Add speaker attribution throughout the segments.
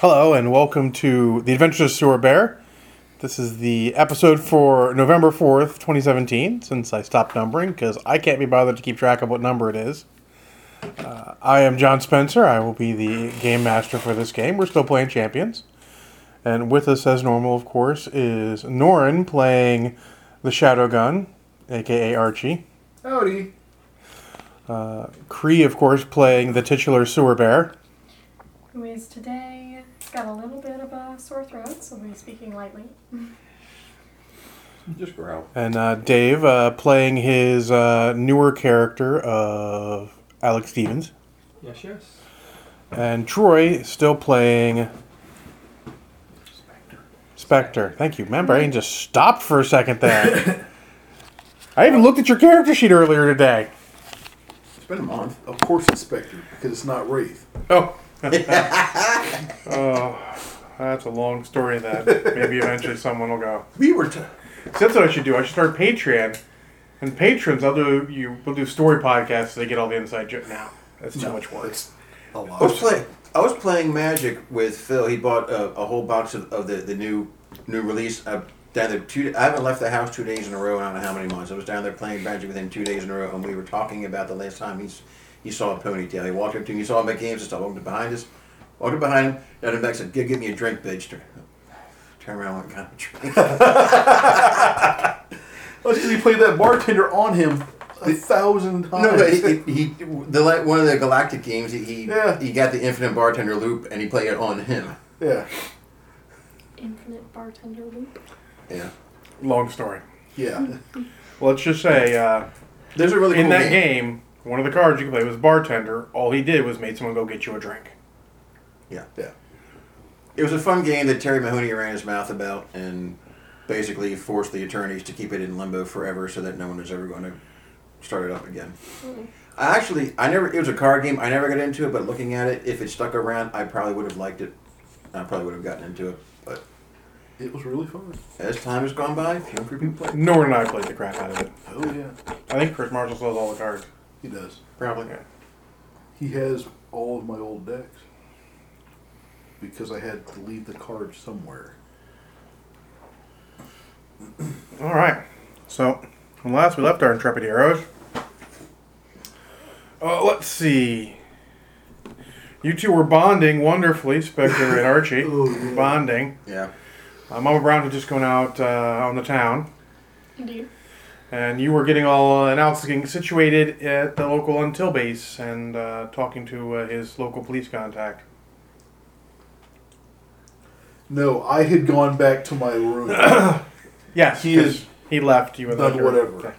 Speaker 1: Hello and welcome to The Adventures of Sewer Bear. This is the episode for November 4th, 2017, since I stopped numbering because I can't be bothered to keep track of what number it is. Uh, I am John Spencer. I will be the game master for this game. We're still playing Champions. And with us, as normal, of course, is Norin playing the Shadow Gun, aka Archie.
Speaker 2: Howdy.
Speaker 1: Cree, of course, playing the titular Sewer Bear.
Speaker 3: who is today got a little bit of a sore throat, so we're speaking lightly.
Speaker 2: Just growl.
Speaker 1: And uh, Dave uh, playing his uh, newer character of Alex Stevens.
Speaker 4: Yes, yes.
Speaker 1: And Troy still playing Spectre. Thank you. Man, brain just stopped for a second there. I even looked at your character sheet earlier today.
Speaker 2: It's been a month. Of course it's Spectre, because it's not Wraith.
Speaker 1: Oh. oh, that's a long story that maybe eventually someone will go.
Speaker 2: We were t-
Speaker 1: So that's what I should do. I should start Patreon, and patrons, I'll do you. We'll do story podcasts. So they get all the inside joke. Now that's too much work.
Speaker 2: It's a
Speaker 5: I was
Speaker 2: lot.
Speaker 5: playing. I was playing Magic with Phil. He bought a, a whole box of, of the, the new new release. I down there two. I haven't left the house two days in a row. I don't know how many months. I was down there playing Magic within two days in a row, and we were talking about the last time he's he saw a ponytail. He walked up to me. He saw him at games and stuff. Walked up behind us. Walked up behind him. And him back said, "Give, give me a drink, bitch." Turn, turn around. What kind of drink?
Speaker 2: That's because oh, he played that bartender on him a thousand times.
Speaker 5: No, but he, he, he- the la- one of the Galactic games. He he,
Speaker 2: Yeah.
Speaker 5: he got the infinite bartender loop, and he played it on him.
Speaker 2: yeah.
Speaker 3: Infinite bartender loop.
Speaker 5: Yeah.
Speaker 1: Long story.
Speaker 2: Yeah.
Speaker 1: Well, let's just say uh,
Speaker 5: There's a really
Speaker 1: in
Speaker 5: cool
Speaker 1: that game, one of the cards you could play was bartender. All he did was made someone go get you a drink.
Speaker 5: Yeah.
Speaker 2: Yeah.
Speaker 5: It was a fun game that Terry Mahoney ran his mouth about and basically forced the attorneys to keep it in limbo forever so that no one was ever going to start it up again. I actually, I never, it was a card game. I never got into it, but looking at it, if it stuck around, I probably would have liked it. I probably would have gotten into it. But
Speaker 2: It was really fun.
Speaker 5: as time has gone by, few and few people play.
Speaker 1: Norton and I played the crap out of it.
Speaker 2: Oh, yeah.
Speaker 1: I think Chris Marshall sells all the cards.
Speaker 2: He does.
Speaker 5: Probably.
Speaker 1: Yeah.
Speaker 2: He has all of my old decks. Because I had to leave the card somewhere.
Speaker 1: All right. So, when last we left our intrepid heroes, uh, let's see. You two were bonding wonderfully, Spectre and Archie.
Speaker 2: Oh, yeah.
Speaker 1: Bonding.
Speaker 5: Yeah.
Speaker 1: Uh, Mama Brown had just gone out uh, on the town,
Speaker 3: Indeed.
Speaker 1: and you were getting all uh, and Alex was getting situated at the local Until base and uh, talking to uh, his local police contact.
Speaker 2: No, I had gone back to my room.
Speaker 1: Yes,
Speaker 2: He
Speaker 1: 'cause
Speaker 2: is-
Speaker 1: He left you and
Speaker 2: done
Speaker 1: left your-
Speaker 2: whatever.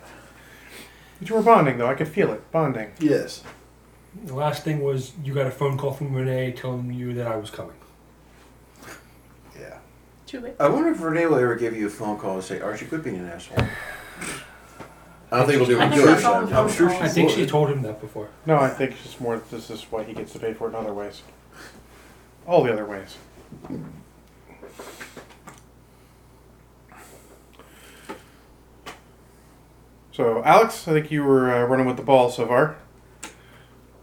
Speaker 1: But you were bonding though. I could feel it bonding.
Speaker 2: yes.
Speaker 4: The last thing was you got a phone call from Renee telling you that I was coming.
Speaker 2: Yeah.
Speaker 3: Too late.
Speaker 5: I wonder if Renee will ever give you a phone call and say, Archie, quit being an asshole. I don't think we'll do
Speaker 3: I
Speaker 5: it
Speaker 3: think
Speaker 5: good.
Speaker 3: that's all-
Speaker 5: I'm sure
Speaker 4: I
Speaker 5: she's
Speaker 4: think she told him that before.
Speaker 1: No, I think it's just more. that This is why he gets to pay for it in other ways. All the other ways. So, Alex, I think you were uh, running with the ball so far,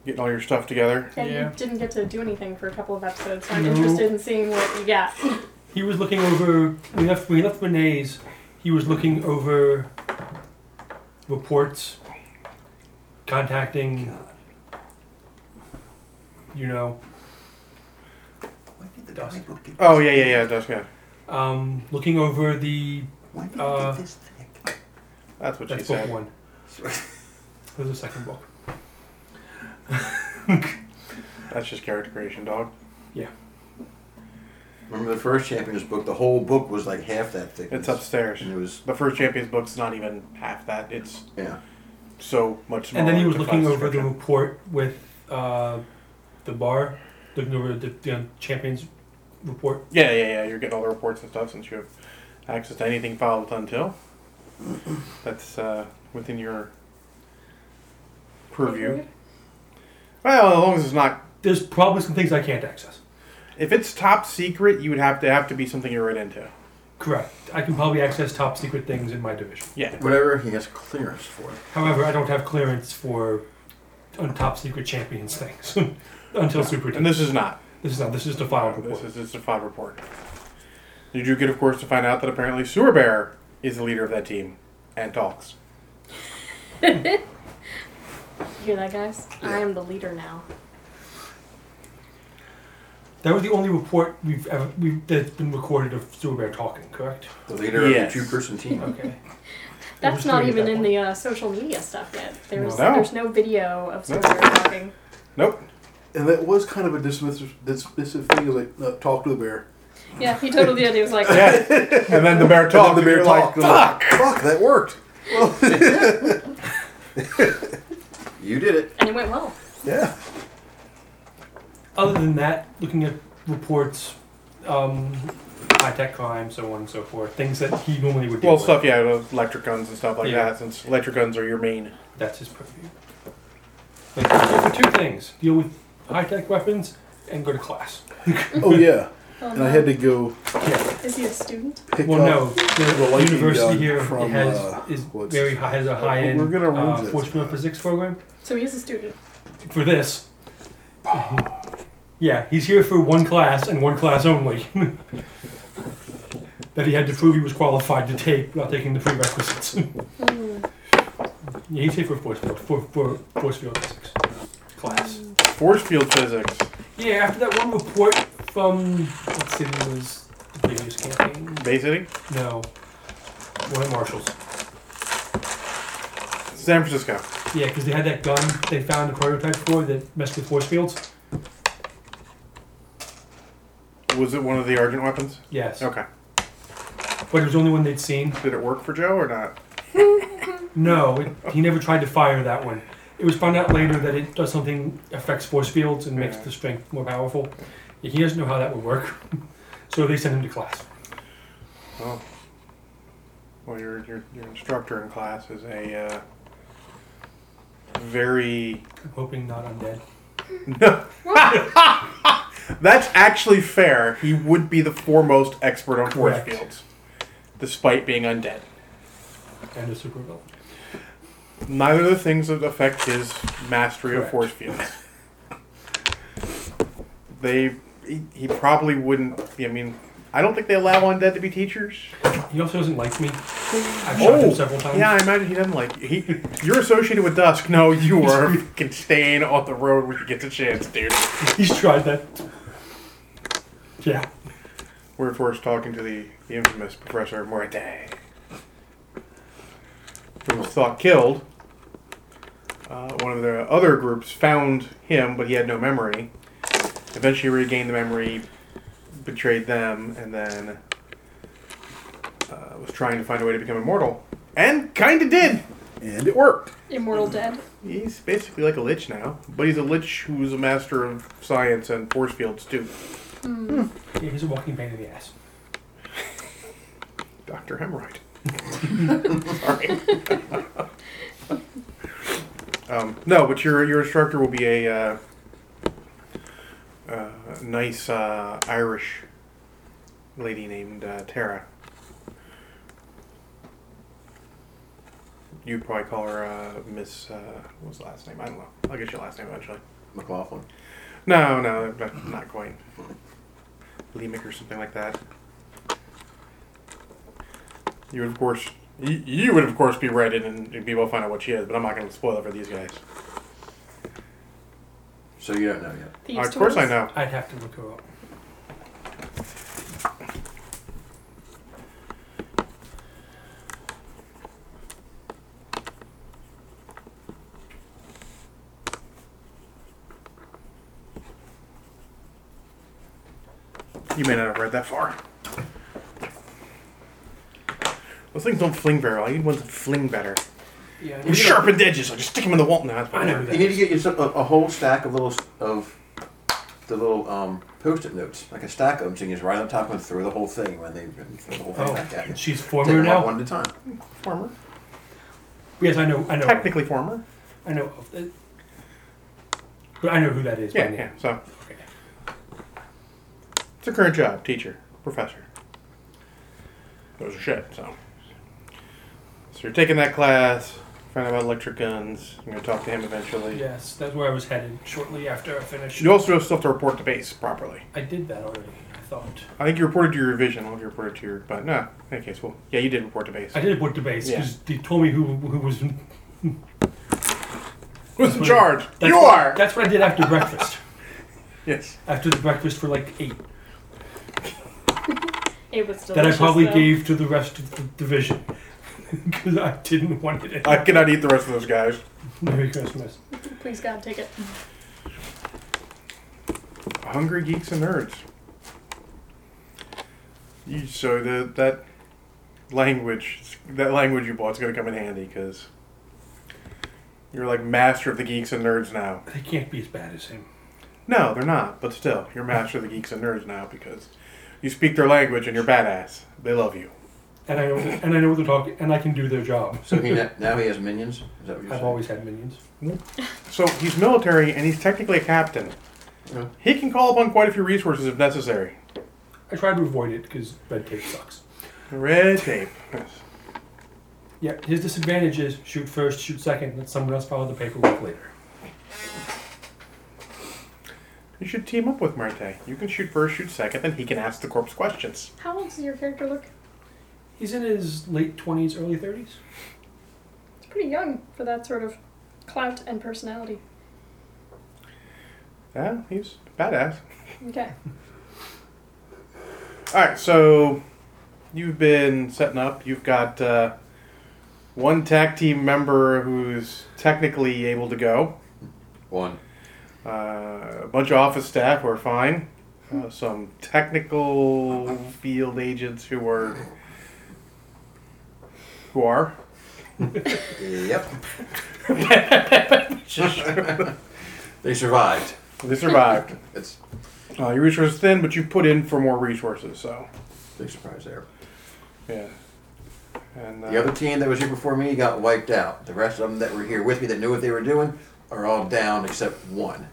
Speaker 1: getting all your stuff together.
Speaker 3: Yeah,
Speaker 4: Yeah.
Speaker 3: you didn't get to do anything for a couple of episodes, so I'm
Speaker 4: No.
Speaker 3: interested in seeing what you got.
Speaker 4: He was looking over. We left. We left Renee's. He was looking over reports, contacting. You know,
Speaker 5: Why did the comic book get-
Speaker 1: Oh yeah, yeah, yeah. That's yeah.
Speaker 4: um, looking over the
Speaker 5: Why did it
Speaker 4: Uh,
Speaker 5: get this thick?
Speaker 1: That's what she
Speaker 4: that's book
Speaker 1: said.
Speaker 4: one. There's a second book.
Speaker 1: That's just character creation, dog.
Speaker 5: Remember the first Champions book? The whole book was like half that thick.
Speaker 1: It's upstairs.
Speaker 5: And it was
Speaker 1: The first champions book's not even half that. It's
Speaker 5: yeah.
Speaker 1: so much smaller.
Speaker 4: And then he was
Speaker 1: with
Speaker 4: looking
Speaker 1: class
Speaker 4: over the
Speaker 1: description.
Speaker 4: report with uh, the bar, looking over the, the um, champions report.
Speaker 1: Yeah, yeah, yeah. You're getting all the reports and stuff since you have access to anything filed with Until. That's uh, within your purview. Well, as long as it's not.
Speaker 4: There's probably some things I can't access.
Speaker 1: If it's top secret, you would have to have to be something you're right into.
Speaker 4: Correct. I can probably access top secret things in my division.
Speaker 1: Yeah.
Speaker 5: Whatever he has clearance for.
Speaker 4: However, I don't have clearance for on top secret champions things until Super
Speaker 1: And
Speaker 4: Deep.
Speaker 1: this is not.
Speaker 4: This is not. This is the final
Speaker 1: This
Speaker 4: report.
Speaker 1: is just a file report. You do get, of course, to find out that apparently Sewer Bear is the leader of that team and talks.
Speaker 6: You hear that, guys? I am the leader now.
Speaker 4: That was the only report we've ever we've, that's been recorded of Sewer Bear talking. Correct.
Speaker 7: The leader
Speaker 1: Yes.
Speaker 7: of the two-person team.
Speaker 4: Okay.
Speaker 6: That's
Speaker 4: just
Speaker 6: not
Speaker 4: doing it
Speaker 6: even
Speaker 4: that
Speaker 6: in
Speaker 4: way.
Speaker 6: the uh, social media stuff yet. There's
Speaker 1: No.
Speaker 6: there's no video of
Speaker 1: No.
Speaker 6: Sawyer talking.
Speaker 1: Nope.
Speaker 2: And that was kind of a dismissive, dismissive thing. It was like, no, talk to the bear.
Speaker 6: Yeah, he totally did. He was like,
Speaker 1: Yeah. and then the bear talks.
Speaker 2: And
Speaker 1: and
Speaker 2: then
Speaker 1: you're like,
Speaker 2: talked. I'm like,
Speaker 1: fuck!
Speaker 2: Fuck, that worked.
Speaker 7: You did it.
Speaker 6: and it went well.
Speaker 2: Yeah.
Speaker 4: Other than that, looking at reports, um, high tech crime, so on and so forth, things that he normally would do.
Speaker 1: Well, stuff, yeah, those electric guns and stuff like
Speaker 4: Yeah.
Speaker 1: that, since electric guns are your main.
Speaker 4: That's his purview. Like, deal with two things: deal with high tech weapons and go to class.
Speaker 2: Oh, yeah.
Speaker 6: Oh,
Speaker 2: And
Speaker 6: no.
Speaker 2: I had to go
Speaker 6: Um, Is he a student?
Speaker 2: pick
Speaker 4: Well,
Speaker 2: up.
Speaker 4: no, the,
Speaker 2: the lighting
Speaker 4: university
Speaker 2: gun
Speaker 4: here
Speaker 2: from,
Speaker 4: has
Speaker 2: uh,
Speaker 4: is
Speaker 2: what's-
Speaker 4: very high, has a high end
Speaker 2: we're gonna
Speaker 4: uh,
Speaker 2: lose it.
Speaker 4: force field physics program
Speaker 6: So he is a student.
Speaker 4: for this. yeah, he's here for one class and one class only. that he had to prove he was qualified to take without taking the prerequisites. yeah, he's here for force field for, for force field physics class.
Speaker 1: Force field physics.
Speaker 4: Yeah, after that one report from what city was the previous campaign?
Speaker 1: Bay City?
Speaker 4: No, one at Marshall's.
Speaker 1: San Francisco.
Speaker 4: Yeah, because they had that gun they found a prototype for that messed with force fields.
Speaker 1: Was it one of the Argent weapons?
Speaker 4: Yes.
Speaker 1: Okay.
Speaker 4: But it was the only one they'd seen.
Speaker 1: Did it work for Joe or not?
Speaker 4: No, it, he never tried to fire that one. It was found out later that it does something, affects force fields, and makes
Speaker 1: Yeah.
Speaker 4: the strength more powerful. Yeah, he doesn't know how that would work. so they sent him to class.
Speaker 1: Oh. Well, your, your, your instructor in class is a uh, very
Speaker 4: I'm hoping not undead.
Speaker 1: No. That's actually fair. He would be the foremost expert on force
Speaker 4: Correct.
Speaker 1: fields, despite being undead.
Speaker 4: And a supervillain.
Speaker 1: Neither of the things that affect his mastery of
Speaker 4: Correct.
Speaker 1: force fields. They, he, he probably wouldn't. I mean, I don't think they allow undead to be teachers. Oh,
Speaker 4: He also doesn't like me. I've shot him several times.
Speaker 1: yeah, I imagine he doesn't like you. he. You're associated with Dusk. No, you are a fucking stain on the road when you get the chance, dude.
Speaker 4: He's tried that. Yeah.
Speaker 1: We're of course talking to the, the infamous Professor Muerte, who was thought killed. Uh, one of the other groups found him, but he had no memory. Eventually regained the memory, betrayed them, and then uh, was trying to find a way to become immortal. And kind of did!
Speaker 2: And it worked.
Speaker 1: Mm.
Speaker 6: Immortal dead.
Speaker 1: He's basically like a lich now, but he's a lich who's a master of science and force fields too.
Speaker 4: Yeah, he's a walking pain in the ass.
Speaker 1: Dr. Hemorrhoid. Sorry. um, no, but your your instructor will be a uh, uh, nice uh, Irish lady named uh, Tara. You'd probably call her uh, Miss. Uh, what's the last name? I don't know. I'll get your last name eventually.
Speaker 7: McLaughlin.
Speaker 1: No, no, not- not quite. Lemick or something like that. You would of course, you, you would of course be read it and you'd be able to find out what she is, but I'm not going to spoil it for these guys.
Speaker 7: So you don't know yet.
Speaker 6: Thieves
Speaker 1: of course, I
Speaker 6: tools.
Speaker 1: know.
Speaker 4: I'd have to look her up.
Speaker 1: You may not have read that far. Those things don't fling very well. I need ones that fling better.
Speaker 4: Yeah.
Speaker 1: With sharpened edges. I just stick them in the wall. No, that's
Speaker 4: I know
Speaker 1: fine.
Speaker 7: You need to get yourself a, a whole stack of little s- of the little um, post-it notes, like a stack of them, so you can just write on top and throw the whole thing when they throw the whole thing back at you.
Speaker 4: Oh, she's
Speaker 7: Take
Speaker 4: former
Speaker 7: them out
Speaker 4: now.
Speaker 7: one at a time.
Speaker 1: Former,
Speaker 4: Yes, I know. I know.
Speaker 1: technically former.
Speaker 4: I know. Of the, but I know who that is. by
Speaker 1: Yeah,
Speaker 4: name.
Speaker 1: yeah. So it's a current job, teacher, professor. Those are shit. So, so you're taking that class, Find out about electric guns. I'm going to talk to him eventually.
Speaker 4: Yes, that's where I was headed shortly after I finished.
Speaker 1: You also still have to report to base properly.
Speaker 4: I did that already, I thought.
Speaker 1: I think you reported to your revision. I don't know if you reported to your, but no. In any case, well, yeah, you did report to base.
Speaker 4: I did book the base because they told me who who was.
Speaker 1: Who's in charge?
Speaker 4: That's
Speaker 1: you
Speaker 4: what-
Speaker 1: are.
Speaker 4: That's what I did after breakfast.
Speaker 1: yes.
Speaker 4: After the breakfast for like eight,
Speaker 8: It was delicious.
Speaker 4: that I probably
Speaker 8: though.
Speaker 4: gave to the rest of the division because I didn't want it.
Speaker 1: I cannot eat the rest of those guys.
Speaker 4: Merry Christmas.
Speaker 3: Please God, take it.
Speaker 1: Hungry geeks and nerds. You, so the, that language, that language you bought is going to come in handy because you're like master of the geeks and nerds now.
Speaker 4: They can't be as bad as him.
Speaker 1: No, they're not. But still, you're master of the geeks and nerds now because you speak their language and you're badass. They love you.
Speaker 4: And I know, and I know what they're talking, and I can do their job.
Speaker 5: So he na- now he has minions. Is that what you're
Speaker 4: I've
Speaker 5: saying?
Speaker 4: always had minions.
Speaker 1: So he's military and he's technically a captain.
Speaker 5: Yeah.
Speaker 1: He can call upon quite a few resources if necessary.
Speaker 4: I tried to avoid it because red tape sucks.
Speaker 1: Red tape. Yes.
Speaker 4: Yeah, his disadvantage is shoot first, shoot second, let someone else follow the paperwork later.
Speaker 1: You should team up with Marte. You can shoot first, shoot second, then he can ask the corpse questions.
Speaker 3: How old does your character look?
Speaker 4: He's in his late twenties, early thirties.
Speaker 3: It's pretty young for that sort of clout and personality.
Speaker 1: Yeah, he's badass.
Speaker 3: Okay.
Speaker 1: All right, so you've been setting up. You've got uh, one tag team member who's technically able to go.
Speaker 5: One.
Speaker 1: Uh, a bunch of office staff who are fine. Uh, some technical field agents who are who are
Speaker 5: Yep. they survived.
Speaker 1: they survived.
Speaker 5: It's
Speaker 1: Uh, your resources thin, but you put in for more resources. So
Speaker 5: big surprise there.
Speaker 1: yeah, and uh,
Speaker 5: The other team that was here before me got wiped out. The rest of them that were here with me that knew what they were doing are all down except one.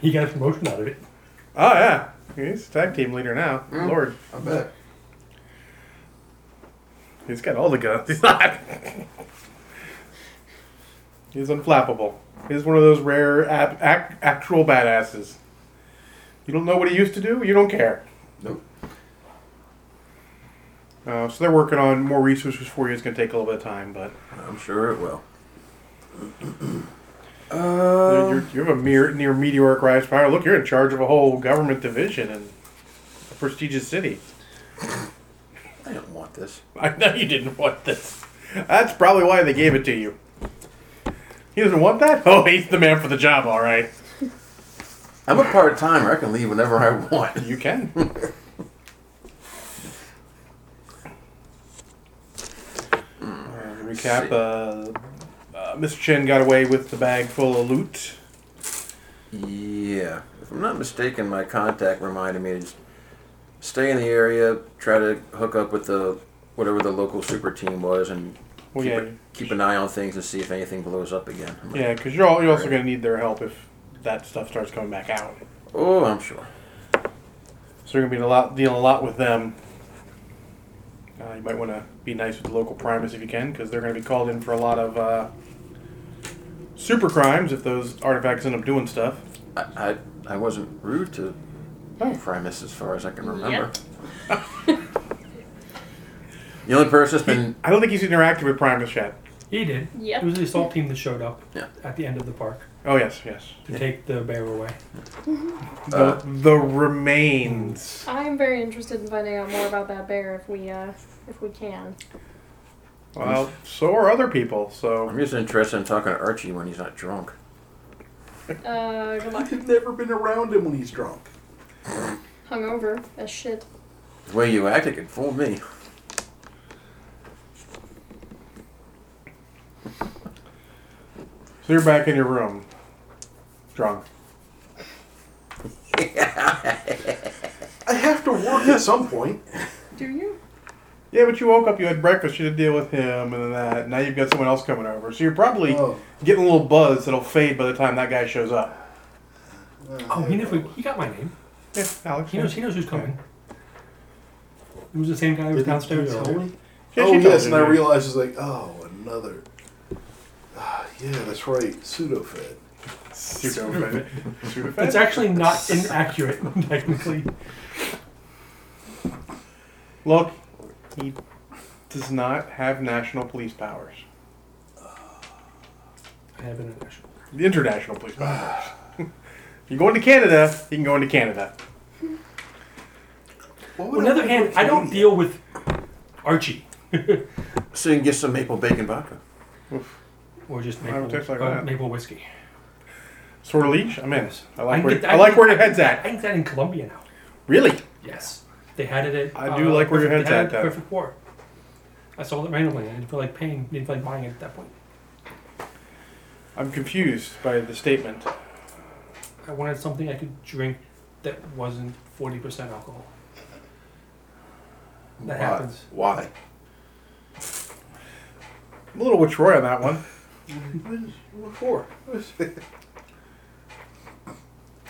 Speaker 4: He got a promotion out of it.
Speaker 1: oh yeah, he's tag team leader now.
Speaker 5: Mm.
Speaker 1: Lord,
Speaker 5: I bet.
Speaker 1: he's got all the guns. He's not. he's unflappable. He's one of those rare ab- ac- actual badasses. You don't know what he used to do. You don't care.
Speaker 5: Nope.
Speaker 1: Uh, so they're working on more resources for you. It's going to take a little bit of time, but
Speaker 5: I'm sure it will. Uh,
Speaker 1: you're, you're, you have a mere, near meteoric rise fire. Look, you're in charge of a whole government division in a prestigious city.
Speaker 5: I don't want this.
Speaker 1: I know you didn't want this. That's probably why they gave it to you. He doesn't want that? Oh, he's the man for the job, all right.
Speaker 5: I'm a part timer. I can leave whenever I want.
Speaker 1: You can. Uh, to recap uh, uh, Mr. Chen got away with the bag full of loot.
Speaker 5: Yeah. If I'm not mistaken, my contact reminded me to just stay in the area, try to hook up with the whatever the local super team was, and
Speaker 1: Well,
Speaker 5: keep,
Speaker 1: yeah.
Speaker 5: a- keep an eye on things and see if anything blows up again. I'm like,
Speaker 1: Yeah, because you're, all, you're also going to need their help if that stuff starts coming back out.
Speaker 5: Oh, I'm sure.
Speaker 1: So you're gonna be a lot dealing a lot with them. Uh, you might want to be nice with the local primus if you can, because they're gonna be called in for a lot of uh, super crimes if those artifacts end up doing stuff.
Speaker 5: I, I, I wasn't rude to
Speaker 7: Oh.
Speaker 5: Primus as far as I can remember. the only person that's been
Speaker 1: I don't think he's interacted with Primus yet.
Speaker 4: He did.
Speaker 8: Yep.
Speaker 4: It was the assault team that showed up
Speaker 5: Yeah.
Speaker 4: at the end of the park
Speaker 1: Oh yes, yes.
Speaker 4: to take the bear away.
Speaker 1: The
Speaker 2: Uh,
Speaker 1: the remains.
Speaker 3: I'm very interested in finding out more about that bear if we uh if we can.
Speaker 1: Well, so are other people.
Speaker 5: uh,
Speaker 1: So
Speaker 5: I'm just interested in talking to Archie when he's not drunk.
Speaker 3: Uh good luck.
Speaker 2: I've never been around him when he's drunk.
Speaker 3: Hungover as shit.
Speaker 5: The way you acted could fool me.
Speaker 1: so you're back in your room, drunk.
Speaker 2: I have to work at some point.
Speaker 3: Do you?
Speaker 1: Yeah, but you woke up, you had breakfast, you had to deal with him, and then that. Now you've got someone else coming over, so you're probably
Speaker 2: Oh.
Speaker 1: getting a little buzz that'll fade by the time that guy shows up.
Speaker 4: Oh, he never. He got my name.
Speaker 1: Yeah, Alex.
Speaker 4: He knows. He knows who's coming. It was the same guy who was downstairs. earlier.
Speaker 2: Oh, yes, and I
Speaker 1: realized.
Speaker 2: realized, it's like, oh, another. Yeah, that's right. Pseudofed.
Speaker 1: Pseudofed.
Speaker 4: It's actually not inaccurate, technically.
Speaker 1: Look, he does not have national police powers.
Speaker 4: I have international.
Speaker 1: The international police powers. if you go into Canada, you can go into Canada.
Speaker 2: Why would
Speaker 4: On the other
Speaker 2: I
Speaker 4: hand, I don't deal with Archie.
Speaker 7: So you can get some maple bacon vodka.
Speaker 4: Or just
Speaker 1: I don't
Speaker 4: maple,
Speaker 1: taste like
Speaker 4: uh,
Speaker 1: that.
Speaker 4: maple whiskey.
Speaker 1: Sort of leash? I'm in. I like,
Speaker 4: can
Speaker 1: where,
Speaker 4: get-
Speaker 1: I like
Speaker 4: can-
Speaker 1: where your head's
Speaker 4: I
Speaker 1: at.
Speaker 4: think that in Colombia now.
Speaker 1: Really?
Speaker 4: Yes. They had it at.
Speaker 1: I do like where your head's
Speaker 4: Perfect- they had
Speaker 1: at,
Speaker 4: it
Speaker 1: though.
Speaker 4: Perfect War. I sold it randomly. I didn't feel like paying, didn't feel like buying it at that point.
Speaker 1: I'm confused by the statement.
Speaker 4: I wanted something I could drink that wasn't 40% alcohol. That
Speaker 7: Why?
Speaker 4: happens.
Speaker 7: Why?
Speaker 1: I'm a little with Troy on that one.
Speaker 2: What for?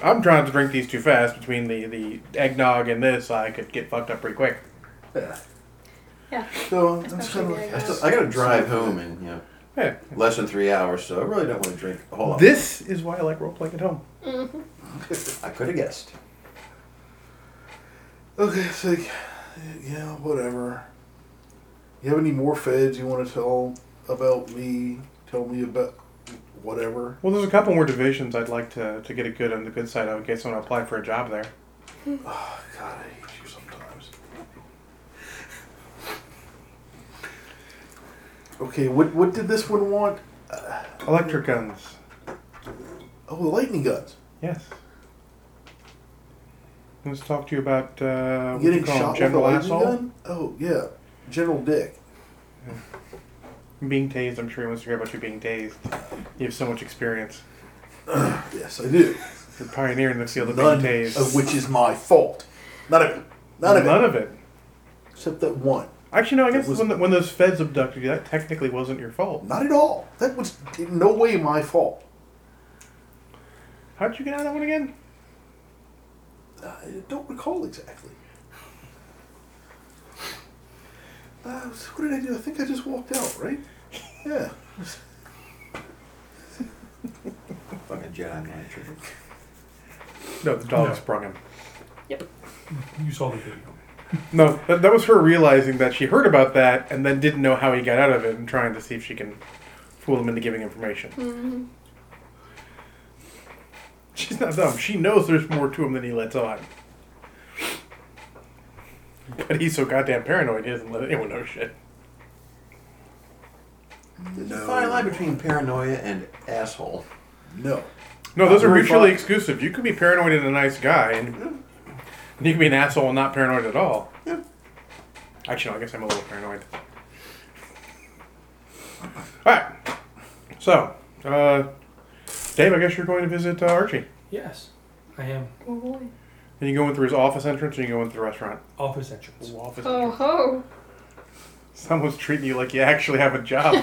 Speaker 1: I'm trying to drink these too fast between the, the eggnog and this. I could get fucked up pretty quick.
Speaker 2: Yeah.
Speaker 6: Yeah.
Speaker 2: So I'm just
Speaker 6: Especially the
Speaker 2: kind of like,
Speaker 7: I,
Speaker 6: egg.
Speaker 7: still, I gotta drive home in you know,
Speaker 1: Yeah.
Speaker 7: less than three hours, so I really don't want to drink a whole lot.
Speaker 1: This is why I like role playing at home.
Speaker 7: I could have guessed.
Speaker 2: okay, it's like, yeah, whatever. You have any more feds you want to tell about me? Tell me about whatever.
Speaker 1: Well, there's a couple more divisions I'd like to, to get a good on the good side of in case I want to apply for a job there.
Speaker 2: Oh, God, I hate you sometimes. Okay, what what did this one want?
Speaker 1: Electric guns.
Speaker 2: Oh, the lightning guns.
Speaker 1: Yes. Let's talk to you about uh, what do
Speaker 2: Getting
Speaker 1: you call
Speaker 2: shot
Speaker 1: him,
Speaker 2: with a
Speaker 1: General
Speaker 2: lightning
Speaker 1: Asshole
Speaker 2: gun? Oh, yeah. General Dick.
Speaker 1: being tased. I'm sure he wants to hear about you being tased. You have so much experience.
Speaker 2: Yes, I do.
Speaker 1: You're pioneering the field of
Speaker 2: None
Speaker 1: being tased.
Speaker 2: of which is my fault. None of it. None of it.
Speaker 1: None of it.
Speaker 2: Except that one.
Speaker 1: Actually, no. I guess
Speaker 2: was-
Speaker 1: when, the, when those feds abducted you, that technically wasn't your fault.
Speaker 2: Not at all. That was in no way my fault.
Speaker 1: How'd you get out of that one again?
Speaker 2: I don't recall exactly. Uh, what did I do? I think I just walked out, right? Yeah.
Speaker 7: Fucking Jedi mind trick.
Speaker 1: No, the dog
Speaker 4: No.
Speaker 1: sprung him.
Speaker 4: You saw the video.
Speaker 1: No, that, that was her realizing that she heard about that and then didn't know how he got out of it and trying to see if she can fool him into giving information. She's not dumb. She knows there's more to him than he lets on. But he's so goddamn paranoid he doesn't let anyone know shit.
Speaker 7: There's a fine line between paranoia and asshole.
Speaker 2: No.
Speaker 1: No, those are
Speaker 2: Very
Speaker 1: mutually
Speaker 2: fun.
Speaker 1: exclusive. You can be paranoid and a nice guy, and and you can be an asshole and not paranoid at all.
Speaker 7: Yeah.
Speaker 1: Actually, no, I guess I'm a little paranoid. All right. So, uh, Dave, I guess you're going to visit uh, Archie.
Speaker 4: Yes, I am.
Speaker 6: Oh boy.
Speaker 1: And you go in through his office entrance, and you go in through the restaurant.
Speaker 4: Office entrance.
Speaker 1: office
Speaker 6: Oh ho.
Speaker 1: Someone's treating you like you actually have a job.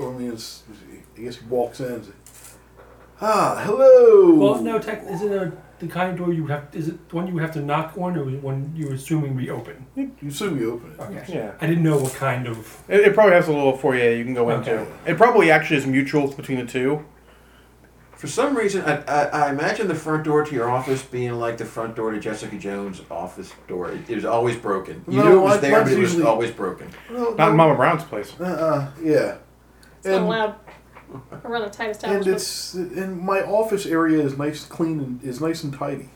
Speaker 2: I mean, it's, I guess he walks in. And says, ah, hello.
Speaker 4: Well, no, tech, is it a, the kind of door you have? Is it the one you would have to knock on, or one you're assuming we open?
Speaker 2: You assume you open it.
Speaker 4: Okay.
Speaker 1: yeah.
Speaker 4: I didn't know what kind of.
Speaker 1: It, it probably has a little foyer you can go into.
Speaker 4: Okay.
Speaker 1: It probably actually is mutual between the two.
Speaker 7: For some reason, I, I, I imagine the front door to your office being like the front door to Jessica Jones' office door. It, it was always broken. You
Speaker 2: No,
Speaker 7: knew it was
Speaker 2: mine-
Speaker 7: there, but
Speaker 2: mine's
Speaker 7: it was
Speaker 2: usually-
Speaker 7: always broken.
Speaker 1: Not
Speaker 2: No,
Speaker 1: in
Speaker 2: no.
Speaker 1: Mama Brown's place.
Speaker 2: Uh-uh, yeah.
Speaker 6: It's not
Speaker 2: And-
Speaker 6: allowed. I run a tight
Speaker 2: and
Speaker 6: establishment.
Speaker 2: it's and my office area is nice, clean, and is nice and tidy.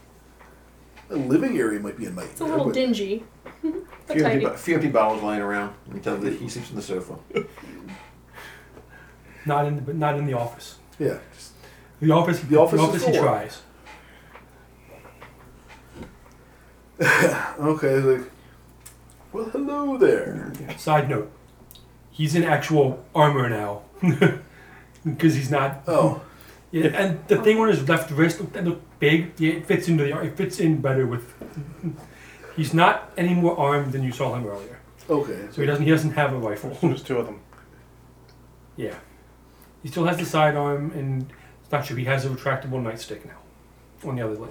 Speaker 2: The living area might be a nightmare.
Speaker 6: It's a little
Speaker 2: but
Speaker 6: dingy. but
Speaker 7: few,
Speaker 6: tidy.
Speaker 7: empty, bo- few empty bottles lying around. You can tell that he sleeps on the sofa.
Speaker 4: Not in the not in the office.
Speaker 2: yeah, just,
Speaker 4: The office.
Speaker 2: The office is
Speaker 4: he
Speaker 2: door.
Speaker 4: tries.
Speaker 2: okay. it's Like, well, hello there.
Speaker 4: Side note: He's in actual armor now, because he's not.
Speaker 2: Oh,
Speaker 4: Yeah, and the thing on his left wrist looked, it looked big. Yeah, it fits into the. ar- It fits in better with. He's not any more armed than you saw him earlier,
Speaker 2: okay.
Speaker 4: so he doesn't. He doesn't have a rifle.
Speaker 1: There's two of them.
Speaker 4: Yeah. He still has the sidearm, and it's not sure he has a retractable nightstick now on the other leg.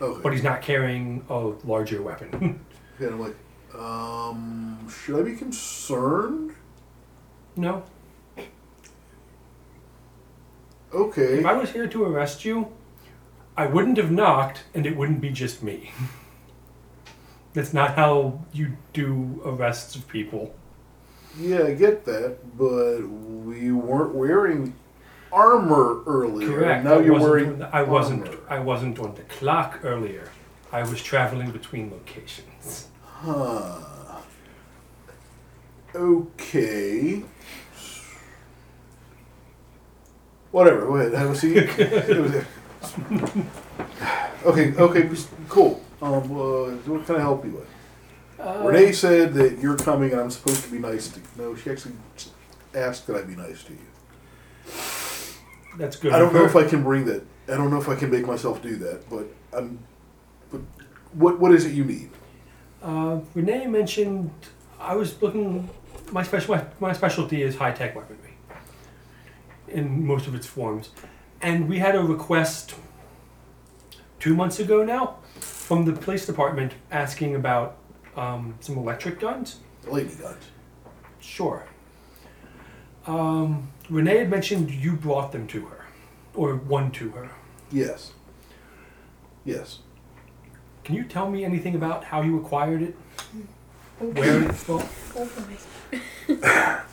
Speaker 2: Okay.
Speaker 4: But he's not carrying a larger weapon.
Speaker 2: And I'm like, um, should I be concerned?
Speaker 4: No. If
Speaker 2: Okay.
Speaker 4: I was here to arrest you, I wouldn't have knocked, and it wouldn't be just me. That's not how you do arrests of people.
Speaker 2: Yeah, I get that, but we weren't wearing armor earlier.
Speaker 4: Correct.
Speaker 2: Now
Speaker 4: I
Speaker 2: you're
Speaker 4: wasn't
Speaker 2: wearing.
Speaker 4: doing that- I wasn't.
Speaker 2: armor.
Speaker 4: I wasn't on the clock earlier. I was traveling between locations.
Speaker 2: Huh. Okay. Whatever. Go ahead. Have a seat. It was- okay. Okay. just- Cool. Um. Uh, what can I help you with? Renee said that you're coming and I'm supposed to be nice to you. No, she actually asked that I be nice to you.
Speaker 4: That's good.
Speaker 2: I don't know if
Speaker 4: Refer-
Speaker 2: I can bring that. I don't know if I can make myself do that, but I'm. But what what is it you need?
Speaker 4: Uh, Renee mentioned I was looking. My special my specialty is high tech weaponry, in most of its forms, and we had a request two months ago now from the police department asking about um, some electric guns.
Speaker 2: Lady guns.
Speaker 4: Sure. Um, Renee had mentioned you brought them to her, or one to her.
Speaker 2: Yes. Yes.
Speaker 4: Can you tell me anything about how you acquired it?
Speaker 6: Oh,
Speaker 4: Where it's from?
Speaker 6: oh boy. Oh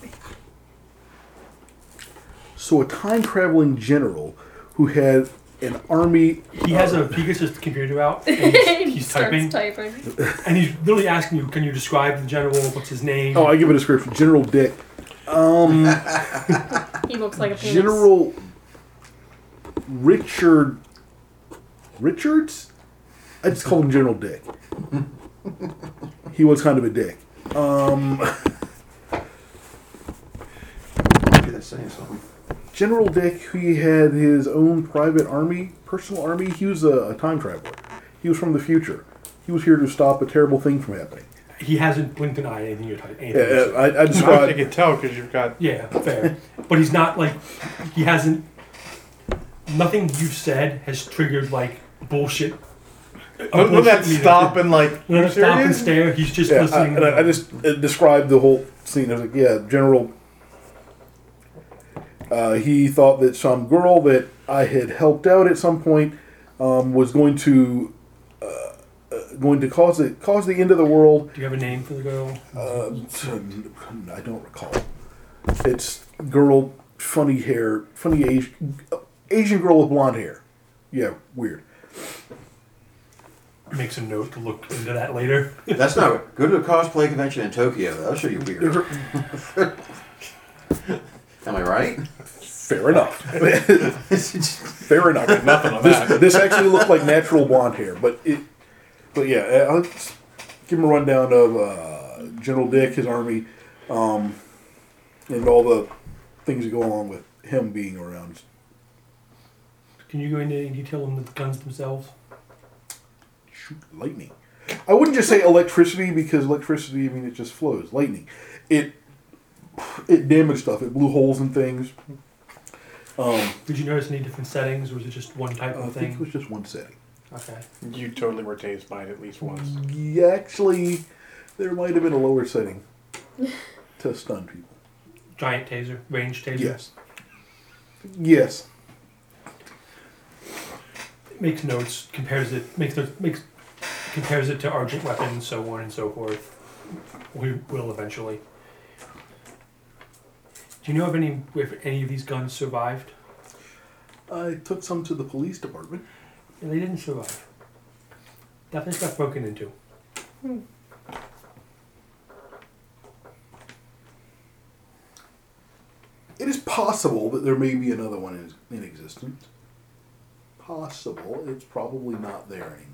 Speaker 6: boy.
Speaker 2: So a time traveling general who had an army.
Speaker 4: He has a he gets his computer out and he's, he's typing and he's literally asking you, can you describe the general? What's his name?
Speaker 2: Oh, I give a description. General Dick. Um,
Speaker 6: He looks like a penis.
Speaker 2: General Richard Richards. I just call him General Dick. he was kind of a dick. Um,
Speaker 7: Do that saying something.
Speaker 2: General Dick, he had his own private army, personal army. He was a, a time traveler. He was from the future. He was here to stop a terrible thing from happening.
Speaker 4: He hasn't blinked an eye at anything you're typing.
Speaker 2: Yeah,
Speaker 4: anything
Speaker 2: yeah,
Speaker 4: you're
Speaker 2: I, I
Speaker 1: I don't think
Speaker 2: described.
Speaker 1: you can tell because you've got
Speaker 4: saying. yeah, fair. but he's not like he hasn't. Nothing you've said has triggered like bullshit. a
Speaker 1: look, look
Speaker 4: bullshit
Speaker 1: at that
Speaker 4: meter.
Speaker 1: stop and like
Speaker 4: None
Speaker 1: you
Speaker 4: of stop and
Speaker 1: serious?
Speaker 4: stare. He's just
Speaker 2: Yeah, I,
Speaker 4: listening.
Speaker 2: and I, I just uh, described the whole scene. I was like, yeah, General. Uh, he thought that some girl that I had helped out at some point um, was going to uh, uh, going to cause the cause the end of the world.
Speaker 4: Do you have a name for the girl?
Speaker 2: Uh, I don't recall. It's girl, funny hair, funny Asian, Asian girl with blonde hair. Yeah, weird.
Speaker 4: Makes a note to look into that later.
Speaker 7: That's not go to a cosplay convention in Tokyo. That'll show you weird. Am I right?
Speaker 2: Fair enough. Fair enough.
Speaker 1: nothing on
Speaker 2: This,
Speaker 1: that.
Speaker 2: this actually looked like natural blonde hair, but it, but yeah, uh, let's give him a rundown of uh, General Dick, his army, um, and all the things that go along with him being around.
Speaker 4: Can you go into any detail on the guns themselves?
Speaker 2: shoot lightning. I wouldn't just say electricity because electricity, I mean, it just flows. Lightning, it it damaged stuff. It blew holes in things. Um,
Speaker 4: Did you notice any different settings, or was it just one type
Speaker 2: Uh, I
Speaker 4: of
Speaker 2: think it
Speaker 4: thing?
Speaker 2: was just one setting.
Speaker 4: Okay.
Speaker 1: You totally were tased by it at least once.
Speaker 2: Yeah, actually, there might have been a lower setting to stun people.
Speaker 4: Giant taser, range taser.
Speaker 2: Yes. Yes.
Speaker 4: Makes notes, compares it, makes notes, makes compares it to argent weapons, so on and so forth. We will eventually. Do you know if any if any of these guns survived?
Speaker 2: I took some to the police department.
Speaker 4: Yeah, they didn't survive. Definitely got broken into.
Speaker 2: It is possible that there may be another one in, in existence. Possible. It's probably not there anymore.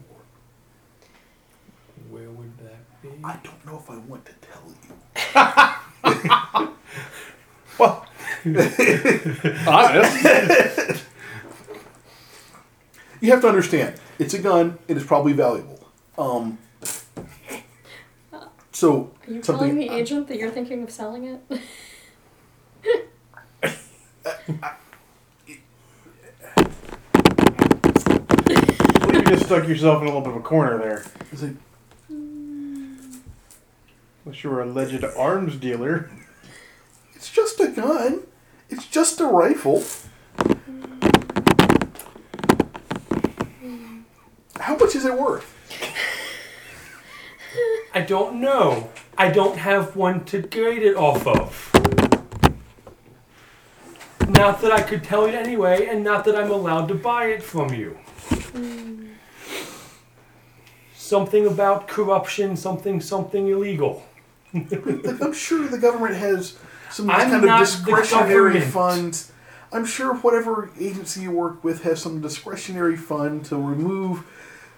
Speaker 4: Where would that be?
Speaker 2: I don't know if I want to tell you.
Speaker 1: Well, honest.
Speaker 2: You have to understand, it's a gun. It is probably valuable. Um, so
Speaker 6: Are you
Speaker 2: something
Speaker 6: telling the agent that you're thinking of selling it?
Speaker 1: What if you just stuck yourself in a little bit of a corner there?
Speaker 2: it's like,
Speaker 1: Unless you were an alleged arms dealer.
Speaker 2: It's just a gun. It's just a rifle. How much is it worth?
Speaker 4: I don't know. I don't have one to grade it off of. Not that I could tell you anyway, and not that I'm allowed to buy it from you. Something about corruption, something, something illegal.
Speaker 2: Like, I'm sure the government has some
Speaker 4: I'm
Speaker 2: kind of
Speaker 4: not the
Speaker 2: discretionary
Speaker 4: government.
Speaker 2: funds. I'm sure whatever agency you work with has some discretionary fund to remove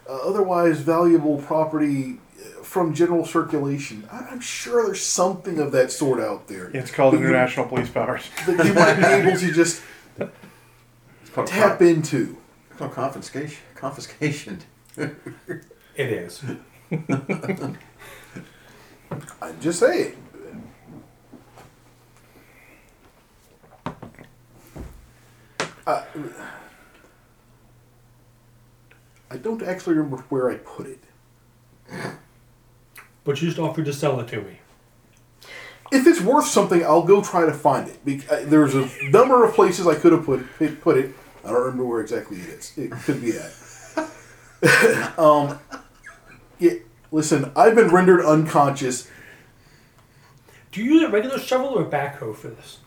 Speaker 2: uh, otherwise valuable property uh, from general circulation. I- I'm sure there's something of that sort out there
Speaker 1: It's called International Police Powers.
Speaker 2: that you might be able to just
Speaker 7: It's called,
Speaker 2: tap
Speaker 7: con-
Speaker 2: into.
Speaker 7: it's called confiscation. Confiscation.
Speaker 4: It is.
Speaker 2: I'm just saying. Uh, I don't actually remember where I put it.
Speaker 4: But you just offered to sell it to me.
Speaker 2: If it's worth something, I'll go try to find it. Bec- uh, there's a number of places I could have put it, put it. I don't remember where exactly it is. It could be at. um, yeah, listen, I've been rendered unconscious.
Speaker 4: Do you use a regular shovel or a backhoe for this?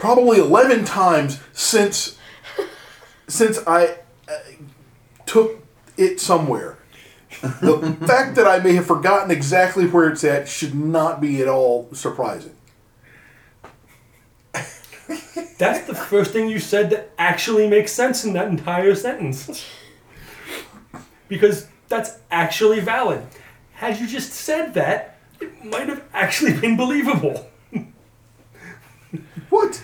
Speaker 2: probably 11 times since since I uh, took it somewhere. The fact that I may have forgotten exactly where it's at should not be at all surprising.
Speaker 4: That's the first thing you said that actually makes sense in that entire sentence. Because that's actually valid. Had you just said that, it might have actually been believable.
Speaker 2: What?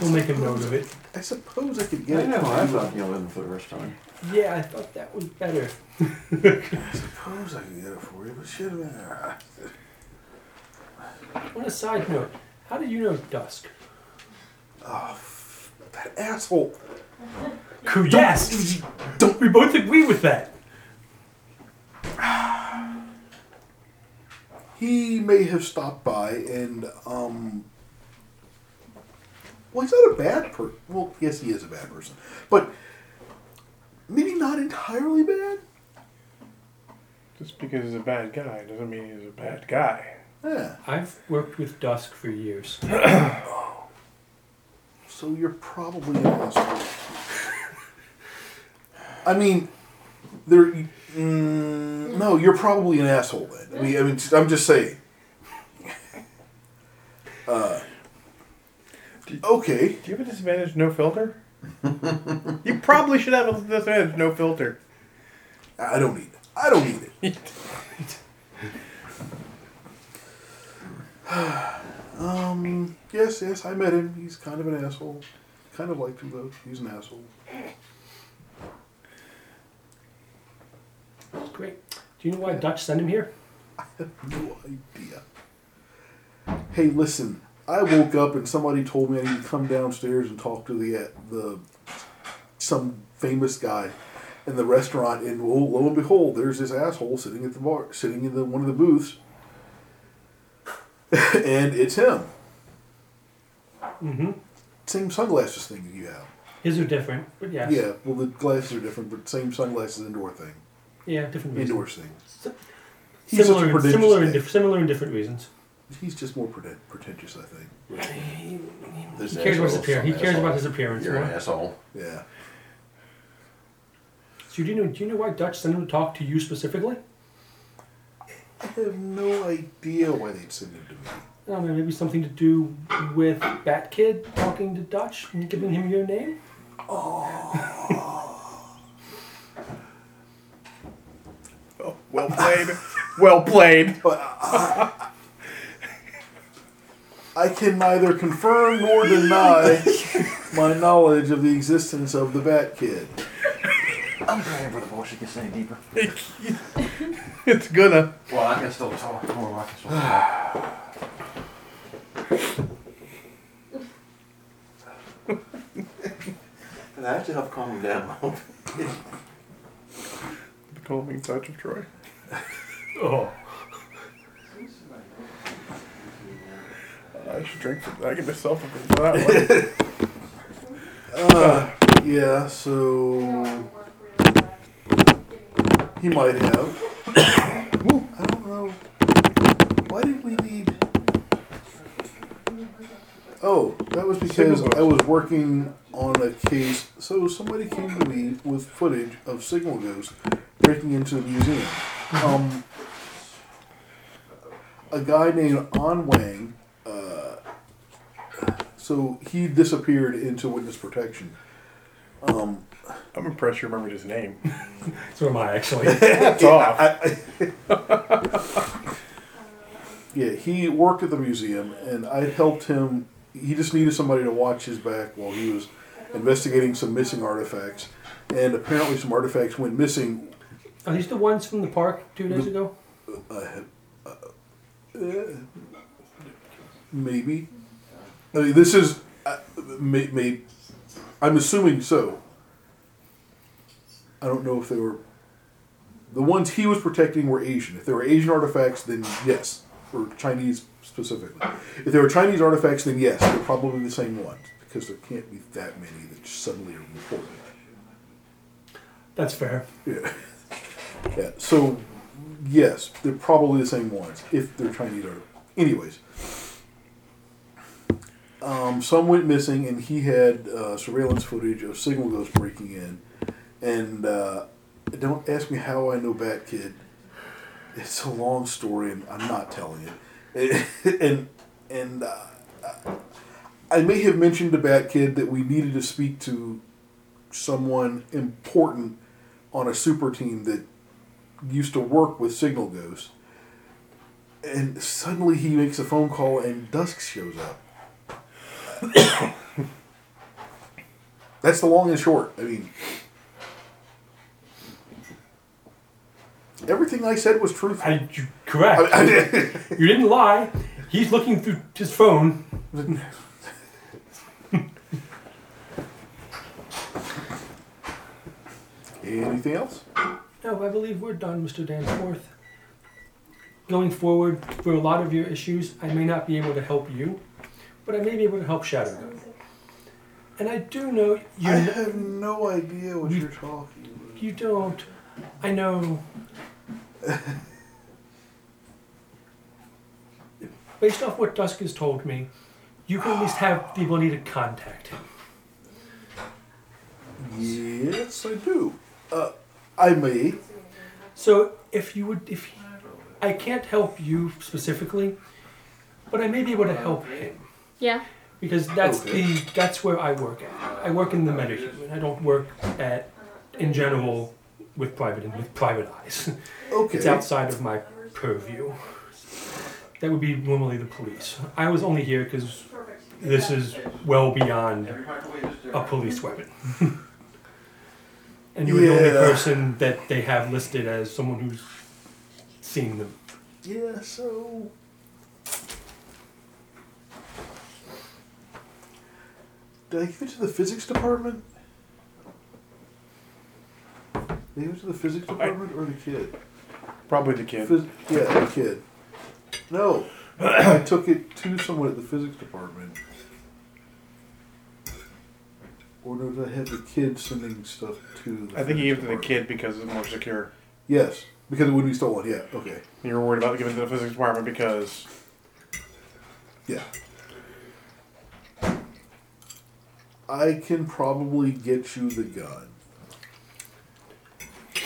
Speaker 4: We'll make a note of it.
Speaker 2: I suppose I could
Speaker 7: Yeah,
Speaker 2: get
Speaker 7: I
Speaker 2: it.
Speaker 7: know. I thought you know, living for the rest of time.
Speaker 4: Yeah, I thought that was better.
Speaker 2: I suppose I could get it for you, but shit, uh, man.
Speaker 4: On a side note, how do you know dusk?
Speaker 2: Oh, f- that asshole.
Speaker 4: Yes! Don't we both agree with that?
Speaker 2: He may have stopped by and, um. Well, he's not a bad person. Well, yes, he is a bad person. But maybe not entirely bad?
Speaker 1: Just because he's a bad guy doesn't mean he's a bad guy.
Speaker 2: Yeah.
Speaker 4: I've worked with dusk for years.
Speaker 2: So you're probably an asshole. I mean, there. Mm, no, you're probably an asshole then. I mean, I mean I'm just saying. Uh, okay.
Speaker 1: Do you have a disadvantage, no filter? you probably should have a disadvantage, no filter.
Speaker 2: I don't need it. I don't need it. um. Yes. Yes. I met him. He's kind of an asshole. Kind of liked him though. He's an asshole.
Speaker 4: Great. Do you know why Dutch sent him here?
Speaker 2: No idea. Hey, listen. I woke up and somebody told me I need to come downstairs and talk to the the some famous guy in the restaurant. And lo, lo and behold, there's this asshole sitting at the bar, sitting in the, one of the booths, and it's him.
Speaker 4: Mm-hmm.
Speaker 2: Same sunglasses thing that you have.
Speaker 4: His are different, but yes.
Speaker 2: Yeah. Well, the glasses are different, but same sunglasses indoor thing.
Speaker 4: Yeah, different reasons.
Speaker 2: Indoor thing.
Speaker 4: Si-
Speaker 2: He's such a
Speaker 4: Similar,
Speaker 2: prodigious
Speaker 4: similar, and
Speaker 2: man.
Speaker 4: diff- similar and different reasons.
Speaker 2: He's just more pretent- pretentious, I think.
Speaker 7: This
Speaker 4: He cares about
Speaker 7: asshole's
Speaker 4: his appearance.
Speaker 7: some
Speaker 4: He cares about
Speaker 7: asshole.
Speaker 4: his appearance.
Speaker 7: You're an
Speaker 4: Right?
Speaker 7: asshole.
Speaker 2: Yeah.
Speaker 4: So do you know? Do you know why Dutch sent him to talk to you specifically?
Speaker 2: I have no idea why they'd send him to me.
Speaker 4: I don't know. Maybe something to do with Bat Kid talking to Dutch and giving him your name.
Speaker 1: Well played. well played.
Speaker 2: I can neither confirm nor deny my knowledge of the existence of the Bat Kid.
Speaker 7: I'm trying for the bullshit gets any deeper.
Speaker 1: It's gonna.
Speaker 7: Well, I can still talk. Oh, I can still talk. that should help calm him down a little bit.
Speaker 1: The calming touch of Troy.
Speaker 4: Oh.
Speaker 1: I should drink for I can myself for that one.
Speaker 2: Uh, yeah, so he might have. Ooh, I don't know. Why did we need? Oh, that was because I was working on a case. So somebody came to me with footage of Signal Ghost breaking into the museum. Um, a guy named An Wang. Uh, so he disappeared into witness protection. Um,
Speaker 1: I'm impressed you remembered his name.
Speaker 4: So am I, actually.
Speaker 1: That's off.
Speaker 2: I- I- yeah, he worked at the museum, and I helped him. He just needed somebody to watch his back while he was investigating some missing artifacts, and apparently some artifacts went missing.
Speaker 4: Are these the ones from the park two days ago?
Speaker 2: Uh, uh, maybe. I mean, this is. Uh, may, may, I'm assuming so. I don't know if they were. The ones he was protecting were Asian. If they were Asian artifacts, then yes. Or Chinese specifically. If they were Chinese artifacts, then yes, they're probably the same ones. Because there can't be that many that just suddenly are reported.
Speaker 4: That's fair.
Speaker 2: Yeah. Yeah. So, yes, they're probably the same ones if they're Chinese or. Anyways, um, some went missing, and he had uh, surveillance footage of Signal Ghost breaking in. And uh, don't ask me how I know Bat Kid. It's a long story, and I'm not telling it. and and uh, I may have mentioned to Bat Kid that we needed to speak to someone important on a super team that used to work with Signal Ghost. And suddenly he makes a phone call and Dusk shows up. That's the long and short. I mean, everything I said was truthful.
Speaker 4: I, you, correct. you didn't lie. He's looking through his phone.
Speaker 2: Anything else?
Speaker 4: No, I believe we're done, Mr. Danforth. Going forward, for a lot of your issues, I may not be able to help you, but I may be able to help Shadow. Dog. And I do know you.
Speaker 2: I have no idea what you're talking about.
Speaker 4: You don't. I know. Based off what Dusk has told me, you can at least have the ability to contact him.
Speaker 2: Yes, I do. Uh, I may.
Speaker 4: So if you would, if he, I can't help you specifically, but I may be able to help him
Speaker 3: Yeah.
Speaker 4: because that's
Speaker 2: Okay.
Speaker 4: the that's where I work at. I work in the metahuman. I don't work at in general with private with private eyes.
Speaker 2: Okay.
Speaker 4: It's outside of my purview. That would be normally the police. I was only here because this is well beyond a police weapon. and you're the only
Speaker 2: Yeah.
Speaker 4: person that they have listed as someone who's seen them.
Speaker 2: Yeah, so. Did I give it to the physics department? Did I give it to the physics department or the kid?
Speaker 1: Probably the kid.
Speaker 2: Phys- yeah, the kid. No. I took it to someone at the physics department. Or did I have the kid sending stuff to the
Speaker 1: I think
Speaker 2: physics
Speaker 1: you gave it to the
Speaker 2: department?
Speaker 1: kid because it's more secure.
Speaker 2: Yes, because it would be stolen, yeah, okay.
Speaker 1: You were worried about giving it to the physics department because
Speaker 2: Yeah. I can probably get you the gun.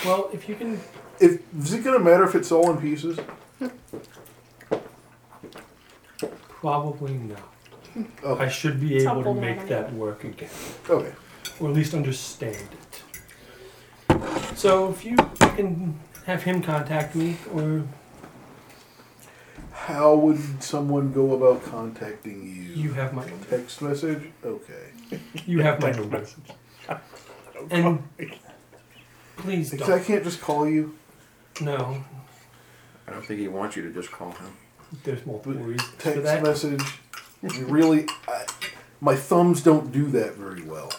Speaker 4: Well, if you can,
Speaker 2: If is it gonna matter if it's all in pieces?
Speaker 4: probably not. I
Speaker 2: Okay.
Speaker 4: should be
Speaker 3: It's
Speaker 4: able to
Speaker 3: helpful to have
Speaker 4: make
Speaker 3: an
Speaker 4: that work again,
Speaker 2: Okay.
Speaker 4: or at least understand it. So if you can have him contact me, or
Speaker 2: How would someone go about contacting you?
Speaker 4: you have my number.
Speaker 2: text message. Okay.
Speaker 4: You have my number. And please
Speaker 2: Because I
Speaker 4: don't.
Speaker 2: can't just call you.
Speaker 4: No,
Speaker 7: I don't think he wants you to just call him.
Speaker 4: there's multiple reasons for
Speaker 2: Text
Speaker 4: that.
Speaker 2: message. You really, I, my thumbs don't do that very well.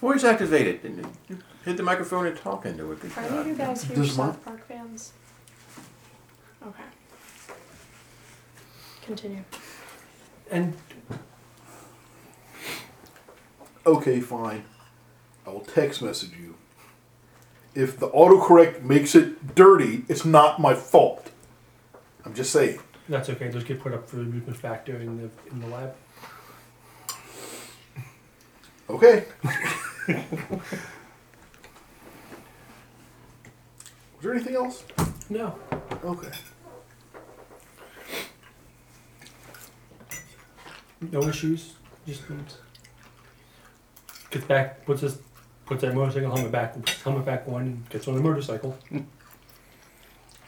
Speaker 7: Voice activated, didn't it? You hit the microphone and talk into it. Good
Speaker 6: Are
Speaker 7: God.
Speaker 6: any of you
Speaker 5: Uh,
Speaker 6: guys huge
Speaker 2: This
Speaker 6: South
Speaker 2: month?
Speaker 6: Park fans? Okay. Continue.
Speaker 4: And
Speaker 2: Okay, fine. I will text message you. If the autocorrect makes it dirty, it's not my fault. I'm just saying.
Speaker 4: that's okay. Those get put up for the amusement factor in the in the lab.
Speaker 2: Okay. Was there anything else?
Speaker 4: No,
Speaker 2: Okay.
Speaker 4: no issues. Just needs. Gets back, puts his, puts that motorcycle helmet back, puts his helmet back on, and gets on the motorcycle.
Speaker 2: And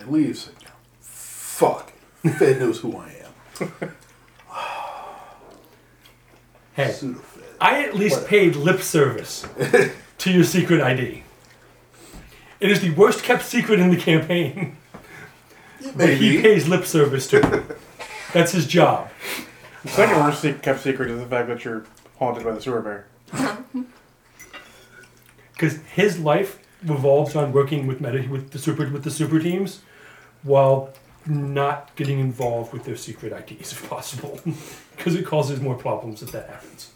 Speaker 2: leaves. Fuck. Fed knows who I am.
Speaker 4: Hey,
Speaker 2: Sudafed.
Speaker 4: I at least paid lip service to your secret ID. It is the worst kept secret in the campaign, but he
Speaker 2: Maybe.
Speaker 4: pays lip service to it. That's his job.
Speaker 1: The second worst se- kept secret is the fact that you're haunted by the sewer bear.
Speaker 4: because his life revolves on working with meta with the super with the super teams, while not getting involved with their secret IDs if possible, because it causes more problems if that happens.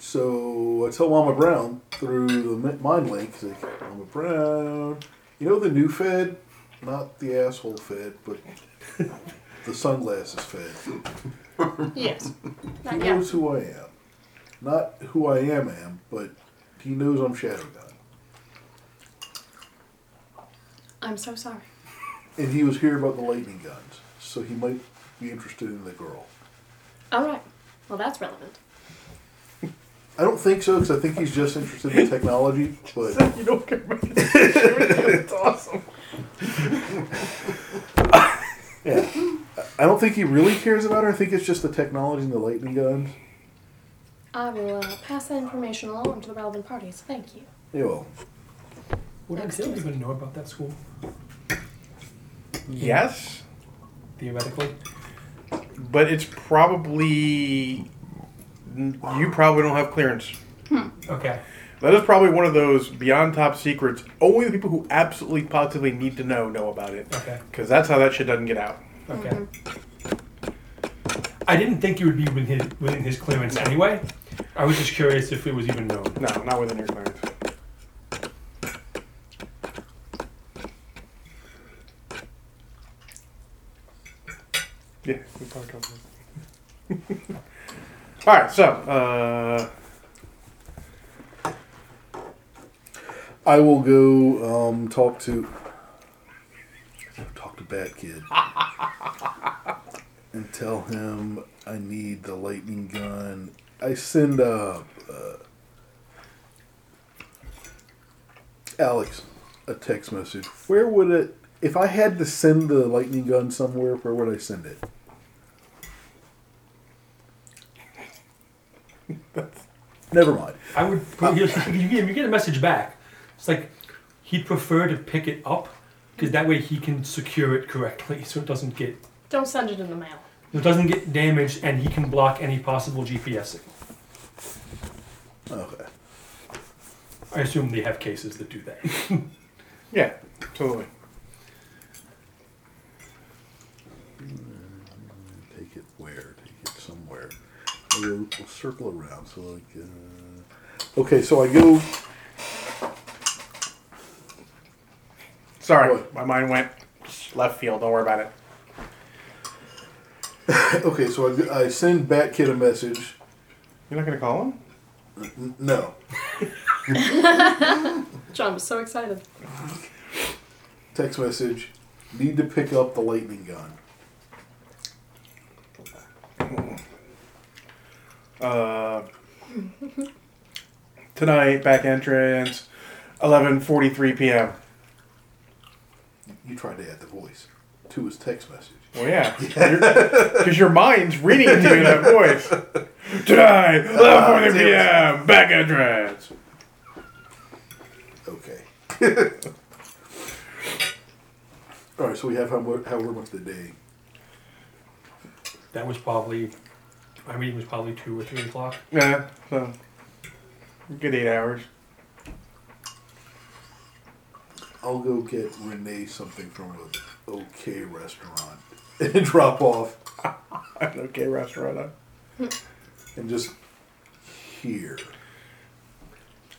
Speaker 2: So I tell Mama Brown through the mi- mind link. Like, Mama Brown, you know the new Fed, not the asshole Fed, but the sunglasses Fed.
Speaker 6: Yes.
Speaker 2: He
Speaker 6: Not yet.
Speaker 2: knows who I am. Not who I am, am, but he knows I'm Shadowgun.
Speaker 6: I'm so sorry.
Speaker 2: And he was here about the lightning guns, so he might be interested in the girl.
Speaker 6: All right. Well, that's relevant.
Speaker 2: I don't think so, because I think he's just interested in technology. But
Speaker 1: You don't get me. It's awesome.
Speaker 2: yeah, I don't think he really cares about her. I think it's just the technology and the lightning guns.
Speaker 6: I will uh, pass that information along to the relevant parties. Thank you.
Speaker 2: Yeah, well,
Speaker 4: Would I
Speaker 6: Next
Speaker 4: still
Speaker 6: Tuesday.
Speaker 4: even know about that school
Speaker 1: Yes,
Speaker 4: theoretically?
Speaker 1: but it's probably you probably don't have clearance.
Speaker 4: Okay,
Speaker 1: That is probably one of those beyond top secrets. Only the people who absolutely positively need to know know about it.
Speaker 4: okay,
Speaker 1: Because that's how that shit doesn't get out.
Speaker 4: okay. I didn't think you would be within his, within his clearance anyway. I was just curious if it was even known.
Speaker 1: No, not within your clearance. Yeah, we probably covered it. All right, so uh,
Speaker 2: I will go um, talk to talk to Bat Kid and tell him I need the lightning gun. I send uh, uh, Alex a text message. Where would it? If I had to send the lightning gun somewhere, where would I send it? Never mind.
Speaker 4: I would. put- you, you get- you get a message back. It's like he'd prefer to pick it up because that way he can secure it correctly, so it doesn't get
Speaker 6: Don't send it in the mail.
Speaker 4: it doesn't get damaged, and he can block any possible GPS signal.
Speaker 2: Okay.
Speaker 4: I assume they have cases that do that.
Speaker 1: yeah, totally.
Speaker 2: Take it where? Take it somewhere. We'll, we'll circle around. So like, uh, okay. So I go.
Speaker 1: Sorry,
Speaker 2: What?
Speaker 1: my mind went left field. Don't worry about it.
Speaker 2: Okay. So I, I send Bat Kid a message.
Speaker 1: You're not gonna call him?
Speaker 2: N- No.
Speaker 6: John was so excited.
Speaker 2: Text message. Need to pick up the lightning gun.
Speaker 1: Uh, tonight, back entrance, 11:43 p.m.
Speaker 2: You tried to add the voice to his text message.
Speaker 1: Well, yeah, because your mind's reading it to you in that voice. Tonight, 11:40 p.m. Back entrance.
Speaker 2: Okay. All right. So we have how mu- however much the day.
Speaker 4: that was probably My meeting was probably two or three o'clock.
Speaker 1: Yeah, so good eight hours.
Speaker 2: I'll go get Renee something from a okay restaurant and drop off
Speaker 1: An okay restaurant. Huh?
Speaker 2: and just here.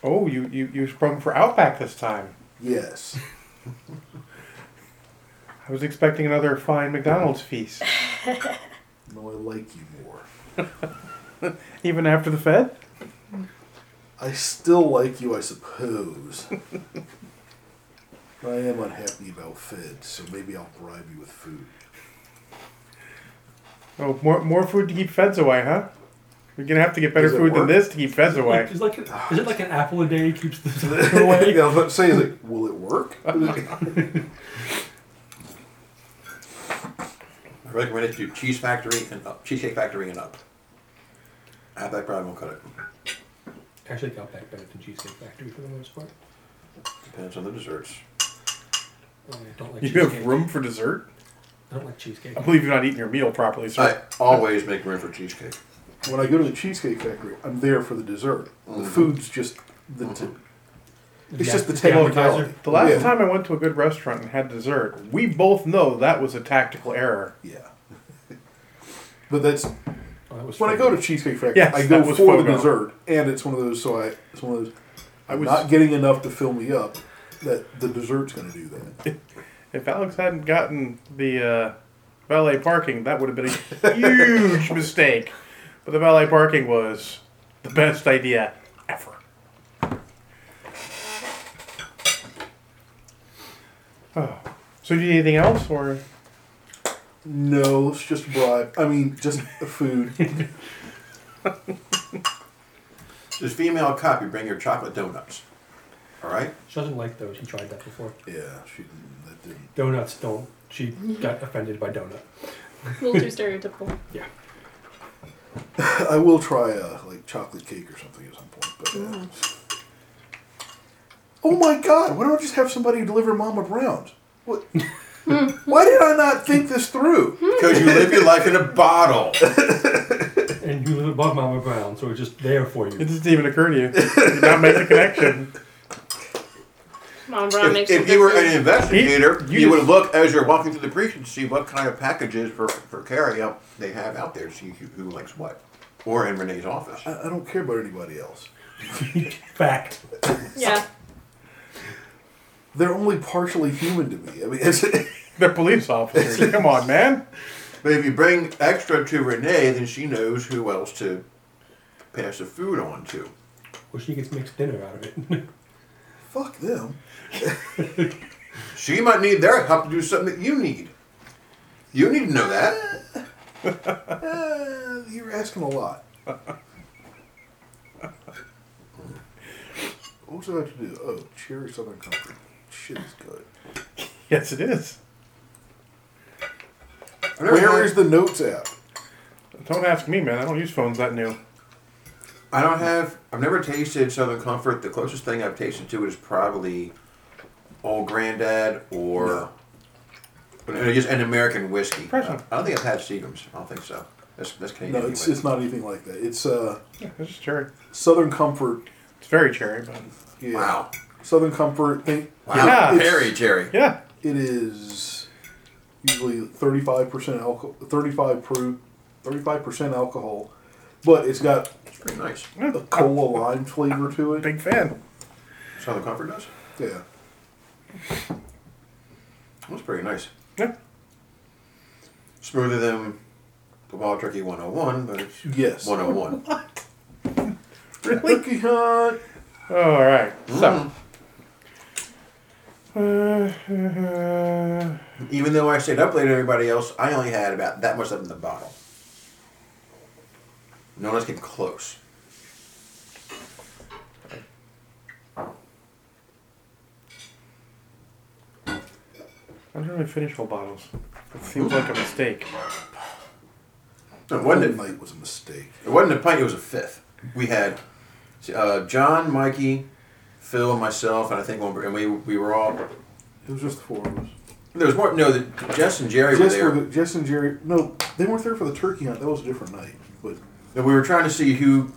Speaker 1: Oh, you, you you sprung for Outback this time.
Speaker 2: Yes.
Speaker 1: I was expecting another fine McDonald's feast.
Speaker 2: No, I like you more.
Speaker 1: Even after the Fed?
Speaker 2: I still like you, I suppose. I am unhappy about Fed, so maybe I'll bribe you with food.
Speaker 1: Oh, more more food to keep feds away, huh? You're gonna have to get better
Speaker 2: Does it
Speaker 1: food than
Speaker 2: work?
Speaker 1: this to keep feds away.
Speaker 4: Like, is, like is it like an apple a day keeps the doctor away?
Speaker 2: yeah, I was about to say, like, will it work?
Speaker 5: I recommend it to Cheese Factory and up. Cheesecake Factory and up. I have that probably won't cut it.
Speaker 4: Actually, got back better than Cheesecake Factory for the most part.
Speaker 5: Depends on the desserts.
Speaker 4: I don't like
Speaker 1: You
Speaker 4: cheesecake.
Speaker 1: have room for dessert?
Speaker 4: I don't like cheesecake.
Speaker 1: I believe you're not eating your meal properly, sir.
Speaker 5: I always make room for cheesecake.
Speaker 2: when I go to the Cheesecake Factory, I'm there for the dessert. The food's just the tip. It's
Speaker 4: Yeah,
Speaker 2: just the technicality.
Speaker 1: The last
Speaker 2: yeah.
Speaker 1: time I went to a good restaurant and had dessert, we both know that was a tactical error.
Speaker 2: Yeah. but that's
Speaker 4: Oh, that was
Speaker 2: when I
Speaker 4: funny.
Speaker 2: go to Cheesecake Factory.
Speaker 1: Yes,
Speaker 2: I go
Speaker 1: that was
Speaker 2: for the
Speaker 1: Fogo.
Speaker 2: dessert, and it's one of those. So I, it's one of those.
Speaker 1: I
Speaker 2: I'm
Speaker 1: was-
Speaker 2: not getting enough to fill me up. That the dessert's going to do that.
Speaker 1: If Alex hadn't gotten the uh, valet parking, that would have been a huge mistake. But the valet parking was the best idea ever. Oh. So, do you need anything else, or
Speaker 2: no, it's just a bribe. I mean, just the food.
Speaker 5: This female cop, you bring your chocolate donuts. All right?
Speaker 4: She doesn't like those. She tried that before.
Speaker 2: yeah, she didn't, that didn't.
Speaker 4: Donuts don't. She got offended by donut.
Speaker 3: A little too stereotypical.
Speaker 4: Yeah.
Speaker 2: I will try uh, like chocolate cake or something at some point. But uh, oh my god, why don't I just have somebody deliver Mama Brown's? What? why did I not think this through?
Speaker 5: Because you live your life in a bottle.
Speaker 4: And you live above Mama Brown, so it's just there for
Speaker 1: it
Speaker 4: you.
Speaker 1: doesn't even occur to you? You did not make the connection.
Speaker 3: Mom, Brown
Speaker 5: if
Speaker 3: makes
Speaker 5: if
Speaker 3: some
Speaker 5: you were
Speaker 3: good
Speaker 5: an
Speaker 3: food.
Speaker 5: investigator,
Speaker 1: You-
Speaker 5: you,
Speaker 1: you
Speaker 5: would
Speaker 1: just-
Speaker 5: look as you're walking through the precinct to see what kind of packages for, for carry out they have out there, see who, who likes what. Or in Renee's office.
Speaker 2: I, I don't care about anybody else.
Speaker 4: Fact.
Speaker 3: yeah,
Speaker 2: They're only partially human to me. I mean, it's,
Speaker 1: They're police officers. Come on, man.
Speaker 5: But if you bring extra to Renee, then she knows who else to pass the food on to.
Speaker 4: Well, she gets mixed dinner out of it.
Speaker 2: fuck them.
Speaker 5: She might need their help to do something that you need. You need to know that.
Speaker 2: Uh, you're asking a lot. What's I have to do? Oh, cherry southern comfort. Shit is good.
Speaker 1: Yes, it is.
Speaker 5: I've never
Speaker 2: Where
Speaker 5: had-
Speaker 2: is the notes app?
Speaker 1: Don't ask me, man. I don't use phones that new.
Speaker 5: I don't have. I've never tasted Southern Comfort. The closest thing I've tasted to it is probably Old Grandad or and just an American whiskey.
Speaker 1: Impressive.
Speaker 5: I don't think I've had Seagram's. I don't think so. That's that's Canadian.
Speaker 2: No, it's,
Speaker 5: anyway.
Speaker 2: it's not anything like that. It's uh,
Speaker 1: Yeah, it's just cherry.
Speaker 2: Southern Comfort.
Speaker 1: It's very cherry, but
Speaker 2: Yeah.
Speaker 5: Wow.
Speaker 2: Southern Comfort. Think
Speaker 5: Wow.
Speaker 1: Yeah.
Speaker 5: Very Jerry.
Speaker 1: yeah,
Speaker 2: it is usually thirty-five percent alcohol, thirty-five proof, thirty-five percent alcohol, but it's got
Speaker 5: It's pretty nice.
Speaker 2: a cola lime flavor to it.
Speaker 1: big fan.
Speaker 5: Southern Comfort does.
Speaker 2: Yeah.
Speaker 5: That's pretty nice.
Speaker 1: Yeah.
Speaker 5: Smoother than the Wild Turkey 101, but it's
Speaker 2: Yes.
Speaker 5: 101.
Speaker 1: Really?
Speaker 2: Cookie Hunt.
Speaker 1: All right. So.
Speaker 5: Mm.
Speaker 1: Uh,
Speaker 5: Even though I stayed up late than everybody else, I only had about that much left in the bottle. No one else came close.
Speaker 1: I don't really finish whole bottles. It seems like a mistake.
Speaker 5: It wasn't,
Speaker 2: Night was a mistake.
Speaker 5: it wasn't a pint, it was a fifth. We had uh, John, Mikey, Phil, and myself, and I think one, and we, we were all.
Speaker 2: It was just the four of us.
Speaker 5: There was more. No, the, Jess and Jerry were
Speaker 2: Jess,
Speaker 5: there.
Speaker 2: were the, Jess and Jerry. No, they weren't there for the turkey hunt. That was a different night. But
Speaker 5: And we were trying to see who,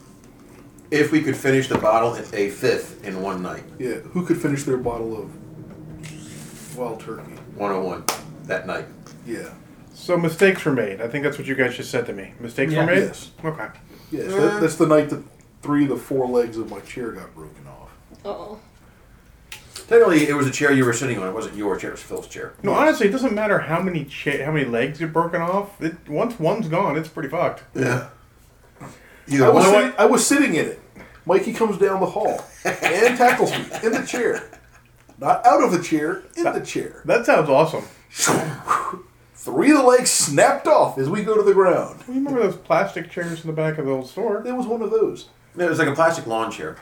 Speaker 5: if we could finish the bottle at a fifth in one night,
Speaker 2: Yeah, who could finish their bottle of wild turkey?
Speaker 5: 101, that night.
Speaker 2: Yeah.
Speaker 1: So mistakes were made. I think that's what you guys just said to me. Mistakes
Speaker 4: Yeah.
Speaker 1: were made.
Speaker 2: Yes.
Speaker 1: Okay.
Speaker 2: Yes, that, that's the night that three of the four legs of my chair got broken off.
Speaker 9: Oh.
Speaker 5: Technically, it was a chair you were sitting on. It wasn't your chair. It was Phil's chair.
Speaker 1: No, honestly, it doesn't matter how many cha- how many legs you're broken off. It, once one's gone, it's pretty fucked.
Speaker 5: Yeah.
Speaker 2: I
Speaker 5: Either
Speaker 2: was,
Speaker 5: one of
Speaker 2: sitting, I was sitting in it. Mikey comes down the hall and tackles me in the chair. Not out of the chair, in the chair.
Speaker 1: That sounds awesome.
Speaker 2: Three of the legs snapped off as we go to the ground.
Speaker 1: You remember those plastic chairs in the back of the old store?
Speaker 2: It was one of those.
Speaker 5: It was like a plastic lawn chair.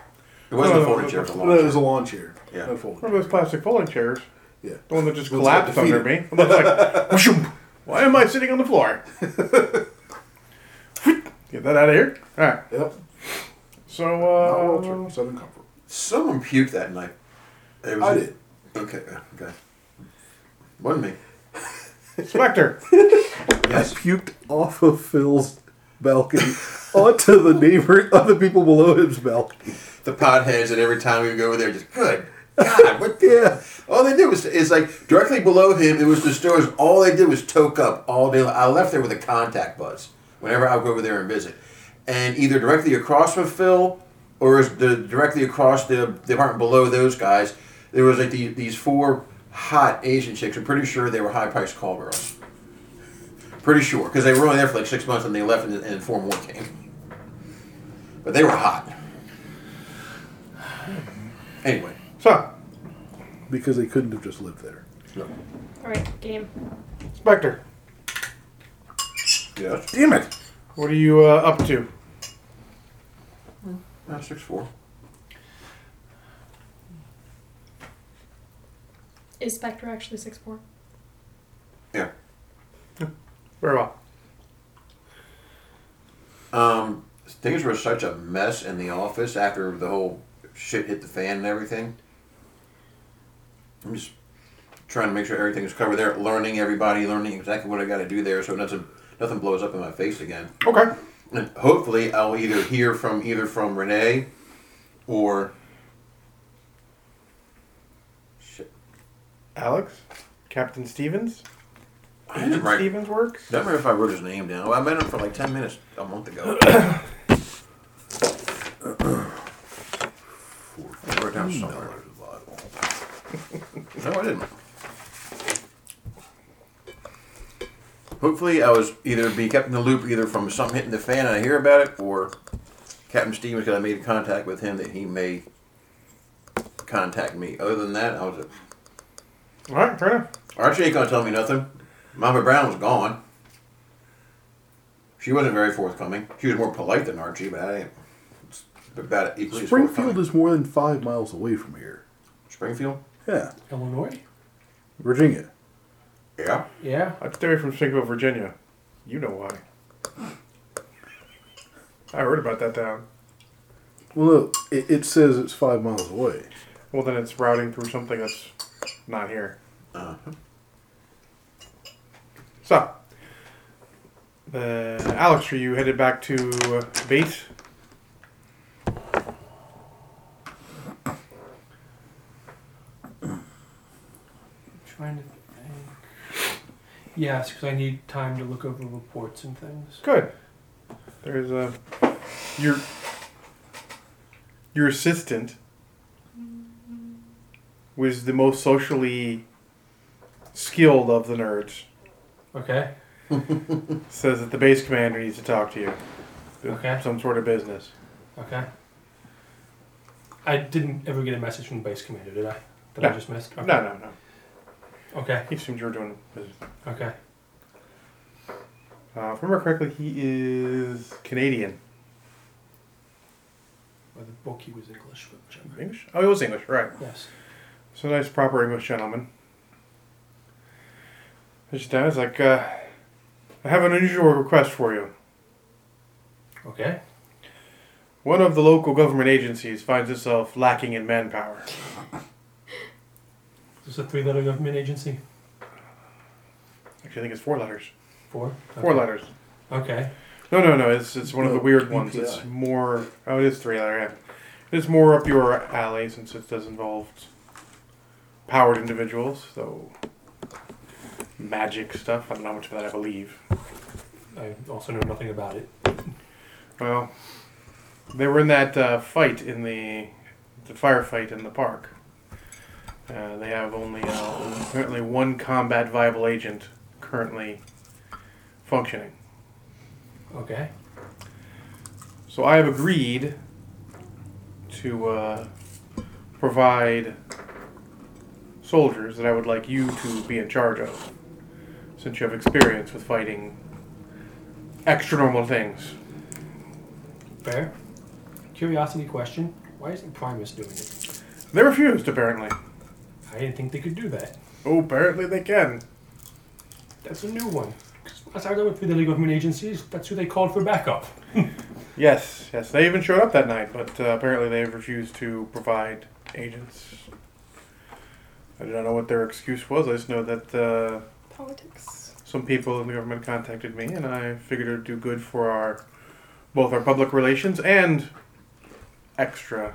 Speaker 5: It wasn't
Speaker 1: No,
Speaker 5: a
Speaker 1: no,
Speaker 5: folding
Speaker 1: no,
Speaker 5: chair. It was a
Speaker 2: No,
Speaker 5: lawn
Speaker 2: it
Speaker 5: chair.
Speaker 2: was a lawn chair.
Speaker 5: Yeah.
Speaker 2: No folding.
Speaker 1: Remember those plastic folding chairs?
Speaker 2: Yeah.
Speaker 1: The one that just
Speaker 2: Those
Speaker 1: collapsed
Speaker 2: got
Speaker 1: under me.
Speaker 2: defeated.
Speaker 1: It looked like, whooshum. why am I sitting on the floor? Get that out of here. All right.
Speaker 2: Yep. Not wild
Speaker 1: So, uh,
Speaker 2: turkey, Southern Comfort.
Speaker 5: Someone puked that night. It was
Speaker 2: I did.
Speaker 5: Okay. Okay. Wasn't me.
Speaker 1: Spectre.
Speaker 5: Yes.
Speaker 2: puked off of Phil's balcony onto the neighbor, other people below his balcony.
Speaker 5: the potheads that every time we would go over there just good God, what the
Speaker 2: Yeah.
Speaker 5: All they did was is like directly below him it was the stores. All they did was toke up all day. I left there with a contact buzz whenever I would go over there and visit. And either directly across from Phil or is the directly across the, the apartment below those guys, there was like the, these four hot Asian chicks. I'm pretty sure they were high priced call girls. Pretty sure. Because they were only there for like six months and they left and, and four more came. But they were hot. Anyway.
Speaker 1: So,
Speaker 2: Because they couldn't have just lived there.
Speaker 9: Alright, game.
Speaker 1: Spectre,
Speaker 5: Yeah.
Speaker 2: Damn it!
Speaker 1: what are you uh, up to?
Speaker 5: Not six four.
Speaker 3: Is Spectre actually 6'4?
Speaker 5: Yeah.
Speaker 1: Very well.
Speaker 5: Um, things were such a mess in the office after the whole shit hit the fan and everything. I'm just trying to make sure everything's covered there. Learning everybody, learning exactly what I got to do there, so nothing nothing blows up in my face again.
Speaker 1: Okay.
Speaker 5: And hopefully, I'll either hear from either from Renee or shit.
Speaker 1: Alex, Captain Stevens.
Speaker 5: I didn't write.
Speaker 1: Stevens works.
Speaker 5: Don't remember if I wrote his name down. Well, I met him for like ten minutes a month ago. I wrote down somewhere. No, I didn't. Hopefully, I was either be kept in the loop either from something hitting the fan and I hear about it, or Captain Stevens because I made contact with him that he may contact me. Other than that, I was a,
Speaker 1: All right, fair enough.
Speaker 5: Archie ain't gonna tell me nothing. Mama Brown was gone. She wasn't very forthcoming. She was more polite than Archie, but I ain't. it's About it equally as
Speaker 2: Springfield
Speaker 5: forthcoming.
Speaker 2: is more than five miles away from here.
Speaker 5: Springfield.
Speaker 2: Yeah.
Speaker 4: Illinois?
Speaker 2: Virginia.
Speaker 5: Yeah.
Speaker 4: Yeah.
Speaker 1: I stay away from Springfield, Virginia. You know why. I heard about that town.
Speaker 2: Well, no, it, it says it's five miles away.
Speaker 1: Well, then it's routing through something that's not here.
Speaker 5: Uh,
Speaker 4: Uh-huh.
Speaker 1: So, uh, Alex, are you headed back to uh, base?
Speaker 4: trying to think. Yes, because I need time to look over reports and things.
Speaker 1: Good. There's a your your assistant was the most socially skilled of the nerds.
Speaker 4: Okay.
Speaker 1: Says that the base commander needs to talk to you.
Speaker 4: Okay.
Speaker 1: Some sort of business.
Speaker 4: Okay. I didn't ever get a message from the base commander, did I? That I
Speaker 1: No.
Speaker 4: just missed?
Speaker 1: No,
Speaker 4: Okay.
Speaker 1: no, no.
Speaker 4: Okay.
Speaker 1: He assumed you were doing business.
Speaker 4: Okay.
Speaker 1: Uh, if I remember correctly, he is Canadian.
Speaker 4: Well, the book he was English, but whichever.
Speaker 1: English? Oh, he was English, right.
Speaker 4: Yes.
Speaker 1: So nice, proper English gentleman. Mr. Down is like, uh, I have an unusual request for you.
Speaker 4: Okay.
Speaker 1: One of the local government agencies finds itself lacking in manpower.
Speaker 4: Is this a three letter government agency?
Speaker 1: Actually, I think it's four letters.
Speaker 4: Four?
Speaker 1: Four
Speaker 4: Okay.
Speaker 1: letters.
Speaker 4: Okay.
Speaker 1: No, no, no. It's it's one of the
Speaker 2: No,
Speaker 1: weird ones.
Speaker 2: EPI.
Speaker 1: It's more. Oh, it is three letter. Yeah. It's more up your alley since it does involve powered individuals. So magic stuff. I don't know how much of that I believe.
Speaker 4: I also know nothing about it.
Speaker 1: Well, they were in that uh, fight in the the firefight in the park. Uh, they have only uh, apparently one combat viable agent currently functioning.
Speaker 4: Okay.
Speaker 1: So I have agreed to uh, provide soldiers that I would like you to be in charge of, since you have experience with fighting extra normal things.
Speaker 4: Fair. Curiosity question. Why isn't Primus doing it?
Speaker 1: They refused, apparently.
Speaker 4: I didn't think they could do that.
Speaker 1: Oh, apparently they can.
Speaker 4: That's a new one. 'Cause As I went through the legal government agencies, that's who they called for backup.
Speaker 1: Yes, yes, they even showed up that night, but uh, apparently they refused to provide agents. I don't know what their excuse was. I just know that uh,
Speaker 3: Politics.
Speaker 1: some people in the government contacted me, and I figured it would do good for our both our public relations and extra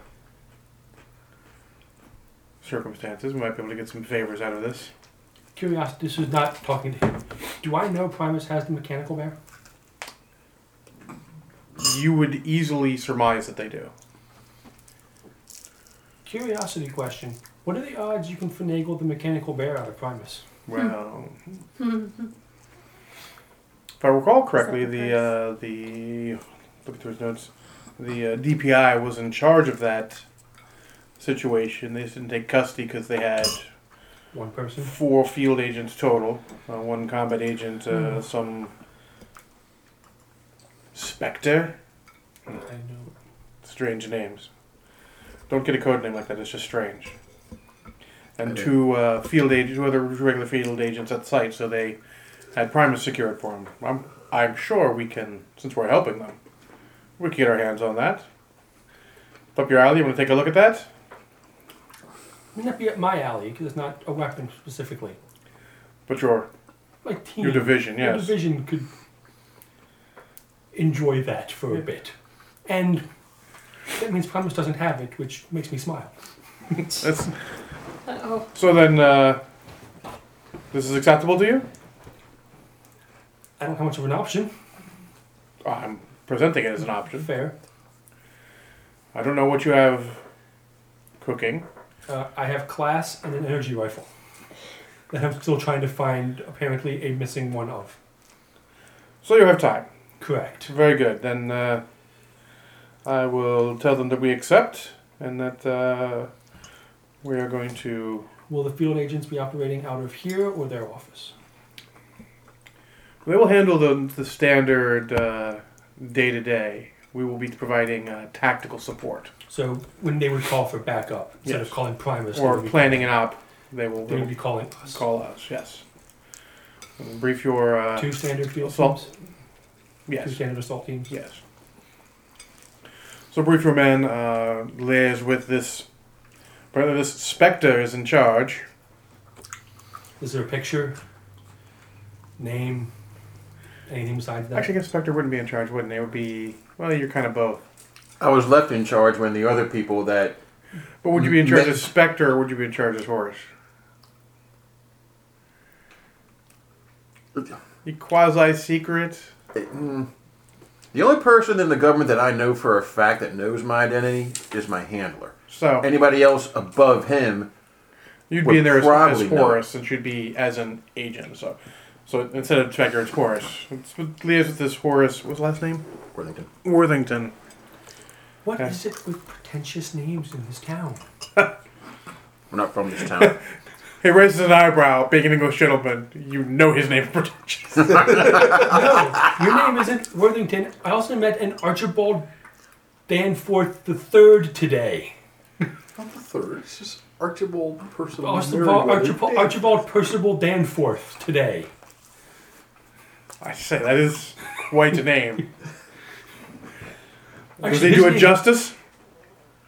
Speaker 1: circumstances. We might be able to get some favors out of this.
Speaker 4: Curiosity, this is not talking to him. Do I know Primus has the mechanical bear?
Speaker 1: You would easily surmise that they do.
Speaker 4: Curiosity question. What are the odds you can finagle the mechanical bear out of Primus?
Speaker 3: Hmm.
Speaker 1: Well, if I recall correctly,
Speaker 3: Is that the
Speaker 1: the
Speaker 3: price?
Speaker 1: uh, the look through his notes, the uh, DPI was in charge of that situation. They just didn't take custody because they had
Speaker 4: One person?
Speaker 1: four field agents total, uh, one combat agent, uh,
Speaker 4: Hmm.
Speaker 1: some specter.
Speaker 4: I know.
Speaker 1: Strange names. Don't get a code name like that. It's just strange. And
Speaker 7: Okay.
Speaker 1: two uh, field agents, two other regular field agents at site, so they had Primus secured for them. I'm, I'm sure we can, since we're helping them, we can get our hands on that. Up your alley, you want to take a look at that?
Speaker 4: Wouldn't that be up my alley? Because it's not a weapon specifically.
Speaker 1: But your
Speaker 4: My team.
Speaker 1: your division,
Speaker 4: Hmm. Your
Speaker 1: yes.
Speaker 4: division could enjoy that for a bit. And that means Primus doesn't have it, which makes me smile.
Speaker 1: That's,
Speaker 3: Uh oh.
Speaker 1: so then, uh, this is acceptable to you?
Speaker 4: I don't know how much of an option.
Speaker 1: Oh, I'm presenting it as an option.
Speaker 4: Fair.
Speaker 1: I don't know what you have cooking.
Speaker 4: Uh, I have class and an energy rifle that I'm still trying to find apparently a missing one of.
Speaker 1: So you have time.
Speaker 4: Correct.
Speaker 1: Very good. Then uh, I will tell them that we accept and that uh, we are going to.
Speaker 4: Will the field agents be operating out of here or their office?
Speaker 1: They will handle the, the standard day to day. We will be providing uh, tactical support
Speaker 4: So when they would call for backup, instead of
Speaker 1: Yes.
Speaker 4: calling Primus,
Speaker 1: or
Speaker 4: they, would be,
Speaker 1: planning an op. They will,
Speaker 4: they would be calling us.
Speaker 1: call us. Yes. We'll brief your. Uh,
Speaker 4: Two standard field
Speaker 1: Assault.
Speaker 4: teams? Two
Speaker 1: yes.
Speaker 4: standard assault teams?
Speaker 1: Yes. So brief your man uh, liaises with this. Apparently, this specter is in charge.
Speaker 4: Is there a picture? Name? Anything besides that?
Speaker 1: Actually, I guess specter wouldn't be in charge, wouldn't they? It would be well, you're kind of both.
Speaker 7: I was left in charge when the other people that
Speaker 1: But would you be in charge as
Speaker 7: Next-
Speaker 1: specter, or would you be in charge as horse? You quasi secret.
Speaker 7: Mm. The only person in the government that I know for a fact that knows my identity is my handler.
Speaker 1: So
Speaker 7: Anybody else above him,
Speaker 1: you'd be in there as,
Speaker 7: probably
Speaker 1: as
Speaker 7: not.
Speaker 1: Horus, since you'd be as an agent. So, so instead of Spectre, it's Horus. It's with liaise with this Horus. What's his last name?
Speaker 7: Worthington.
Speaker 1: Worthington.
Speaker 4: What
Speaker 1: Okay.
Speaker 4: is it with pretentious names in this town?
Speaker 7: We're not from this town.
Speaker 1: He raises an eyebrow, being an English gentleman. You know his name is pretentious.
Speaker 4: no, your name isn't Worthington. I also met an Archibald Danforth the Third today.
Speaker 2: Not the third. It's just Archibald Percival.
Speaker 4: Archibald,
Speaker 2: Merriweather.
Speaker 4: Archibald, Archibald Percival Danforth today.
Speaker 1: I say that is quite a name. Does
Speaker 4: Actually,
Speaker 1: he do
Speaker 4: his
Speaker 1: it
Speaker 4: name-
Speaker 1: justice?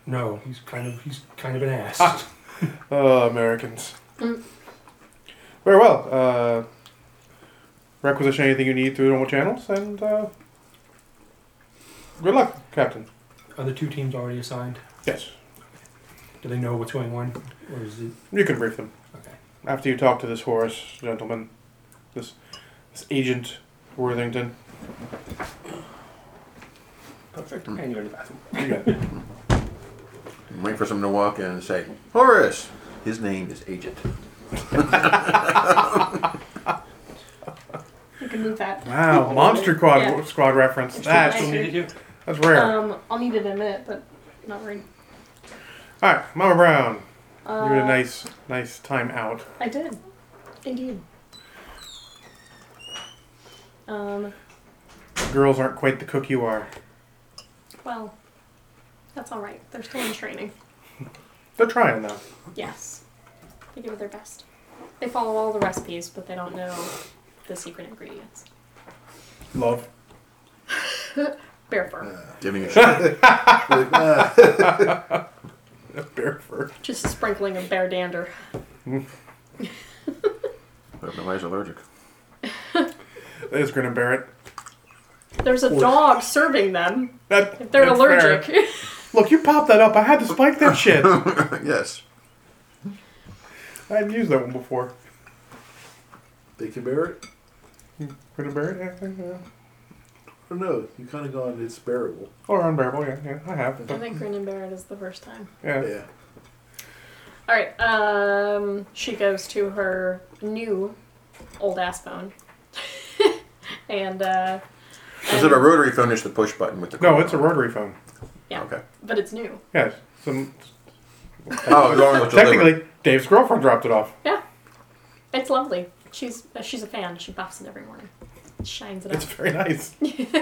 Speaker 4: No, he's kind of he's kind of an ass.
Speaker 1: Ah. Oh, Americans. Very well. Uh, requisition anything you need through normal channels, and uh, Good luck, Captain.
Speaker 4: Are the two teams already assigned?
Speaker 1: Yes.
Speaker 4: Do they know what's going on, or is it
Speaker 1: You can brief them.
Speaker 4: okay?
Speaker 1: After you talk to this Horace gentleman, this, this agent Worthington.
Speaker 4: Perfect. And you're in the bathroom.
Speaker 1: You got it.
Speaker 7: Wait for someone to walk in and say, Horace! His name is Agent.
Speaker 3: You can move that.
Speaker 1: Wow, Monster Quad
Speaker 3: Yeah.
Speaker 1: squad reference. That's,
Speaker 3: Nice.
Speaker 4: Still needed you.
Speaker 1: that's rare.
Speaker 3: Um, I'll need it in a minute, but not worried.
Speaker 1: All right, Mama Brown.
Speaker 3: Uh,
Speaker 1: You had a nice, nice time out.
Speaker 3: I did. Indeed. Um,
Speaker 1: Girls aren't quite the cook you are.
Speaker 3: well, that's alright. They're still in training.
Speaker 1: They're trying though.
Speaker 3: Yes. They give it their best. They follow all the recipes, but they don't know the secret ingredients.
Speaker 1: Love.
Speaker 3: Bear fur.
Speaker 7: Giving a shot.
Speaker 2: Like, ah,
Speaker 1: Bear fur.
Speaker 3: Just a sprinkling of bear dander.
Speaker 7: Hope nobody's allergic.
Speaker 1: They just gonna bear it.
Speaker 3: There's a dog serving them.
Speaker 1: That,
Speaker 3: If they're
Speaker 1: that's
Speaker 3: allergic.
Speaker 1: fair. Look, you popped that up. I had to spike that shit. I
Speaker 7: yes.
Speaker 1: hadn't used that one before.
Speaker 2: they can bear it.
Speaker 1: Gonna bear it? Yeah, yeah, yeah.
Speaker 2: I don't know. You kind of gone. It's bearable.
Speaker 1: Or unbearable, yeah, yeah. I have.
Speaker 3: I
Speaker 1: But,
Speaker 3: think grin and bear it is the first time.
Speaker 1: yeah.
Speaker 2: Yeah.
Speaker 3: Alright, um, she goes to her new old ass phone. and, uh,
Speaker 7: Is it a rotary phone? or Is the push button with the
Speaker 1: No, it's a rotary phone.
Speaker 3: yeah.
Speaker 7: Okay.
Speaker 3: But it's new.
Speaker 1: Yes. Some,
Speaker 7: Oh, as long as it's
Speaker 1: technically,
Speaker 7: delivered.
Speaker 1: Dave's girlfriend dropped it off.
Speaker 3: Yeah. It's lovely. She's uh, she's a fan. She buffs it every morning. Shines it up.
Speaker 1: It's very nice.
Speaker 3: Uh,
Speaker 1: It,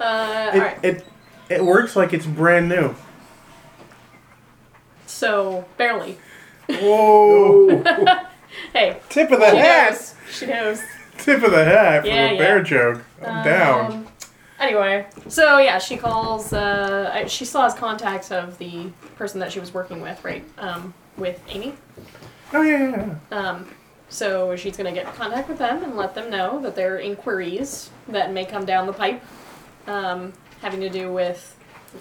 Speaker 3: all right.
Speaker 1: it it works like it's brand new.
Speaker 3: So barely.
Speaker 1: Whoa!
Speaker 3: Hey,
Speaker 1: Tip of the
Speaker 3: she
Speaker 1: hat.
Speaker 3: knows. She knows.
Speaker 1: Tip of the hat for
Speaker 3: Yeah,
Speaker 1: the
Speaker 3: yeah.
Speaker 1: bear joke. I'm down.
Speaker 3: Um, Anyway, so yeah, she calls. Uh, I- she still has contacts of the person that she was working with, right? Um, with Amy.
Speaker 1: Oh yeah, yeah, yeah.
Speaker 3: Um, so she's gonna get in contact with them and let them know that there are inquiries that may come down the pipe, um, having to do with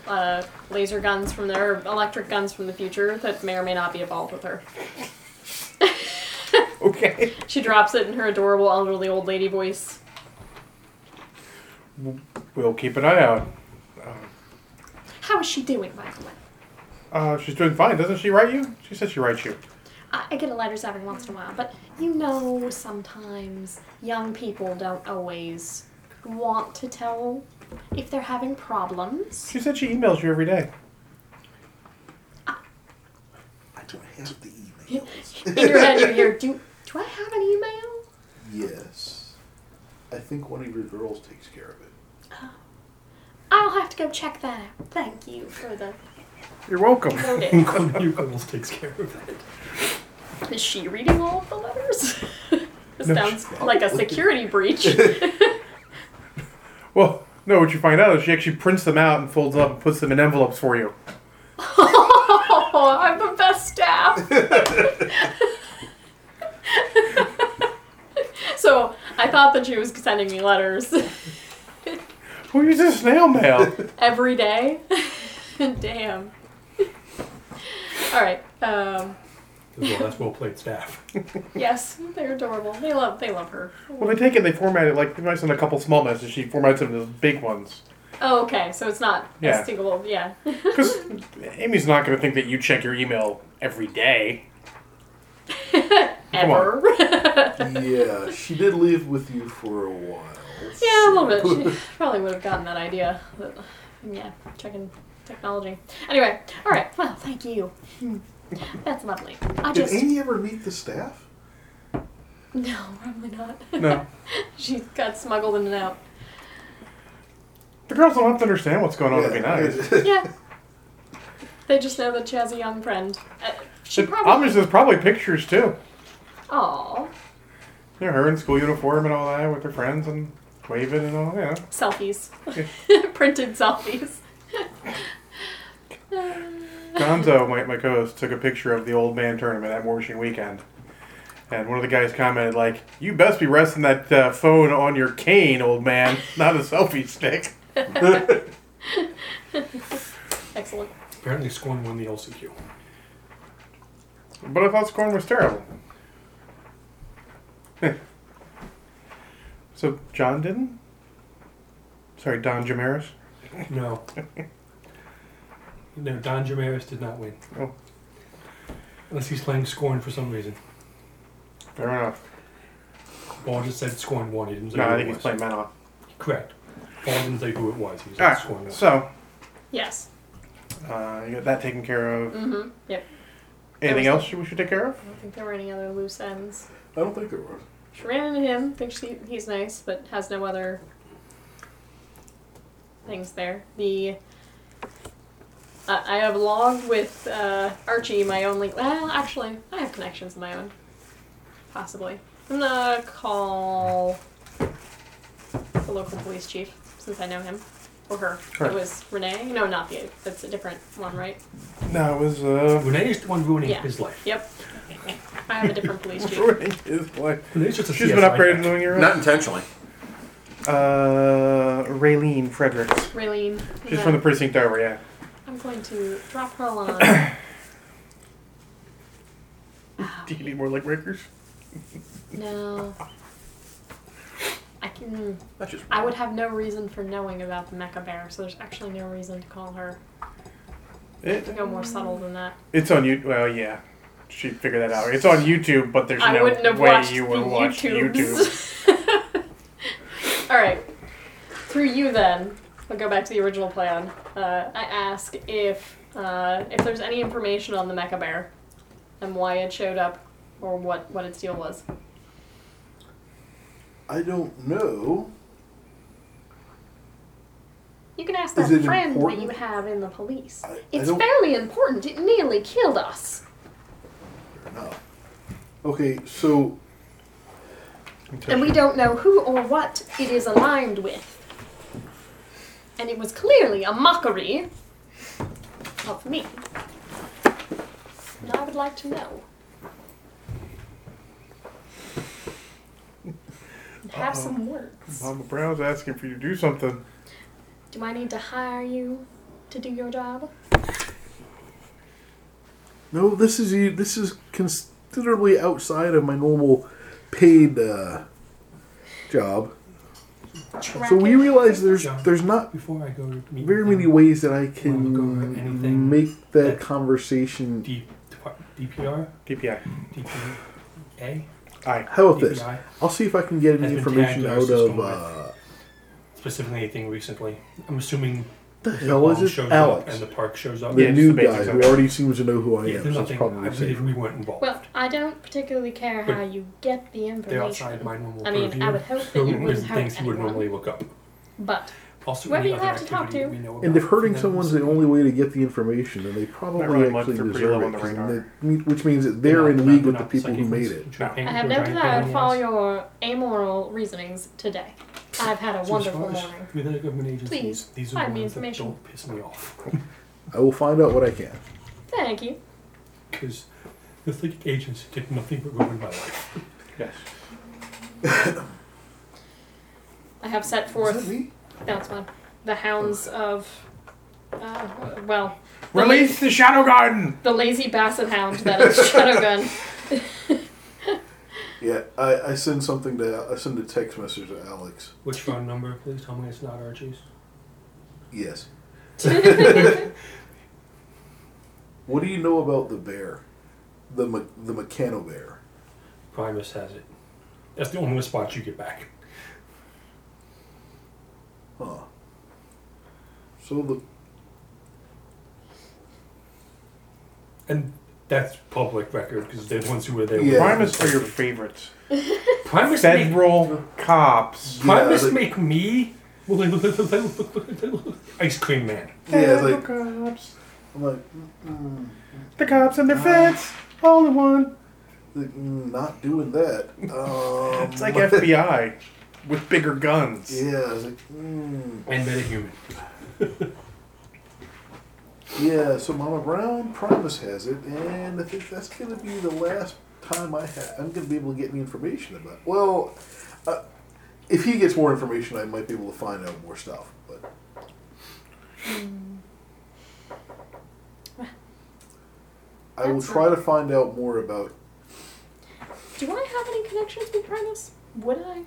Speaker 3: uh, laser guns from the or electric guns from the future that may or may not be involved with her.
Speaker 1: Okay.
Speaker 3: She drops it in her adorable elderly old lady voice.
Speaker 1: We'll keep an eye out.
Speaker 3: How is she doing, by the way?
Speaker 1: Uh, she's doing fine, doesn't she? Write you? She said she writes you.
Speaker 3: I, I get letters every once in a while, but you know, sometimes young people don't always want to tell if they're having problems.
Speaker 1: She said she emails you every day.
Speaker 2: I don't have the email.
Speaker 3: In your head, you hear, do, do I have an email?
Speaker 2: yes. I think one of your girls takes care of it.
Speaker 3: I'll have to go check that out. Thank you for the
Speaker 1: You're welcome.
Speaker 3: notice.
Speaker 4: You almost takes care of that.
Speaker 3: Is she reading all of the letters? this
Speaker 1: No,
Speaker 3: sounds like a security breach.
Speaker 1: Well, no, what you find out is she actually prints them out and folds up and puts them in envelopes for you.
Speaker 3: oh, I'm the best staff. so I thought that she was sending me letters
Speaker 1: Who uses snail mail?
Speaker 3: every day. Damn. All right. Um,
Speaker 4: Well, that's well played, staff.
Speaker 3: yes, they're adorable. They love. They love her.
Speaker 1: well, they take it, they format it like they might send a couple small messages. She formats them into big ones.
Speaker 3: Oh, okay. So it's not
Speaker 1: Yeah.
Speaker 3: a single. Yeah.
Speaker 1: Because Amy's not going to think that you check your email every day. Come on.
Speaker 3: Ever.
Speaker 2: yeah, she did live with you for a while.
Speaker 3: Yeah, a little bit. She probably would have gotten that idea. But, yeah, checking technology. Anyway, all right. Well, thank you. Hmm. That's lovely. I
Speaker 2: Did
Speaker 3: just
Speaker 2: Amy ever meet the staff?
Speaker 3: no, probably not.
Speaker 1: No.
Speaker 3: she got smuggled in and out.
Speaker 1: The girls don't have to understand what's going on to Oh, be nice.
Speaker 3: Yeah. They just know that she has a young friend. Uh, she
Speaker 1: It,
Speaker 3: probably.
Speaker 1: obviously, there's probably pictures too.
Speaker 3: Aw,
Speaker 1: Yeah, her in school uniform and all that with her friends and waving and all that.
Speaker 3: selfies, printed selfies.
Speaker 1: Gonzo, my, my co-host, took a picture of the old man tournament at Morrison Weekend. And one of the guys commented, like, you best be resting that uh, phone on your cane, old man, not a selfie stick.
Speaker 3: Excellent.
Speaker 4: Apparently, Scorn won the LCQ.
Speaker 1: But I thought Scorn was terrible. Heh. so John didn't? Sorry, Don Jamaris?
Speaker 4: No. no, Don Jamaris did not win.
Speaker 1: Oh.
Speaker 4: Unless he's playing Scorn for some reason.
Speaker 1: Fair enough.
Speaker 4: Paul just said Scorn won. He didn't say
Speaker 1: No,
Speaker 4: who
Speaker 1: I
Speaker 4: it
Speaker 1: think he's
Speaker 4: was.
Speaker 1: playing Manoff.
Speaker 4: Correct. Paul didn't say who it was. He said Scorn
Speaker 1: Alright,
Speaker 4: won.
Speaker 1: so
Speaker 3: Yes.
Speaker 1: uh, you got that taken care of.
Speaker 3: Mm-hmm. Yep.
Speaker 1: Anything
Speaker 3: That was-
Speaker 1: else we should take care of?
Speaker 3: I don't think there were any other loose ends.
Speaker 2: I don't think there was.
Speaker 3: She ran into him, thinks he, he's nice, but has no other things there. The uh, I have logged with uh, Archie, my only. Well, actually, I have connections of my own, possibly. I'm gonna call the local police chief since I know him or her.
Speaker 1: Her.
Speaker 3: It was Renee. No, not the. That's a different one, right?
Speaker 1: No, it was uh,
Speaker 4: Renee is the one ruining
Speaker 3: Yeah.
Speaker 4: his life.
Speaker 3: Yep. I have a different police chief.
Speaker 1: ruining his life.
Speaker 4: Renee's just a
Speaker 1: She's been
Speaker 4: CSI
Speaker 1: upgraded
Speaker 4: hack.
Speaker 1: when you're
Speaker 7: Not intentionally.
Speaker 1: Uh, Raylene Fredericks.
Speaker 3: Raylene.
Speaker 1: She's from the precinct over, yeah.
Speaker 3: I'm going to drop her line.
Speaker 1: Do you need more like Rakers?
Speaker 3: no. I can.
Speaker 7: That's just.
Speaker 3: I would have no reason for knowing about the mecha bear, so there's actually no reason to call her.
Speaker 1: It,
Speaker 3: To go more subtle than that,
Speaker 1: it's on you. Well, yeah. She figured that out. It's on YouTube, but there's
Speaker 3: I
Speaker 1: no
Speaker 3: wouldn't have
Speaker 1: way
Speaker 3: watched
Speaker 1: you
Speaker 3: the
Speaker 1: would watch YouTube.
Speaker 3: YouTube. All right, through you then. We'll go back to the original plan. Uh, I ask if uh, if there's any information on the mecha bear, and why it showed up, or what what its deal was.
Speaker 2: I don't know.
Speaker 3: You can ask
Speaker 2: Is
Speaker 3: that
Speaker 2: it
Speaker 3: friend
Speaker 2: important?
Speaker 3: that you have in the police.
Speaker 2: I- I
Speaker 3: it's
Speaker 2: don't-
Speaker 3: fairly important. It nearly killed us.
Speaker 2: No. Okay, so
Speaker 3: And we don't know who or what it is aligned with. And it was clearly a mockery of me. And I would like to know. And Have
Speaker 1: Uh-oh.
Speaker 3: some words.
Speaker 1: Mama Brown's asking for you to do something.
Speaker 3: Do I need to hire you to do your job?
Speaker 2: no, this is e- this is considerably outside of my normal paid uh, job. So we realize there's there's not
Speaker 4: Before I go to meet
Speaker 2: very
Speaker 4: with
Speaker 2: many
Speaker 4: them,
Speaker 2: ways that I
Speaker 4: Wanna look over
Speaker 2: can
Speaker 4: anything
Speaker 2: make that
Speaker 4: that-
Speaker 2: conversation.
Speaker 4: um, D, Depart- DPR,
Speaker 1: DPI.
Speaker 4: DPA,
Speaker 1: Aye.
Speaker 2: How about this?
Speaker 4: DPI,
Speaker 2: I'll see if I can get
Speaker 4: Has
Speaker 2: any
Speaker 4: been
Speaker 2: information
Speaker 4: tagged
Speaker 2: out
Speaker 4: in our
Speaker 2: of
Speaker 4: system
Speaker 2: uh,
Speaker 4: specifically anything recently. I'm assuming
Speaker 2: uh, the hell is
Speaker 4: Bond
Speaker 2: this
Speaker 4: shows up
Speaker 2: Alex,
Speaker 4: and the park shows up.
Speaker 2: the
Speaker 1: Yeah, just
Speaker 2: new
Speaker 1: the
Speaker 2: guy
Speaker 1: basics of
Speaker 2: who
Speaker 1: it.
Speaker 2: already seems to know who I
Speaker 4: Yeah,
Speaker 2: am.
Speaker 4: there's
Speaker 2: so it's
Speaker 4: nothing.
Speaker 2: probably
Speaker 4: I
Speaker 2: the
Speaker 4: believe
Speaker 2: same.
Speaker 4: we weren't involved.
Speaker 3: Well, I don't particularly care
Speaker 4: But
Speaker 3: how you get the
Speaker 4: They're
Speaker 3: information.
Speaker 4: outside my normal
Speaker 3: I mean,
Speaker 4: purview.
Speaker 3: I would hope that
Speaker 4: so
Speaker 3: you
Speaker 4: it
Speaker 3: wouldn't hurt
Speaker 4: things you would
Speaker 3: anyone.
Speaker 4: normally look up.
Speaker 3: But
Speaker 4: Also,
Speaker 3: Whoever
Speaker 4: any
Speaker 3: you
Speaker 4: other
Speaker 3: have to talk
Speaker 4: activity
Speaker 3: to.
Speaker 4: we know
Speaker 2: And
Speaker 4: about
Speaker 2: if hurting
Speaker 4: from them,
Speaker 2: someone's the only way to get the information, then they probably
Speaker 1: really much,
Speaker 2: actually
Speaker 1: they're pretty
Speaker 2: deserve
Speaker 1: low
Speaker 2: it,
Speaker 1: on the
Speaker 2: 'cause
Speaker 1: radar.
Speaker 2: they- me- which means that
Speaker 4: they're
Speaker 2: they're
Speaker 4: not-
Speaker 2: in
Speaker 4: they're
Speaker 2: league with the
Speaker 4: not
Speaker 2: people who
Speaker 4: psychic
Speaker 2: made
Speaker 4: ones.
Speaker 2: it.
Speaker 4: You try to paint
Speaker 3: I
Speaker 4: it
Speaker 3: have
Speaker 4: into a
Speaker 3: no
Speaker 4: giant
Speaker 3: desire to
Speaker 4: thing,
Speaker 3: follow
Speaker 4: yes.
Speaker 3: your amoral reasonings today. I've had a
Speaker 4: So as
Speaker 3: wonderful
Speaker 4: far as
Speaker 3: morning.
Speaker 4: With other government agencies,
Speaker 3: Please,
Speaker 4: these are
Speaker 3: find
Speaker 4: the
Speaker 3: me
Speaker 4: ones that
Speaker 3: information.
Speaker 4: don't piss me off.
Speaker 2: I will find out what I can.
Speaker 3: Thank you.
Speaker 4: Because the psychic agents did nothing but ruin my life.
Speaker 1: Yes.
Speaker 3: I have set forth. That's one. The hounds of. Uh, well,
Speaker 1: Release the Shadow Garden!
Speaker 3: the lazy basset hound that is Shadowgun.
Speaker 2: Yeah, I, I send something to I send a text message to Alex.
Speaker 4: Which phone number? Please tell me it's not Archie's.
Speaker 2: Yes. what do you know about the bear, the me- the mechano bear?
Speaker 4: Primus has it. That's the only response you get back.
Speaker 2: Huh. So the
Speaker 4: And that's public record because they're the ones who were there.
Speaker 2: Yeah.
Speaker 1: Primus are your favorites.
Speaker 4: Primus made,
Speaker 1: Federal cops.
Speaker 4: Primus
Speaker 2: Yeah, like-
Speaker 4: make me Ice Cream Man.
Speaker 2: yeah,
Speaker 1: Federal
Speaker 2: like
Speaker 1: cops.
Speaker 2: I'm like, mm, mm,
Speaker 1: The cops and their feds. All in one.
Speaker 2: like, mm, not doing that. Um,
Speaker 1: It's like FBI with bigger guns.
Speaker 2: yeah, I was like, mm,
Speaker 4: And Metahuman.
Speaker 2: yeah. So Mama Brown Primus has it, and I think that's gonna be the last time I ha- I'm gonna be able to get any information about. It. Well, uh, if he gets more information, I might be able to find out more stuff. But
Speaker 1: Hmm.
Speaker 2: I will
Speaker 3: That's
Speaker 2: try to find out more about.
Speaker 3: Do I have any connections with Primus? Would I?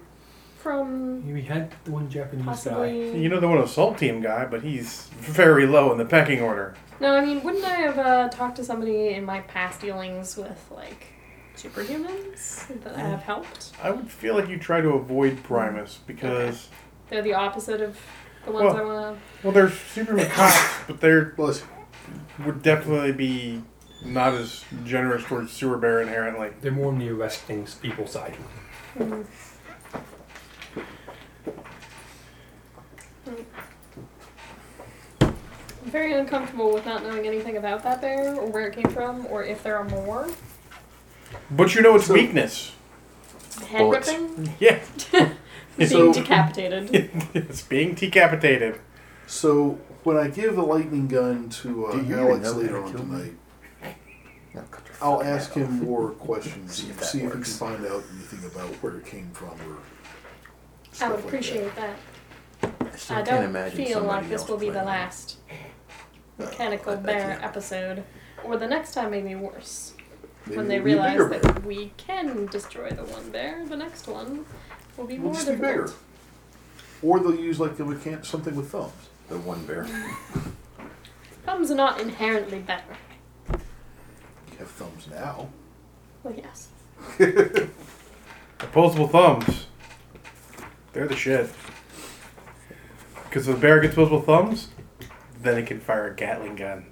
Speaker 3: From
Speaker 4: We had the one Japanese guy.
Speaker 3: possibly.
Speaker 1: You know the one assault team guy, but he's very low in the pecking order.
Speaker 3: No, I mean, wouldn't I have uh, talked to somebody in my past dealings with, like, superhumans that I have helped?
Speaker 1: I would feel like you try to avoid Primus because
Speaker 3: They're the opposite of the ones I
Speaker 1: Well-
Speaker 3: want
Speaker 1: well, they're Superman cops, but they're
Speaker 2: Bless you.
Speaker 1: would definitely be not as generous towards sewer bear inherently.
Speaker 4: They're more on the arresting people side.
Speaker 3: to. I'm very uncomfortable with not knowing anything about that bear, or where it came from, or if there are more.
Speaker 1: But you know its weakness.
Speaker 3: Head
Speaker 7: Bullets.
Speaker 3: ripping?
Speaker 1: Yeah,
Speaker 3: Being
Speaker 2: So-
Speaker 3: decapitated.
Speaker 1: it's being decapitated.
Speaker 2: So when I give the lightning gun to uh,
Speaker 5: Do you even
Speaker 2: Alex
Speaker 5: know
Speaker 2: later
Speaker 5: how to
Speaker 2: on
Speaker 5: kill me?
Speaker 2: tonight,
Speaker 5: Now cut your
Speaker 2: I'll
Speaker 5: fucking
Speaker 2: ask
Speaker 5: head off.
Speaker 2: him more questions.
Speaker 5: See
Speaker 2: See
Speaker 5: if
Speaker 2: if,
Speaker 5: that
Speaker 2: he can
Speaker 5: works.
Speaker 2: find out anything about where it came from or.
Speaker 3: I
Speaker 2: stuff
Speaker 3: would
Speaker 2: like that.
Speaker 3: appreciate that.
Speaker 5: I, still
Speaker 3: I
Speaker 5: can't
Speaker 3: don't
Speaker 5: imagine
Speaker 3: feel
Speaker 5: somebody
Speaker 3: like this
Speaker 5: else
Speaker 3: will be the
Speaker 5: playing that.
Speaker 3: last
Speaker 5: No,
Speaker 3: mechanical
Speaker 5: I- I
Speaker 3: bear
Speaker 5: can't.
Speaker 3: episode, or the next time may be worse.
Speaker 2: Maybe
Speaker 3: when they
Speaker 2: it'll be a
Speaker 3: realize
Speaker 2: bigger
Speaker 3: that
Speaker 2: bear.
Speaker 3: we can destroy the one bear, the next one will be
Speaker 2: We'll
Speaker 3: more
Speaker 2: just be
Speaker 3: difficult.
Speaker 2: bigger. Or they'll use like the mechan- something with thumbs.
Speaker 7: The one bear.
Speaker 3: Thumbs are not inherently better.
Speaker 2: You have thumbs now.
Speaker 3: Well, yes.
Speaker 1: Opposable thumbs. They're the shit. Because if the bear gets opposable thumbs, then it can fire a Gatling gun.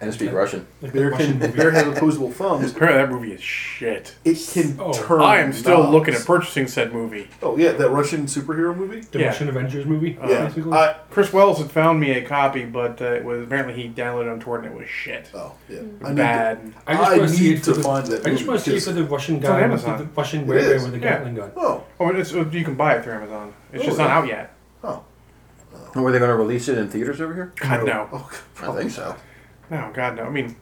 Speaker 5: And speak Russian.
Speaker 4: Like the
Speaker 2: Bear
Speaker 4: Russian
Speaker 2: can
Speaker 4: movie.
Speaker 2: bear has opposable thumbs.
Speaker 1: Apparently, that movie is shit.
Speaker 2: It can
Speaker 4: Oh.
Speaker 2: turn.
Speaker 1: I am still
Speaker 2: knobs.
Speaker 1: looking at purchasing said movie.
Speaker 2: Oh yeah, that Russian superhero movie.
Speaker 4: The
Speaker 1: Yeah.
Speaker 4: Russian Avengers movie,
Speaker 1: Uh,
Speaker 4: uh,
Speaker 2: yeah.
Speaker 4: basically.
Speaker 2: I,
Speaker 1: Chris Wells had found me a copy, but uh, it was apparently he downloaded on torrent and it was shit.
Speaker 2: oh yeah. I need to-
Speaker 1: Bad.
Speaker 4: I just
Speaker 2: I
Speaker 4: want to see
Speaker 2: need
Speaker 4: it for
Speaker 2: to
Speaker 4: the,
Speaker 2: find that
Speaker 4: I just
Speaker 2: movie,
Speaker 4: want to see it
Speaker 2: because-
Speaker 4: for the Russian
Speaker 1: on
Speaker 4: guy with the,
Speaker 1: Amazon.
Speaker 4: Russian
Speaker 2: It
Speaker 4: guy
Speaker 2: is,
Speaker 4: with the
Speaker 1: yeah.
Speaker 4: Gatling gun.
Speaker 2: Oh,
Speaker 1: Oh, it's, uh, you can buy it through Amazon. It's
Speaker 2: Oh,
Speaker 1: just
Speaker 2: yeah.
Speaker 1: not out yet.
Speaker 2: oh,
Speaker 5: Oh, were they going to release it in theaters over here?
Speaker 1: God no.
Speaker 2: oh.
Speaker 5: I think so.
Speaker 1: No, God no. I mean,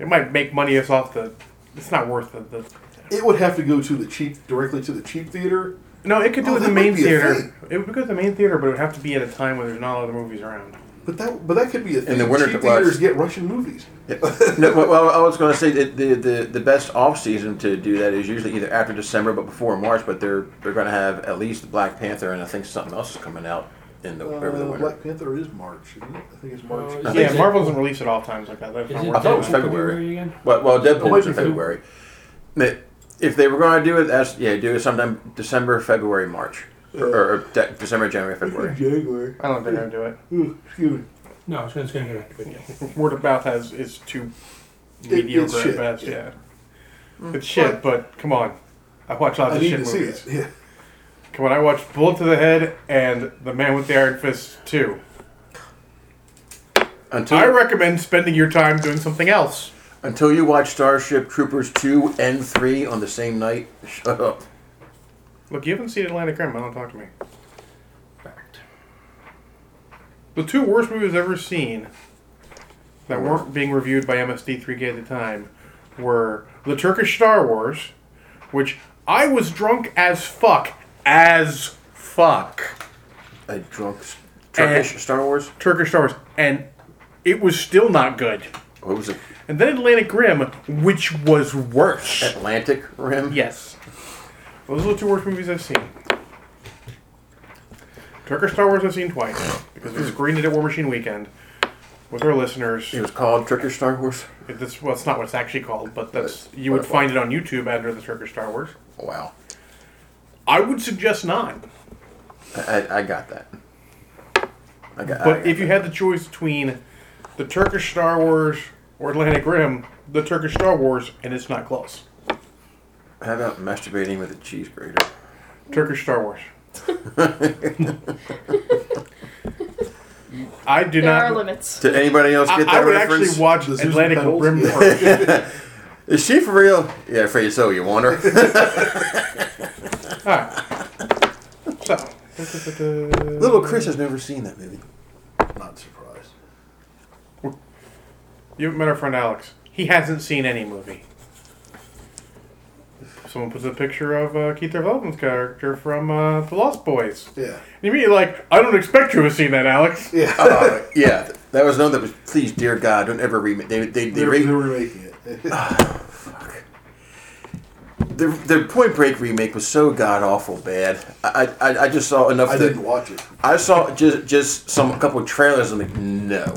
Speaker 1: it might make money us off the. It's not worth the. the
Speaker 2: It would have to go to the cheap directly to the cheap theater.
Speaker 1: no, it could do
Speaker 2: Oh,
Speaker 1: it in
Speaker 2: that
Speaker 1: the main
Speaker 2: might be a
Speaker 1: theater.
Speaker 2: thing.
Speaker 1: It would go to the main theater, but it would have to be at a time where there's not a lot of movies around.
Speaker 2: But that but that could be a thing.
Speaker 5: the winter
Speaker 2: cheap
Speaker 5: to watch.
Speaker 2: theaters get Russian movies.
Speaker 7: no, well, well, I was going to say that the, the the best off season to do that is usually either after December but before March. But they're they're going to have at least Black Panther and I think something else is coming out in the over the
Speaker 2: Uh,
Speaker 7: winter.
Speaker 2: Black Panther is March, isn't it? I think it's March.
Speaker 4: Uh,
Speaker 7: I think
Speaker 1: Yeah,
Speaker 7: so.
Speaker 1: Marvel doesn't release at all times like that. That's
Speaker 4: Is
Speaker 1: not
Speaker 4: it
Speaker 1: worth
Speaker 7: thought it was
Speaker 4: Deadpool
Speaker 7: February.
Speaker 4: again?
Speaker 7: Well, well, Deadpool
Speaker 2: Oh,
Speaker 7: was in
Speaker 2: February.
Speaker 7: February. But If they were going to do it, that's yeah, do it sometime December, February, March, or, or, de- December, January, February.
Speaker 2: January.
Speaker 1: I don't think I would do it.
Speaker 2: Ooh, Excuse me.
Speaker 4: No, it's going to go back to video.
Speaker 1: Word of mouth has is too
Speaker 2: It-
Speaker 1: mediocre
Speaker 2: it's
Speaker 1: at
Speaker 2: shit.
Speaker 1: best. Yeah, it's shit. But come on, I watch lots
Speaker 2: I
Speaker 1: of
Speaker 2: need
Speaker 1: shit
Speaker 2: to see
Speaker 1: movies.
Speaker 2: it. Yeah.
Speaker 1: Come on, I watched Bullet to the Head and The Man with the Iron Fist too.
Speaker 7: Until
Speaker 1: I recommend spending your time doing something else.
Speaker 7: until you watch Starship Troopers two and three on the same night, shut up.
Speaker 1: Look, you haven't seen Atlantic Rim. I don't talk to me.
Speaker 4: Fact.
Speaker 1: The two worst movies I've ever seen that weren't being reviewed by MSD3K at the time were the Turkish Star Wars, which I was drunk as fuck, as fuck.
Speaker 7: A drunk s- Turkish Star Wars.
Speaker 1: Turkish Star Wars, and it was still not good.
Speaker 7: What was it?
Speaker 1: And then Atlantic Rim, which was worse.
Speaker 7: Atlantic Rim.
Speaker 1: Yes. Those are the two worst movies I've seen. Turkish Star Wars I've seen twice because we screened it at War Machine Weekend with our listeners.
Speaker 7: It was called Turkish Star Wars.
Speaker 1: It- That's well, it's not what it's actually called, but that's
Speaker 7: That's
Speaker 1: you
Speaker 7: what
Speaker 1: would
Speaker 7: it
Speaker 1: find it on YouTube under the Turkish Star Wars.
Speaker 7: Wow.
Speaker 1: I would suggest not,
Speaker 7: I, I, I got that. I got. I
Speaker 1: but
Speaker 7: got
Speaker 1: if you
Speaker 7: that.
Speaker 1: had the choice between the Turkish Star Wars or Atlantic Rim, the Turkish Star Wars, and it's not close.
Speaker 7: how about masturbating with a cheese grater?
Speaker 1: Turkish Star Wars. I do
Speaker 3: There are
Speaker 1: not.
Speaker 3: limits.
Speaker 7: Did anybody else
Speaker 1: I,
Speaker 7: get that
Speaker 1: I would
Speaker 7: reference?
Speaker 1: actually watch
Speaker 2: Does this
Speaker 1: Atlantic
Speaker 2: pedals?
Speaker 1: Rim
Speaker 2: Yeah.
Speaker 1: first.
Speaker 7: Is she for real? Yeah, for you. So you want her?
Speaker 1: All right. So,
Speaker 7: Little Chris has never seen that movie.
Speaker 2: Not surprised.
Speaker 1: you haven't met our friend Alex. He hasn't seen any movie. someone puts a picture of uh, Keith Urban's character from uh, The Lost Boys.
Speaker 2: Yeah.
Speaker 1: You mean like I don't expect you to have seen that, Alex?
Speaker 2: Yeah.
Speaker 5: Uh, yeah, th- that was another. that was- Please, dear God, don't ever remake. They, they, they,
Speaker 2: they're,
Speaker 5: re-
Speaker 2: they're remaking it.
Speaker 5: their, their Point Break remake was so god awful bad. I, I, I just saw enough.
Speaker 2: I
Speaker 5: that-
Speaker 2: didn't watch it.
Speaker 5: I saw just just some a couple of trailers. I'm like, no.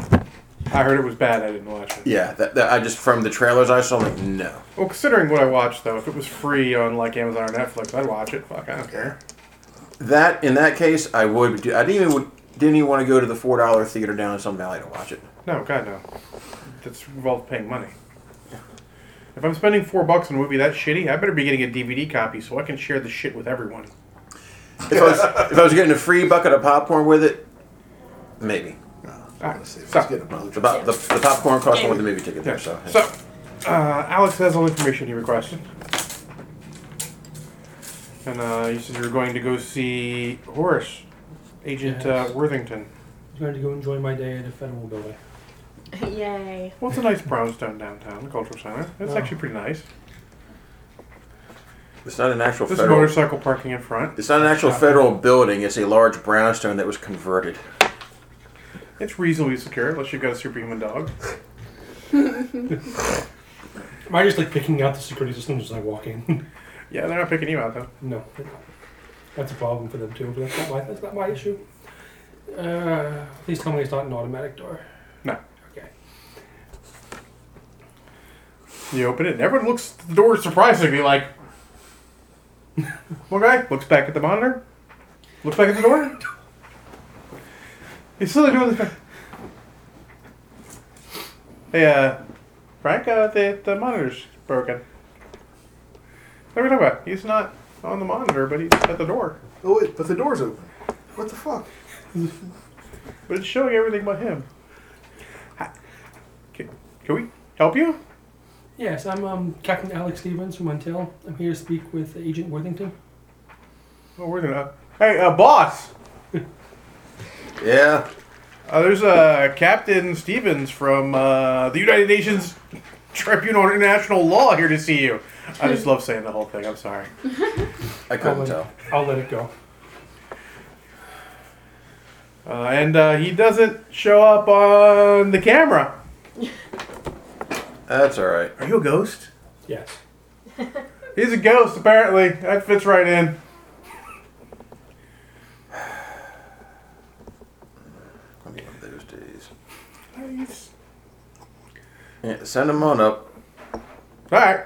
Speaker 1: I heard it was bad. I didn't watch it.
Speaker 5: Yeah, that, that I just from the trailers I saw, I'm like, no.
Speaker 1: Well, considering what I watched though, if it was free on like Amazon or Netflix, I'd watch it. Fuck, I don't care.
Speaker 5: That in that case, I would. Do, I didn't even didn't even want to go to the four dollar theater down in some valley to watch it.
Speaker 1: No, God no. That's involved paying money. If I'm spending four bucks on a movie that shitty, I better be getting a DVD copy so I can share the shit with everyone.
Speaker 5: If I was, if I was getting a free bucket of popcorn with it, maybe.
Speaker 1: Ah,
Speaker 2: Let's see if
Speaker 1: so,
Speaker 2: it's getting about
Speaker 5: The, pop- the, the popcorn cost more than the movie ticket
Speaker 1: yeah,
Speaker 5: there. So,
Speaker 1: so, so, uh, Alex has all the information he requested. And uh, you said you were going to go see Horace, Agent uh,
Speaker 4: Yes.
Speaker 1: Worthington.
Speaker 4: I'm going to go enjoy my day at a federal building.
Speaker 3: Yay.
Speaker 1: Well, it's a nice brownstone downtown, the cultural center. It's
Speaker 4: Wow.
Speaker 1: actually pretty nice.
Speaker 5: it's not an actual
Speaker 1: There's
Speaker 5: federal.
Speaker 1: motorcycle parking in front.
Speaker 5: It's not an actual federal building. It's a large brownstone that was converted.
Speaker 1: It's reasonably secure, unless you've got a superhuman dog.
Speaker 4: I just like picking out the security systems as I walk in.
Speaker 1: Yeah, they're not picking you out though.
Speaker 4: no, they're not. that's a problem for them too. But that's not my that's not my issue. Uh, please tell me it's not an automatic door.
Speaker 1: No.
Speaker 4: Okay.
Speaker 1: You open it, and everyone looks at the door surprisingly like. One guy looks back at the monitor, looks back at the door. He's still doing this. Hey, uh, Frank, uh, the, the monitor's broken. What are we talking about? He's not on the monitor, but he's at the door.
Speaker 2: Oh wait, but the door's open. What the fuck?
Speaker 1: But it's showing everything but him. Hi. Can, can we help you?
Speaker 4: Yes, I'm um, Captain Alex Stevens from Until. I'm here to speak with Agent Worthington.
Speaker 1: Oh, we're gonna. Hey, uh, boss!
Speaker 5: Yeah,
Speaker 1: Uh, there's uh, Captain Stevens from uh, the United Nations Tribunal on International Law here to see you. I just love saying the whole thing. I'm sorry.
Speaker 5: I
Speaker 4: I'll
Speaker 5: couldn't
Speaker 4: let,
Speaker 5: tell.
Speaker 4: I'll let it go.
Speaker 1: Uh, and uh, he doesn't show up on the camera.
Speaker 5: That's all right.
Speaker 1: Are you a ghost?
Speaker 4: Yes.
Speaker 1: He's a ghost, apparently. That fits right in.
Speaker 5: One of those days.
Speaker 1: Nice.
Speaker 5: Yeah, send them on up.
Speaker 1: All right.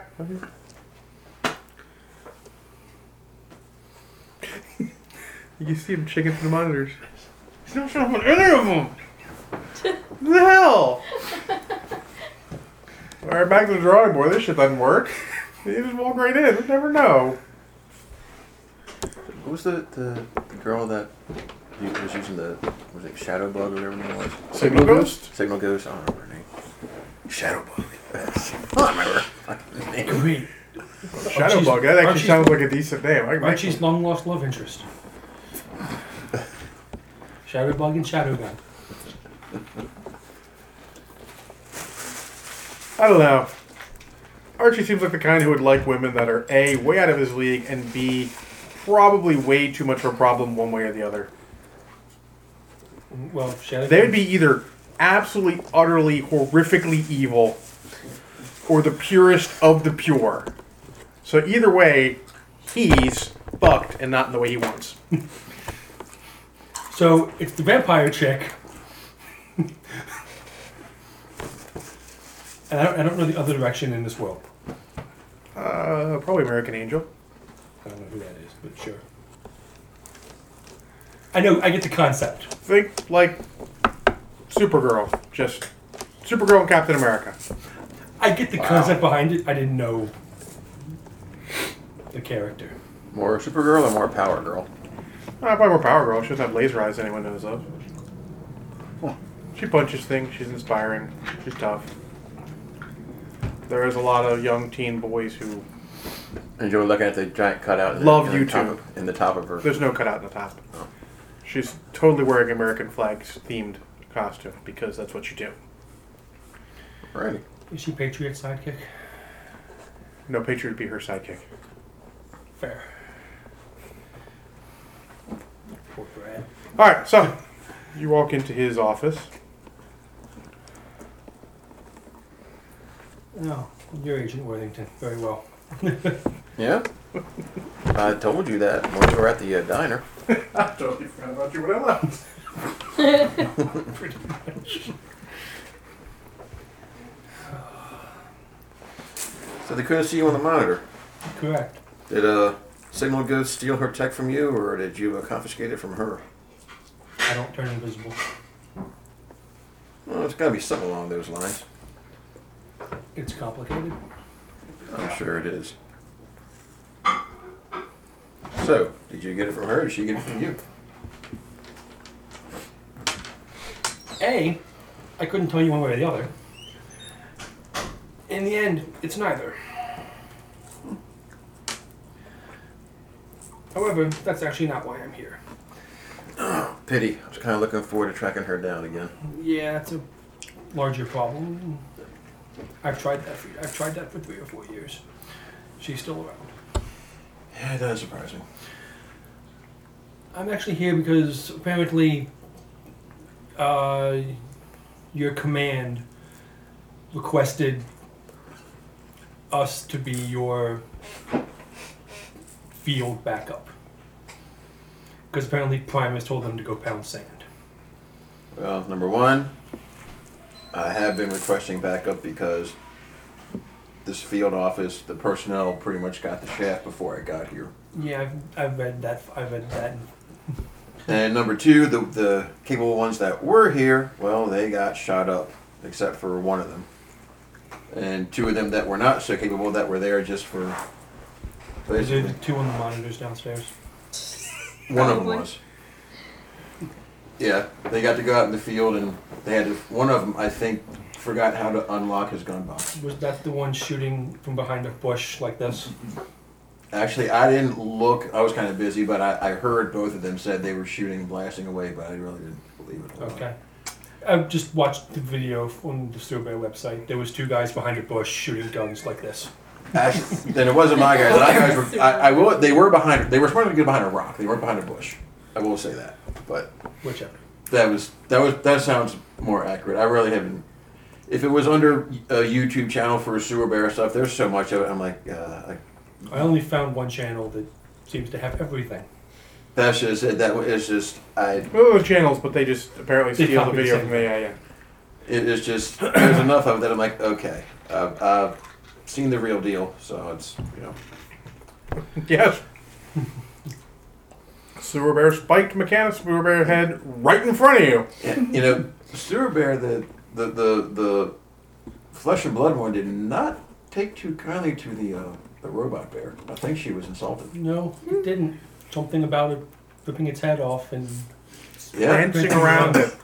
Speaker 1: you can see him checking through the monitors. He's not showing up on any of them. what the hell? All right, back to the drawing board. This shit doesn't work. You just walk right in. You never know.
Speaker 5: Who's the, the the girl that you- was using the was it Shadow Bug or whatever it was?
Speaker 1: Signal ghost.
Speaker 5: Signal Ghost. I don't remember her name.
Speaker 2: Shadow bug.
Speaker 5: I don't remember. her fucking name.
Speaker 4: Great.
Speaker 1: Shadow bug. That actually
Speaker 4: Archie's-
Speaker 1: sounds like a decent name. I can make
Speaker 4: Archie's long lost love interest. Shadowbug and Shadowgun.
Speaker 1: I don't know. Archie seems like the kind who would like women that are A, way out of his league, and B, probably way too much of a problem one way or the other.
Speaker 4: Well, Shadowgun.
Speaker 1: They would be either absolutely, utterly, horrifically evil or the purest of the pure. So either way, he's fucked and not in the way he wants.
Speaker 4: So it's the vampire chick. and I don't, I don't know the other direction in this world.
Speaker 1: Uh, probably American Angel.
Speaker 4: I don't know who that is, but sure. I know, I get the concept.
Speaker 1: Think like Supergirl. Just Supergirl and Captain America.
Speaker 4: I get the concept behind it. I didn't know the character.
Speaker 5: More Supergirl or more Power Girl?
Speaker 1: Uh, probably more Power Girl. She doesn't have laser eyes anyone knows of. She punches things. She's inspiring. She's tough. There is a lot of young teen boys who.
Speaker 5: Enjoy looking at the giant cutout. In the-
Speaker 1: Love
Speaker 5: in the top
Speaker 1: YouTube.
Speaker 5: of- in the top of her.
Speaker 1: There's no cutout in the top. She's totally wearing American flags themed costume because that's what you do.
Speaker 5: Alrighty.
Speaker 4: Is she Patriot sidekick?
Speaker 1: No Patriot would be her sidekick.
Speaker 4: Fair. Poor Brad.
Speaker 1: All right, so you walk into his office.
Speaker 4: No, you're Agent Worthington. Very well.
Speaker 5: Yeah? I told you that when we were at the uh, diner.
Speaker 1: I totally forgot about you when I left.
Speaker 5: So they couldn't see you on the monitor.
Speaker 4: Correct.
Speaker 5: Did uh, Signal go steal her tech from you, or did you uh, confiscate it from her?
Speaker 4: I don't turn invisible.
Speaker 5: Well, it's got to be something along those lines.
Speaker 4: It's complicated.
Speaker 5: I'm sure it is. So, did you get it from her, or did she get it from you?
Speaker 4: A, I couldn't tell you one way or the other. In the end, it's neither. However, that's actually not why I'm here.
Speaker 5: Pity. I was kind of looking forward to tracking her down again.
Speaker 4: Yeah, it's a larger problem. I've tried that. For, I've tried that for three or four years. She's still around.
Speaker 5: Yeah, that is surprising.
Speaker 4: I'm actually here because apparently uh, your command requested us to be your field backup. Because apparently Primus told them to go pound sand.
Speaker 5: Well, number one, I have been requesting backup because this field office, the personnel pretty much got the shaft before I got here.
Speaker 4: Yeah, I've, I've read that. I've read that.
Speaker 5: And number two, the, the capable ones that were here, well, they got shot up, except for one of them. And two of them that were not so capable that were there just for.
Speaker 4: Is there the
Speaker 5: Basically,
Speaker 4: two on the monitors downstairs?
Speaker 5: one of them
Speaker 3: Probably.
Speaker 5: was. Yeah, they got to go out in the field and they had to. One of them, I think, forgot how to unlock his gun box.
Speaker 4: Was that the one shooting from behind a bush like this?
Speaker 5: Actually, I didn't look. I was kind of busy, but I, I heard both of them said they were shooting, blasting away, but I really didn't believe it.
Speaker 4: Okay. I just watched the video on the survey website. There was two guys behind a bush shooting guns like this.
Speaker 5: Actually, then it wasn't my guys. My guys were. I, I will. They were behind. They were trying to get behind a rock. They weren't behind a bush. I will say that. But
Speaker 4: Whichever.
Speaker 5: that was that was that sounds more accurate. I really haven't. If it was under a YouTube channel for sewer bear stuff, there's so much of it. I'm like, uh, I,
Speaker 4: I only found one channel that seems to have everything.
Speaker 5: that's just it. That is just I.
Speaker 1: Well, those channels, but they just apparently
Speaker 4: They
Speaker 1: steal the
Speaker 4: copy the
Speaker 1: video
Speaker 4: same
Speaker 1: from the yeah, yeah.
Speaker 5: It is just there's enough of it that I'm like, okay, I've, I've seen the real deal, so it's you know.
Speaker 1: Yes. Sewer bear spiked mechanic sewer bear head right in front of you.
Speaker 5: Yeah, you know, Sewer Bear, the, the the the flesh and blood one, did not take too kindly to the uh, the robot bear. I think she was insulted.
Speaker 4: No, it didn't. Something about it ripping its head off and
Speaker 5: Yeah,
Speaker 1: Dancing around it.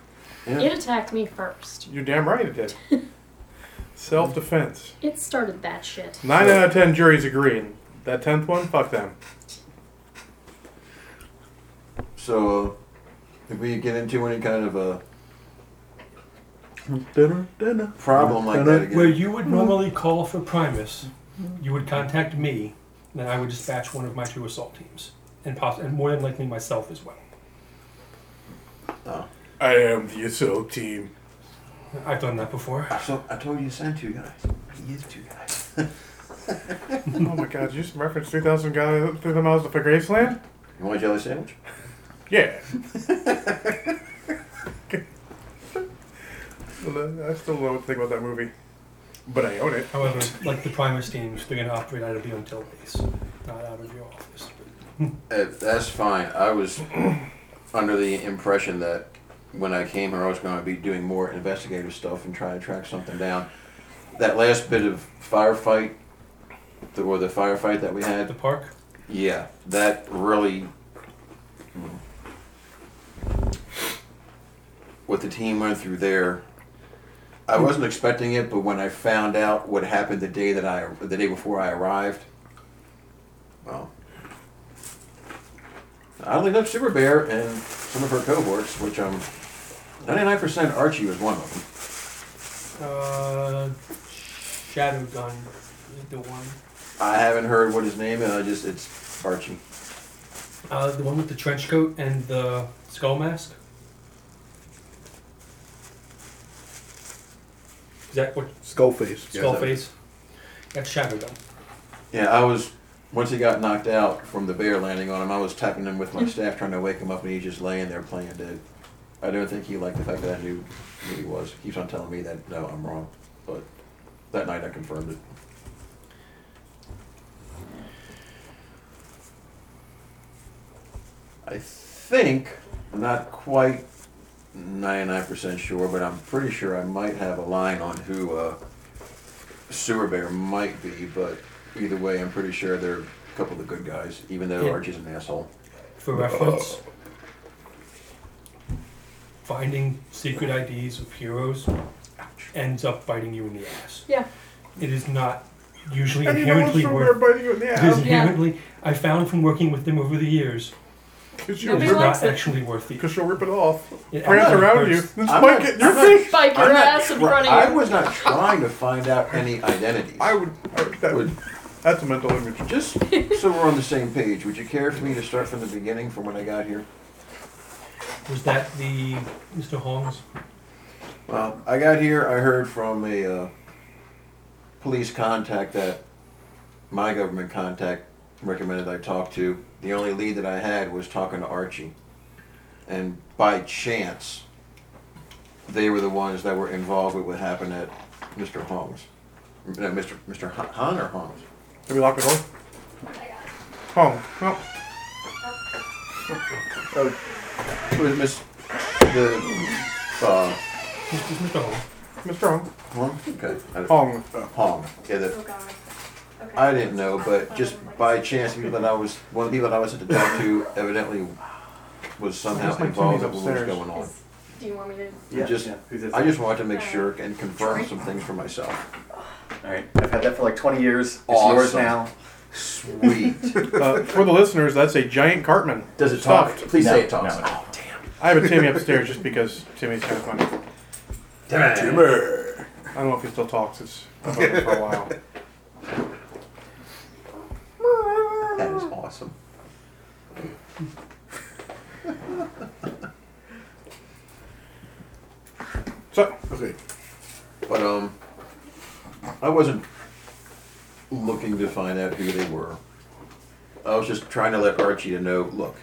Speaker 5: yeah.
Speaker 3: It attacked me first.
Speaker 1: You're damn right it did. Self defense.
Speaker 3: It started that shit.
Speaker 1: Nine out of ten juries agree. and That tenth one, fuck them.
Speaker 5: So, if we get into any kind of a problem like that
Speaker 4: where
Speaker 5: again,
Speaker 4: you would normally call for Primus, you would contact me, and then I would dispatch one of my two assault teams, and poss- and more than likely myself as well.
Speaker 5: Oh,
Speaker 1: I am the assault team.
Speaker 4: I've done that before.
Speaker 5: so I told you to send two guys. He is two guys.
Speaker 1: oh my god, you just referenced 3,000 guys, 3,000 miles to Graceland?
Speaker 5: You want a jelly sandwich?
Speaker 1: Yeah. I still don't know what to think about that movie, but I own it.
Speaker 4: However, like the Primus teams, they're going to operate out of your own base, not out of your office.
Speaker 5: Uh, that's fine. I was under the impression that when I came here, I was going to be doing more investigative stuff and try to track something down. That last bit of firefight, the, or the firefight that we
Speaker 4: At the
Speaker 5: had,
Speaker 4: park,
Speaker 5: yeah, that really. What the team went through there, I wasn't expecting it, but when I found out what happened the day that I, the day before I arrived, well, oddly enough, Super Bear and some of her cohorts, which um, ninety-nine percent Archie was one of them.
Speaker 4: uh, Shadow Gun is the one.
Speaker 5: I haven't heard what his name is. I just it's
Speaker 7: Archie.
Speaker 4: Uh, the one with the trench coat and the skull mask. Is that what
Speaker 2: Skull face.
Speaker 7: Yeah,
Speaker 4: skull
Speaker 7: that-
Speaker 4: face? That's shadow gun.
Speaker 5: Yeah, I was once he got knocked out from the bear landing on him. I was tapping him with my staff, trying to wake him up, and he's just laying there playing dead. I don't think he liked the fact that I knew who he was. He keeps on telling me that no, I'm wrong, but that night I confirmed it. I think I'm not quite 99% sure, but I'm pretty sure I might have a line on who uh, Sewer Bear might be, but either way, I'm pretty sure they're a couple of the good guys, even though
Speaker 4: Yeah.
Speaker 5: Archie's an asshole.
Speaker 4: For reference, finding secret IDs of heroes ends up biting you in the ass.
Speaker 3: Yeah.
Speaker 4: It is not usually
Speaker 2: And you know what's from
Speaker 4: inherently
Speaker 2: there
Speaker 4: worth.
Speaker 2: biting you in the
Speaker 4: It is
Speaker 2: ass?
Speaker 3: Yeah.
Speaker 4: inherently. I found from working with them over the years,
Speaker 2: Because
Speaker 4: it
Speaker 2: you'll,
Speaker 3: Nobody
Speaker 4: is
Speaker 2: rip-
Speaker 4: not
Speaker 3: likes it.
Speaker 4: actually worth the.
Speaker 2: 'cause you'll rip it off.
Speaker 4: it
Speaker 1: Wrapped
Speaker 4: actually
Speaker 1: around
Speaker 4: hurts.
Speaker 1: you. This
Speaker 5: I'm
Speaker 1: might
Speaker 5: not-
Speaker 1: get in your
Speaker 5: I'm not-
Speaker 1: face.
Speaker 3: Spike your
Speaker 5: I'm not
Speaker 3: ass in
Speaker 5: try-
Speaker 3: front
Speaker 5: I
Speaker 3: of you.
Speaker 5: was not trying to find out any identities.
Speaker 2: I would. I would, that would
Speaker 5: Would-
Speaker 2: that's a mental image.
Speaker 5: Just so we're on the same page, would you care for me to start from the beginning, from when I got here?
Speaker 4: Was that the Mr. Holmes?
Speaker 5: Well, Um, I got here. I heard from a uh, police contact that my government contact recommended I talk to. The only lead that I had was talking to Archie, and by chance, they were the ones that were involved with what happened at Mr. Holmes. uh, No, Mr. Mr. Hon- Hahn or Holmes.
Speaker 2: Have you locked the door?
Speaker 1: Oh, well,
Speaker 5: It was Oh, Miss the uh,
Speaker 4: Mr. Mr. Holmes.
Speaker 1: Mr. Hong.
Speaker 5: Hong? Okay. I-
Speaker 1: Hong.
Speaker 5: Hong. Yeah, the
Speaker 6: Oh god. Okay.
Speaker 5: I didn't know, but just by chance, people that I was one of the people that I was at the talk to evidently was somehow
Speaker 1: There's like
Speaker 5: involved in
Speaker 1: somebody
Speaker 5: what was
Speaker 1: upstairs.
Speaker 5: going on.
Speaker 6: Is- do you want me to?
Speaker 5: You just-
Speaker 10: who's this?
Speaker 5: I just wanted to make sure and confirm some things for myself.
Speaker 10: All right, I've had that for like 20 years. It's yours
Speaker 5: Awesome.
Speaker 10: now.
Speaker 5: Sweet.
Speaker 1: Uh, for the listeners, that's a giant Cartman.
Speaker 5: Does it talk?
Speaker 1: Stuffed.
Speaker 5: Please
Speaker 10: No,
Speaker 5: say it talks.
Speaker 10: no.
Speaker 5: Oh, damn.
Speaker 1: I have a Timmy upstairs just because Timmy's kind of funny.
Speaker 5: Damn it.
Speaker 2: Timber.
Speaker 1: I don't know if he still talks. It's I've known him for a while.
Speaker 5: That is awesome.
Speaker 1: So,
Speaker 2: Okay.
Speaker 5: But um, I wasn't looking to find out who they were. I was just trying to let Archie to know. Look,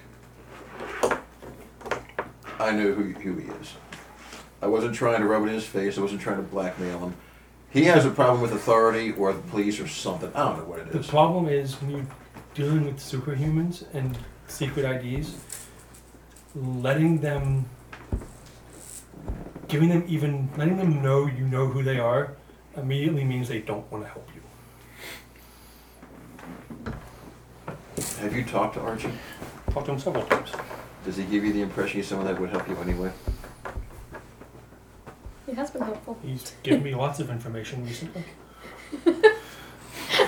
Speaker 5: I know who who he is. I wasn't trying to rub it in his face. I wasn't trying to blackmail him. He has a problem with authority or the police or something. I don't know what it
Speaker 4: The
Speaker 5: is.
Speaker 4: problem is when you're dealing with superhumans and secret IDs, letting them, giving them even, letting them know you know who they are immediately means they don't want to help you.
Speaker 5: Have you talked to Archie?
Speaker 4: Talked to him several times.
Speaker 5: Does he give you the impression he's someone that would help you anyway?
Speaker 3: He has been helpful.
Speaker 4: He's given me lots of information recently.
Speaker 5: Am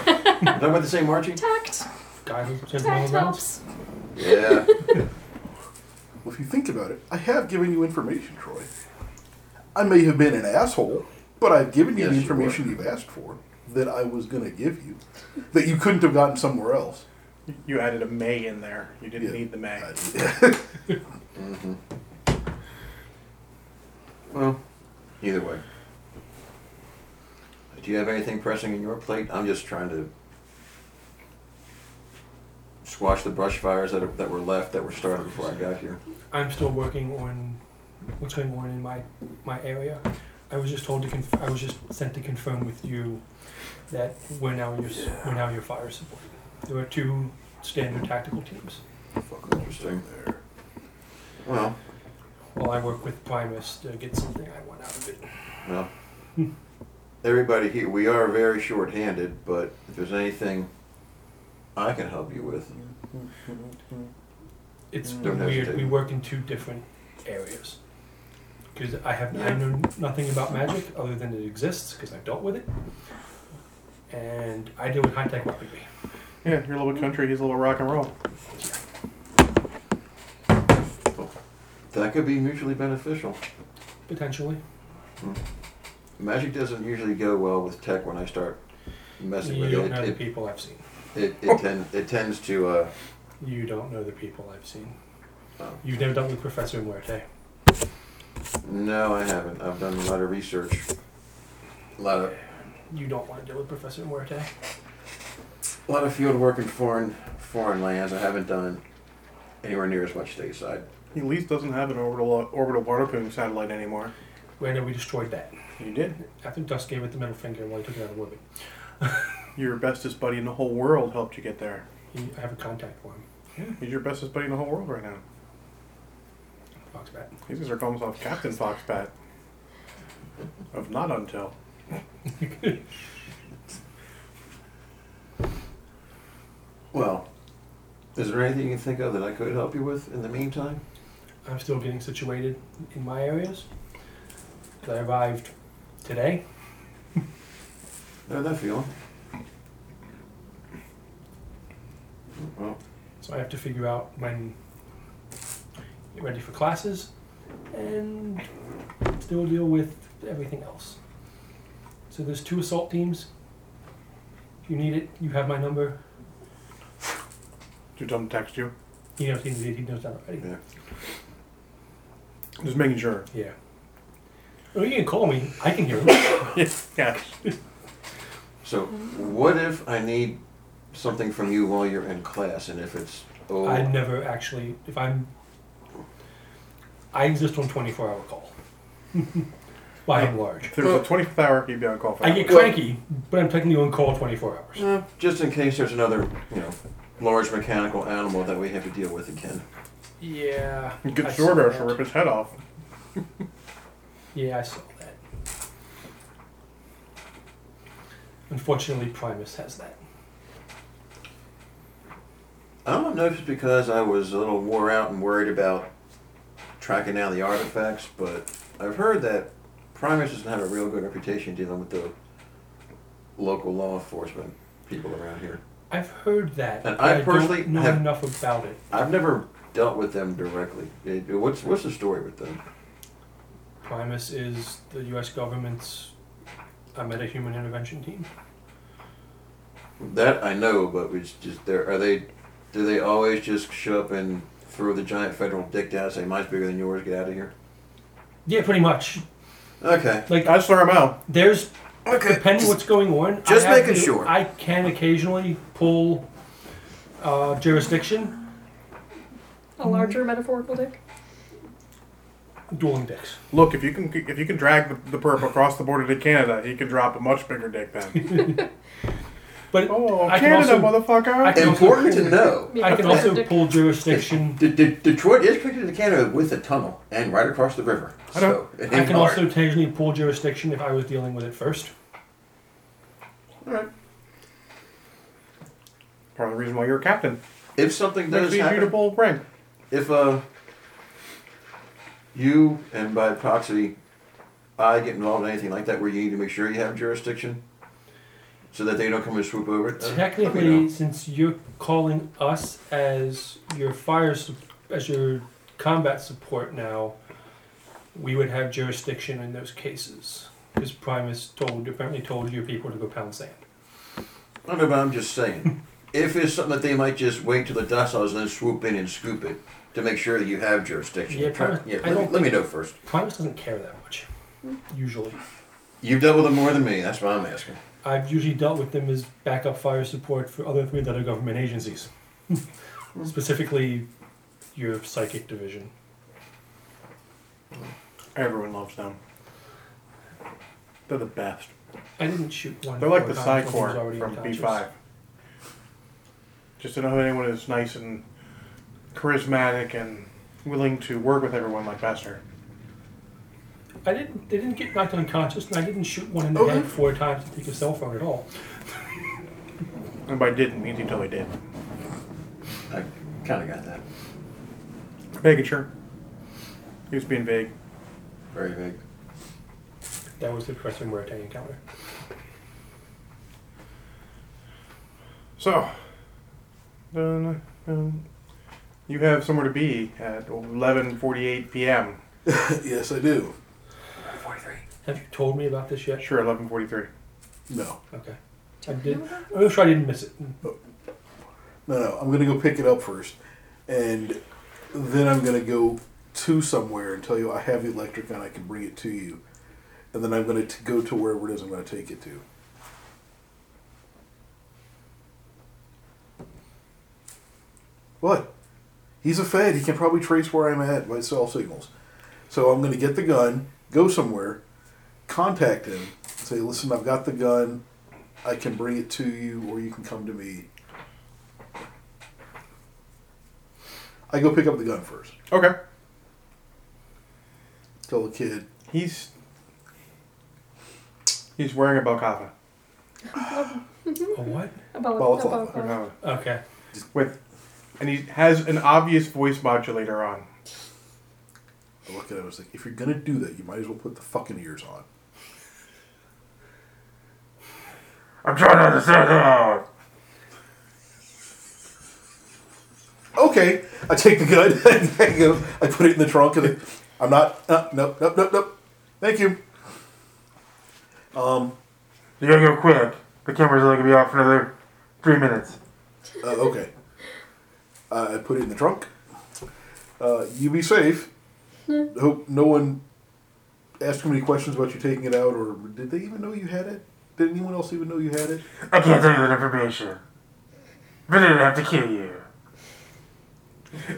Speaker 5: I talking about the same Archie?
Speaker 3: Tact.
Speaker 4: Guy who sent him all
Speaker 3: Tact
Speaker 4: around.
Speaker 3: helps.
Speaker 5: Yeah.
Speaker 2: Well, if you think about it, I have given you information, Troy. I may have been an asshole, but I've given you
Speaker 5: Yes,
Speaker 2: the
Speaker 5: you
Speaker 2: information
Speaker 5: were.
Speaker 2: you've asked for that I was going to give you that you couldn't have gotten somewhere else.
Speaker 1: you added a May in there. You didn't
Speaker 2: Yeah.
Speaker 1: need the May.
Speaker 5: Well, either way. Do you have anything pressing in your plate? I'm just trying to squash the brush fires that, that were left that were started before I got here.
Speaker 4: I'm still working on what's going on in my, my area. I was just told to conf- I was just sent to confirm with you that we're now your s we're now your fire support. There are two standard tactical teams.
Speaker 5: Fucking interesting. Well,
Speaker 4: Well, I work with Primus to get something I want out of it.
Speaker 5: well. Hmm. Everybody here, we are very short-handed, but if there's anything I can help you with,
Speaker 4: It's
Speaker 5: Don't
Speaker 4: weird.
Speaker 5: hesitate.
Speaker 4: We work in two different areas. Because I have I know nothing about magic other than it exists because I've dealt with it, and I deal with high tech weaponry.
Speaker 1: Yeah, you're a little country. He's a little rock and roll.
Speaker 5: that could be mutually beneficial.
Speaker 4: Potentially,
Speaker 5: Magic doesn't usually go well with tech when I start messing
Speaker 4: you
Speaker 5: with
Speaker 4: don't
Speaker 5: it.
Speaker 4: know the
Speaker 5: It-
Speaker 4: people I've seen.
Speaker 5: It it, tend, it tends to. Uh,
Speaker 4: You don't know the people I've seen.
Speaker 5: Oh.
Speaker 4: You've never dealt with Professor Muerte.
Speaker 5: no, I haven't. I've done a lot of research. A lot of
Speaker 4: You don't want to deal with Professor Muerte.
Speaker 5: a lot of field work in foreign foreign lands. I haven't done anywhere near as much stateside.
Speaker 1: He at least doesn't have an orbital orbital water boom satellite anymore.
Speaker 4: Granted, we destroyed that.
Speaker 1: You did.
Speaker 4: After Dust gave it the middle finger while he took it out of orbit.
Speaker 1: Your bestest buddy in the whole world helped you get there.
Speaker 4: He, I have a contact for him.
Speaker 1: Yeah, he's your bestest buddy in the whole world right now.
Speaker 4: Foxbat.
Speaker 1: He's gonna start calling himself Captain Foxbat. Of not until.
Speaker 5: Well, is there anything you can think of that I could help you with in the meantime?
Speaker 4: I'm still getting situated in my areas. I arrived today.
Speaker 5: No, that feeling. Well,
Speaker 4: So I have to figure out when get ready for classes and still deal with everything else. So there's two assault teams. If you need it, you have my number.
Speaker 1: Do Tom text you?
Speaker 4: He knows he, he knows that already.
Speaker 5: yeah.
Speaker 1: Just making sure.
Speaker 4: Yeah. Well, you can call me. I can hear him.
Speaker 1: yeah.
Speaker 5: So, what if I need something from you while you're in class, and if it's oh,
Speaker 4: I never actually. If I'm, I exist on 24 hour call. By and large,
Speaker 1: If there was a 25th hour, he'd be on call for
Speaker 4: I
Speaker 1: that.
Speaker 4: get cranky, but I'm technically on call 24 hours.
Speaker 5: eh, just in case there's another, you know, large mechanical animal that we have to deal with again.
Speaker 4: Yeah.
Speaker 1: You
Speaker 4: I
Speaker 1: Get
Speaker 4: saw
Speaker 1: Zorbash to
Speaker 4: that.
Speaker 1: rip his head off.
Speaker 4: Yeah, I saw that. Unfortunately, Primus has that.
Speaker 5: I don't know if it's because I was a little wore out and worried about tracking down the artifacts, but I've heard that Primus doesn't have a real good reputation dealing with the local law enforcement people around here.
Speaker 4: I've heard that.
Speaker 5: And
Speaker 4: but
Speaker 5: I
Speaker 4: don't
Speaker 5: personally
Speaker 4: know
Speaker 5: have-
Speaker 4: enough about it.
Speaker 5: I've never dealt with them directly. It- what's what's the story with them?
Speaker 4: Primus is the U.S. government's uh, meta-human intervention team.
Speaker 5: That I know, but it's just there. Are they? Do they always just show up and throw the giant federal dick down and say mine's bigger than yours? Get out of here.
Speaker 4: Yeah, pretty much.
Speaker 5: Okay.
Speaker 4: Like
Speaker 1: That's Laramel.
Speaker 4: there's
Speaker 5: Okay.
Speaker 4: depending what's going on. I
Speaker 5: just
Speaker 4: have
Speaker 5: making
Speaker 4: to-
Speaker 5: sure.
Speaker 4: I can occasionally pull uh, jurisdiction
Speaker 3: A larger metaphorical dick.
Speaker 4: dueling dicks.
Speaker 1: Look, if you can if you can drag the, the perp across the border to Canada, he can drop a much bigger dick then.
Speaker 4: But
Speaker 1: Oh,
Speaker 4: I can
Speaker 1: Canada,
Speaker 4: also
Speaker 1: motherfucker!
Speaker 4: I can-
Speaker 5: Important to know.
Speaker 4: I can also
Speaker 3: Dick.
Speaker 4: pull jurisdiction.
Speaker 5: D- D- Detroit is connected to Canada with a tunnel and right across the river.
Speaker 1: I
Speaker 5: So
Speaker 1: don't-
Speaker 5: it
Speaker 4: I
Speaker 5: ain't
Speaker 4: can
Speaker 5: hard.
Speaker 4: also occasionally pull jurisdiction if I was dealing with it first.
Speaker 1: Part of the reason why you're a captain.
Speaker 5: if something
Speaker 1: Makes
Speaker 5: does
Speaker 1: me
Speaker 5: happen,
Speaker 1: immutable brain.
Speaker 5: if uh, you and by proxy, I get involved in anything like that where you need to make sure you have jurisdiction, so that they don't come and swoop over it. uh, let me know.
Speaker 4: Technically, since you're calling us as your fire, sup- as your combat support now, we would have jurisdiction in those cases. Because Primus told, apparently told your people to go pound sand.
Speaker 5: I know, but I'm just saying. if it's something that they might just wait till the dust settles and then swoop in and scoop it to make sure that you have jurisdiction.
Speaker 4: Yeah,
Speaker 5: Try-
Speaker 4: probably-
Speaker 5: yeah let,
Speaker 4: I
Speaker 5: me,
Speaker 4: don't
Speaker 5: let me know first.
Speaker 4: Primus doesn't care that much, usually.
Speaker 5: You've dealt with them more than me. That's why I'm asking.
Speaker 4: I've usually dealt with them as backup fire support for other three other government agencies, specifically your psychic division.
Speaker 1: Everyone loves them. They're the best.
Speaker 4: I didn't shoot one.
Speaker 1: They're like
Speaker 4: four
Speaker 1: the
Speaker 4: times when he was
Speaker 1: Psycor
Speaker 4: already
Speaker 1: from
Speaker 4: unconscious.
Speaker 1: B5. Just to know that anyone is nice and charismatic and willing to work with everyone like Bester.
Speaker 4: I didn't. They didn't get knocked unconscious, and I didn't shoot one in the
Speaker 2: Okay.
Speaker 4: head four times to take a cell phone at all.
Speaker 1: And by didn't means he totally did.
Speaker 5: I kind of got that.
Speaker 1: Making sure. He was being vague.
Speaker 5: Very big.
Speaker 4: That was the Professor Muerte encounter.
Speaker 1: So, dun, dun. you have somewhere to be at 11:48 p.m.
Speaker 2: yes, I do.
Speaker 4: Have you told me about this yet?
Speaker 1: Sure, 11:43.
Speaker 2: No.
Speaker 4: Okay. I did. I'm sure I didn't miss it.
Speaker 2: no, no, I'm going to go pick it up first. And then I'm going to go to somewhere and tell you I have the electric and I can bring it to you. And then I'm going to go to wherever it is I'm going to take it to. What? He's a Fed. He can probably trace where I'm at by cell signals. So I'm going to get the gun, go somewhere, contact him, say, listen, I've got the gun. I can bring it to you, or you can come to me. I go pick up the gun first.
Speaker 1: Okay.
Speaker 2: Tell the kid,
Speaker 1: He's he's wearing a balaclava.
Speaker 4: A what?
Speaker 3: A bal-
Speaker 2: Balaclava.
Speaker 3: a balaclava.
Speaker 1: Balaclava.
Speaker 4: Okay.
Speaker 1: With and he has an obvious voice modulator on.
Speaker 2: I look at him, I was like, if you're going to do that, you might as well put the fucking ears on.
Speaker 1: I'm trying to understand. uh,
Speaker 2: Okay. I take the gun, I go, I put it in the trunk, and I'm not, uh, nope, nope, nope, nope. Thank you. Um,
Speaker 1: You gotta go quick. The camera's only gonna be off for another three minutes.
Speaker 2: Uh, okay. Uh, I put it in the trunk. Uh, you be safe. Hope no one asked too many questions about you taking it out, or did they even know you had it? Did anyone else even know you had it?
Speaker 1: I can't tell you that information. But they didn't have to kill you.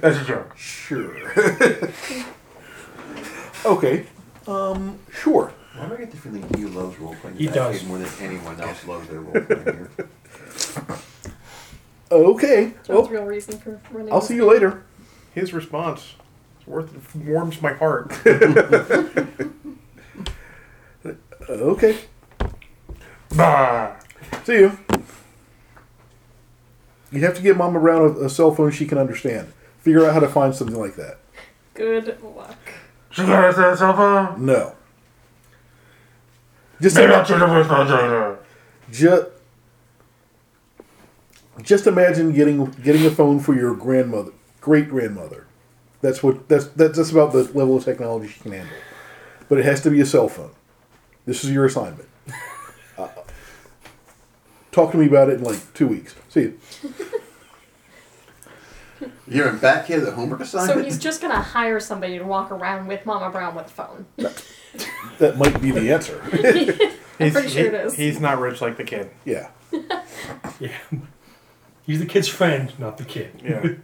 Speaker 1: That's a joke.
Speaker 2: Sure. okay. Um. Sure.
Speaker 7: Why do I get the feeling he loves role playing?
Speaker 4: He does.
Speaker 7: more than anyone else loves their role playing here.
Speaker 2: Okay.
Speaker 5: Oh.
Speaker 3: John's
Speaker 2: Well,
Speaker 3: real reason for running.
Speaker 2: I'll see you later.
Speaker 1: His response is worth it warms my heart.
Speaker 2: Okay.
Speaker 1: bah.
Speaker 2: See you. You have to get mom around a, a cell phone she can understand. Figure out how to find something like that.
Speaker 3: Good luck.
Speaker 1: She got us that cell phone.
Speaker 2: No. Just
Speaker 1: Maybe I'll change the voice modulator.
Speaker 2: just just imagine getting getting a phone for your grandmother, great grandmother. That's what that's that's just about the level of technology she can handle. But it has to be a cell phone. This is your assignment. Uh, talk to me about it in like two weeks. See you.
Speaker 7: You're in back here, the homework assignment?
Speaker 3: So he's just gonna hire somebody to walk around with Mama Brown with a phone.
Speaker 2: That might be the answer.
Speaker 1: He's,
Speaker 3: pretty sure
Speaker 1: he-
Speaker 3: it is.
Speaker 1: He's not rich like the kid.
Speaker 2: yeah.
Speaker 4: Yeah. He's the kid's friend, not the kid.
Speaker 1: Yeah.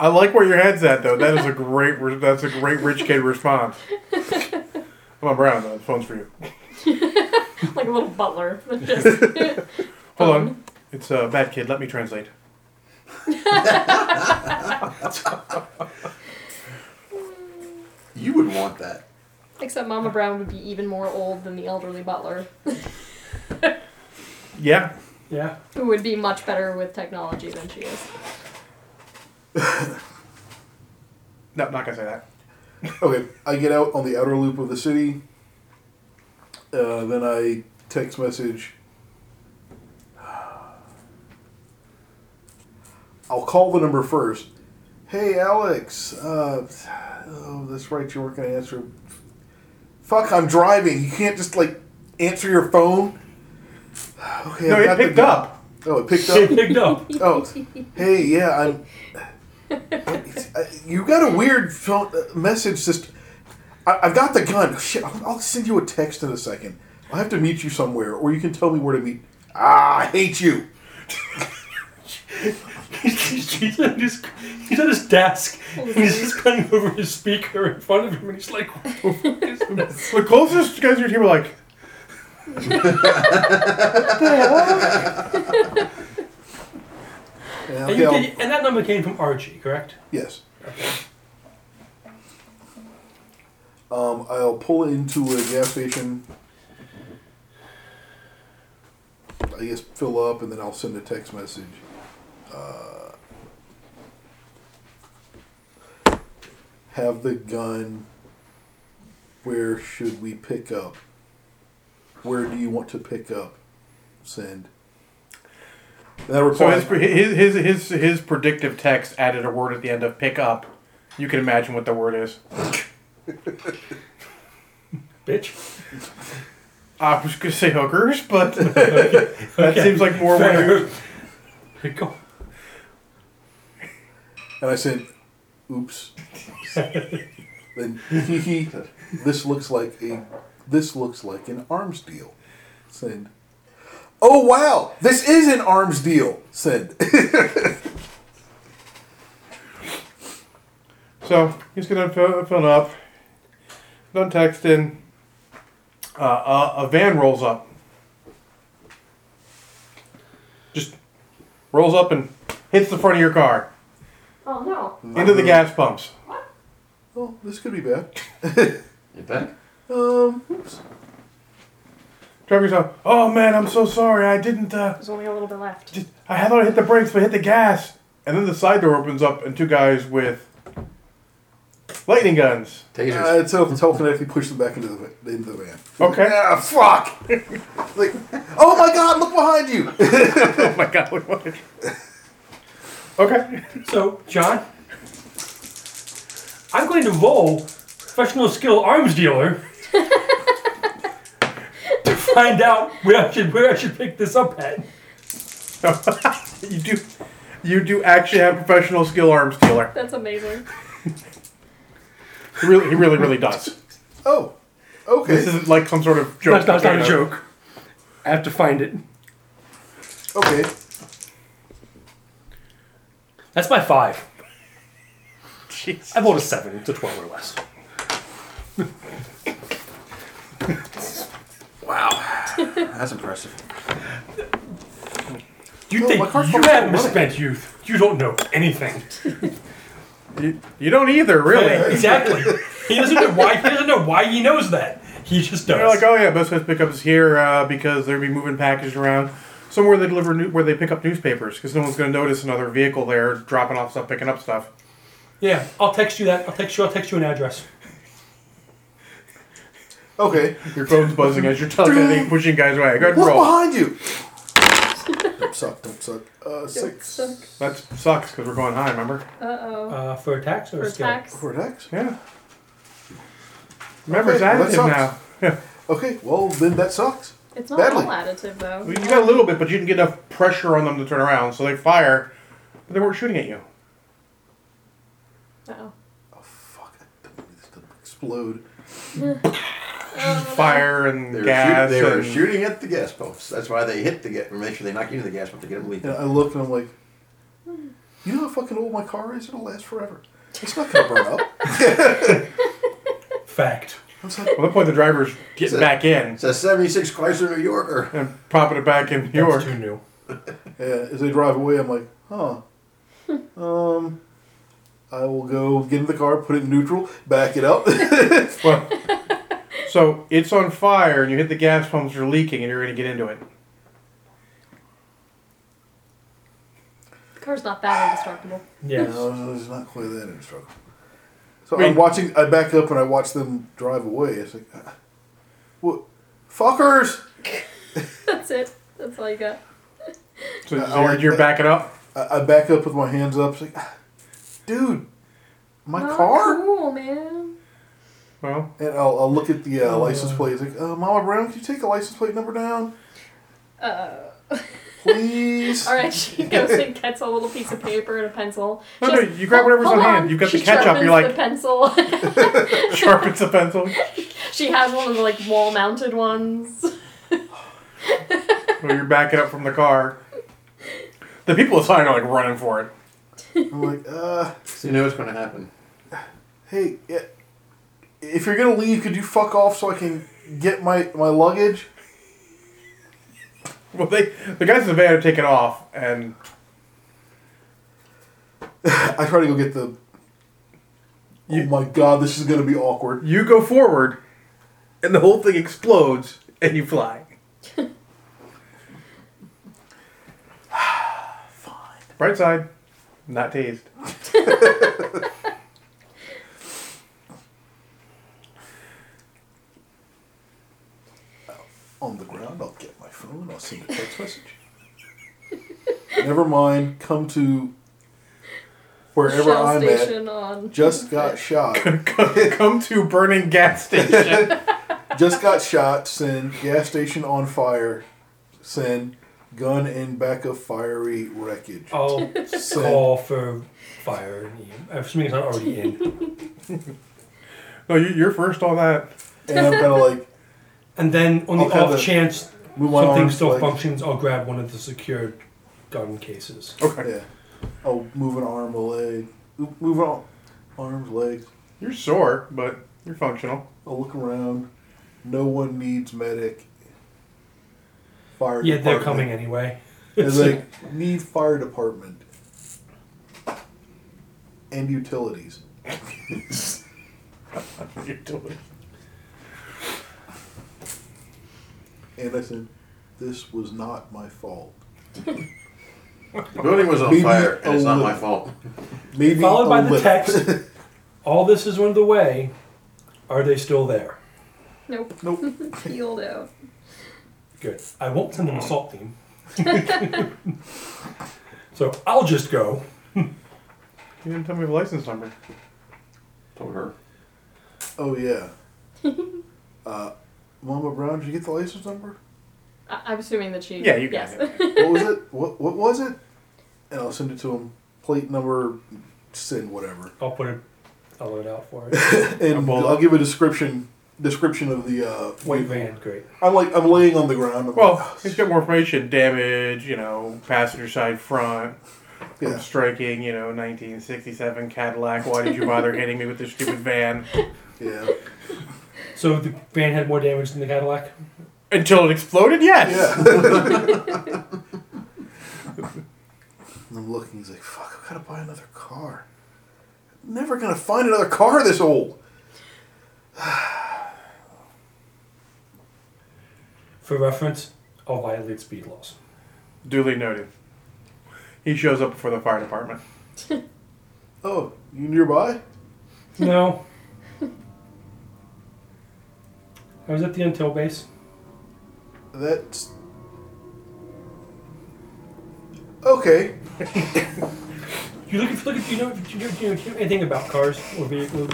Speaker 1: I like where your head's at though. That is a great. re- That's a great rich kid response. Come on, Brown. The phone's for you.
Speaker 3: like a little butler. that just-
Speaker 1: Hold on. It's a uh, bad kid. Let me translate.
Speaker 7: you would want that.
Speaker 3: Except Mama Brown would be even more old than the elderly butler,
Speaker 1: Yeah.
Speaker 4: Yeah.
Speaker 3: who would be much better with technology than she is.
Speaker 1: No, I'm not gonna say that.
Speaker 2: Okay, I get out on the outer loop of the city. Uh, then I text message. I'll call the number first. Hey, Alex. Uh, oh, that's right. You weren't going to answer. Fuck, I'm driving. You can't just, like, answer your phone. Okay,
Speaker 1: no,
Speaker 2: I've
Speaker 1: it
Speaker 2: got the
Speaker 1: picked
Speaker 2: gun.
Speaker 1: up.
Speaker 2: Oh, it picked
Speaker 4: Kid
Speaker 2: up?
Speaker 4: picked up.
Speaker 2: Oh, hey, yeah, I'm. You got a weird phone uh, message. Just, I, I've got the gun. Shit, I'll, I'll send you a text in a second. I'll have to meet you somewhere, or you can tell me where to meet. Ah, I hate you.
Speaker 4: he's, on his, he's on his desk. And he's just cutting over his speaker in front of him, and he's like,
Speaker 1: The closest guys in your team were like,
Speaker 2: Yeah,
Speaker 4: and,
Speaker 2: okay,
Speaker 4: you
Speaker 2: I'll-
Speaker 4: did- and that number came from RG, correct?
Speaker 2: yes. Um, I'll pull into a gas station. I guess fill up, and then I'll send a text message. Uh, have the gun. Where should we pick up? Where do you want to pick up? Send. And I
Speaker 1: so
Speaker 2: reply.
Speaker 1: his, his his his his predictive text added a word at the end of pick up. You can imagine what the word is.
Speaker 4: Bitch.
Speaker 1: I was gonna say hookers, but that
Speaker 4: Okay.
Speaker 1: seems like more.
Speaker 4: Fair.
Speaker 1: What
Speaker 4: Pick up.
Speaker 2: And I sent, oops. then hee hee, this looks like a this looks like an arms deal. Send. Oh wow, this is an arms deal. Send.
Speaker 1: So he's gonna fill, fill up. Done texting. Uh, uh, a van rolls up. Just rolls up and hits the front of your car
Speaker 6: Oh
Speaker 5: Hmm.
Speaker 6: no.
Speaker 1: into the gas pumps.
Speaker 2: oh, this could be bad.
Speaker 5: You bet.
Speaker 2: Um, oops.
Speaker 1: Driver's like, "Oh man, I'm so sorry. I didn't. Uh,
Speaker 3: There's only a little bit left.
Speaker 1: just, I thought I hit the brakes, but I hit the gas." And then the side door opens up, and two guys with lightning guns.
Speaker 5: Tasers.
Speaker 2: Uh, it's help- it's helping if you push them back into the va- into the van.
Speaker 1: Okay.
Speaker 2: Ah, fuck! like, oh my god, look behind you!
Speaker 1: oh my god. look what it- okay.
Speaker 4: So, John, I'm going to roll professional skill arms dealer to find out where I should where I should pick this up at.
Speaker 1: you do. You do actually have professional skill arms dealer.
Speaker 3: That's amazing.
Speaker 1: He really, he really, really does.
Speaker 2: oh,
Speaker 1: This
Speaker 2: okay,
Speaker 1: isn't like some sort of joke.
Speaker 4: That's not, that's not
Speaker 1: you
Speaker 4: a
Speaker 1: know.
Speaker 4: joke. I have to find it.
Speaker 2: okay.
Speaker 4: That's my five.
Speaker 1: Jeez.
Speaker 4: I rolled a seven. It's a twelve or less.
Speaker 10: That's impressive.
Speaker 4: You
Speaker 2: Oh,
Speaker 4: think
Speaker 2: my car's
Speaker 4: you
Speaker 2: full
Speaker 4: have
Speaker 2: of
Speaker 4: misspent youth? You don't know anything.
Speaker 1: You, you don't either, really.
Speaker 4: exactly. He doesn't know why. He doesn't know why he knows that. He just does.
Speaker 1: They're like, oh yeah, Best Coast pickups here uh, because they'll be moving package around. Somewhere they deliver new- where they pick up newspapers because no one's going to notice another vehicle there dropping off stuff, picking up stuff.
Speaker 4: Yeah, I'll text you that. I'll text you. I'll text you an address.
Speaker 2: Okay.
Speaker 1: Your phone's buzzing as you're telling them pushing guys away. Go ahead and
Speaker 2: What's
Speaker 1: roll.
Speaker 2: behind you? don't suck, don't suck. Uh, six.
Speaker 1: That sucks because we're going high. Remember?
Speaker 3: Uh oh.
Speaker 4: Uh, for attacks or
Speaker 3: For
Speaker 4: a skill?
Speaker 3: tax.
Speaker 2: Cortex?
Speaker 1: Yeah. Remember, it's
Speaker 2: Okay, well,
Speaker 1: additive
Speaker 2: that
Speaker 1: now.
Speaker 2: sucks. Okay, well, then that sucks.
Speaker 3: It's not
Speaker 2: Badly.
Speaker 3: all additive though.
Speaker 1: You got a little bit, but you didn't get enough pressure on them to turn around, so they fire, but they weren't shooting at you.
Speaker 3: Uh-oh.
Speaker 2: Oh, fuck. I don't want this to explode.
Speaker 1: Fire and
Speaker 5: They were,
Speaker 1: gas.
Speaker 5: shoot, they were
Speaker 1: and-
Speaker 5: shooting at the gas pumps. That's why they hit the gas. Make sure they knock you into the gas pump to get them leaking.
Speaker 2: And I look and I'm like, you know how fucking old my car is? It'll last forever. It's not gonna burn up.
Speaker 4: Fact.
Speaker 2: I was like,
Speaker 1: Well, at that point, the driver's getting
Speaker 5: So-
Speaker 1: back in
Speaker 5: It's a 76 Chrysler New Yorker.
Speaker 1: and popping it back in
Speaker 4: That's
Speaker 1: yours.
Speaker 4: too new.
Speaker 2: yeah, as they drive away, I'm like, huh. Um, I will go get in the car, put it in neutral, back it up.
Speaker 1: Well, so it's on fire, and you hit the gas pumps, are leaking, and you're going to get into it.
Speaker 3: The car's not that indestructible.
Speaker 4: Yeah.
Speaker 2: No, it's not quite that instructive. So
Speaker 1: Wait.
Speaker 2: I'm watching. I back up and I watch them drive away. It's like, "Ah, what, fuckers!
Speaker 3: That's it. That's all you got.
Speaker 1: So
Speaker 2: Uh,
Speaker 1: Zord, you're backing up.
Speaker 2: I, I back up with my hands up. It's like, "Ah, dude, my
Speaker 3: Not
Speaker 2: car.
Speaker 3: Cool, man.
Speaker 1: Well,
Speaker 2: And I'll, I'll look at the uh, license plate. It's like, uh, Mama Brown, can you take a license plate number down,
Speaker 3: Uh,
Speaker 2: please?
Speaker 3: all right, she goes and gets a little piece of paper and a pencil.
Speaker 1: No,
Speaker 3: She
Speaker 1: no,
Speaker 3: goes,
Speaker 1: you grab
Speaker 3: "Hold-
Speaker 1: whatever's on
Speaker 3: hold
Speaker 1: hand. You've got
Speaker 3: She
Speaker 1: the ketchup,
Speaker 3: sharpens
Speaker 1: you're like-
Speaker 3: the pencil.
Speaker 1: sharpens the pencil.
Speaker 3: she has one of the like wall-mounted ones.
Speaker 1: Well, you're backing up from the car. The people inside are like running for it.
Speaker 2: I'm like, uh,
Speaker 5: So you know what's going to happen.
Speaker 2: hey, yeah, if you're gonna leave, could you fuck off so I can get my my luggage?
Speaker 1: Well, they the guys in the van have taken off, and
Speaker 2: I try to go get the. oh my god, this is gonna be awkward.
Speaker 1: you go forward, and the whole thing explodes, and you fly. Right side, not tased.
Speaker 2: On the ground, I'll get my phone. I'll send a text message. Never mind. Come to wherever
Speaker 3: Shell
Speaker 2: I'm
Speaker 3: station on.
Speaker 2: at. Just got shot.
Speaker 1: Come to burning gas station.
Speaker 2: Just got shot. Send gas station on fire. Send Gun in back of fiery wreckage.
Speaker 4: I'll call for fire. and you- uh, Assuming it's not already in.
Speaker 1: No, Oh, you, you're first on that.
Speaker 2: And I'm kind of like,
Speaker 4: And then on the
Speaker 2: I'll have
Speaker 4: off
Speaker 2: the-
Speaker 4: chance
Speaker 2: move my
Speaker 4: something
Speaker 2: arms,
Speaker 4: still
Speaker 2: like-
Speaker 4: functions, I'll grab one of the secured gun cases.
Speaker 2: Yeah. I'll move an arm, a leg. Oop, Move on. Arms, legs.
Speaker 1: You're sore, but you're functional.
Speaker 2: I'll look around. No one needs medic. Fire
Speaker 4: Yeah, they're coming
Speaker 2: department.
Speaker 4: anyway.
Speaker 2: It's like, need fire department. And utilities.
Speaker 1: You're doing.
Speaker 2: And I said, this was not my fault.
Speaker 5: The building was on
Speaker 2: Maybe
Speaker 5: fire, and it's
Speaker 2: a
Speaker 5: not my
Speaker 2: little.
Speaker 5: fault.
Speaker 2: Maybe
Speaker 4: Followed
Speaker 2: a
Speaker 4: by the
Speaker 2: lift.
Speaker 4: text. All this is on the way. Are they still there?
Speaker 3: Nope.
Speaker 2: nope.
Speaker 3: Peeled out.
Speaker 4: Good. I won't send an assault team. so I'll just go.
Speaker 1: You didn't tell me the license number.
Speaker 5: Told her.
Speaker 2: Oh, yeah. Uh, Mama Brown, did you get the license number?
Speaker 3: I- I'm assuming that she.
Speaker 1: Yeah, you got
Speaker 3: yes.
Speaker 2: what was it? What what was it? And I'll send it to him. Plate number, sin whatever,
Speaker 4: I'll put it. I'll load out for it.
Speaker 2: and
Speaker 1: bullet.
Speaker 2: I'll give a description description of the uh,
Speaker 4: White van, great.
Speaker 2: I'm like I'm laying on the ground. I'm
Speaker 1: Well,
Speaker 2: like,
Speaker 1: he's got more information. Damage, you know, passenger side front. From
Speaker 2: yeah.
Speaker 1: striking, you know, 1967 Cadillac. Why did you bother hitting me with this stupid van?
Speaker 2: yeah,
Speaker 4: So the van had more damage than the Cadillac.
Speaker 1: Until it exploded? Yes.
Speaker 2: yeah. And I'm looking. He's like, "Fuck! I gotta buy another car. I'm never gonna find another car this old."
Speaker 4: For reference, I'll violate speed laws.
Speaker 1: Duly noted. He shows up before the fire department.
Speaker 2: Oh, you nearby?
Speaker 4: No. I was at the intel base.
Speaker 2: That's okay.
Speaker 4: You look if look if you know if you know, if you know anything about cars or vehicles.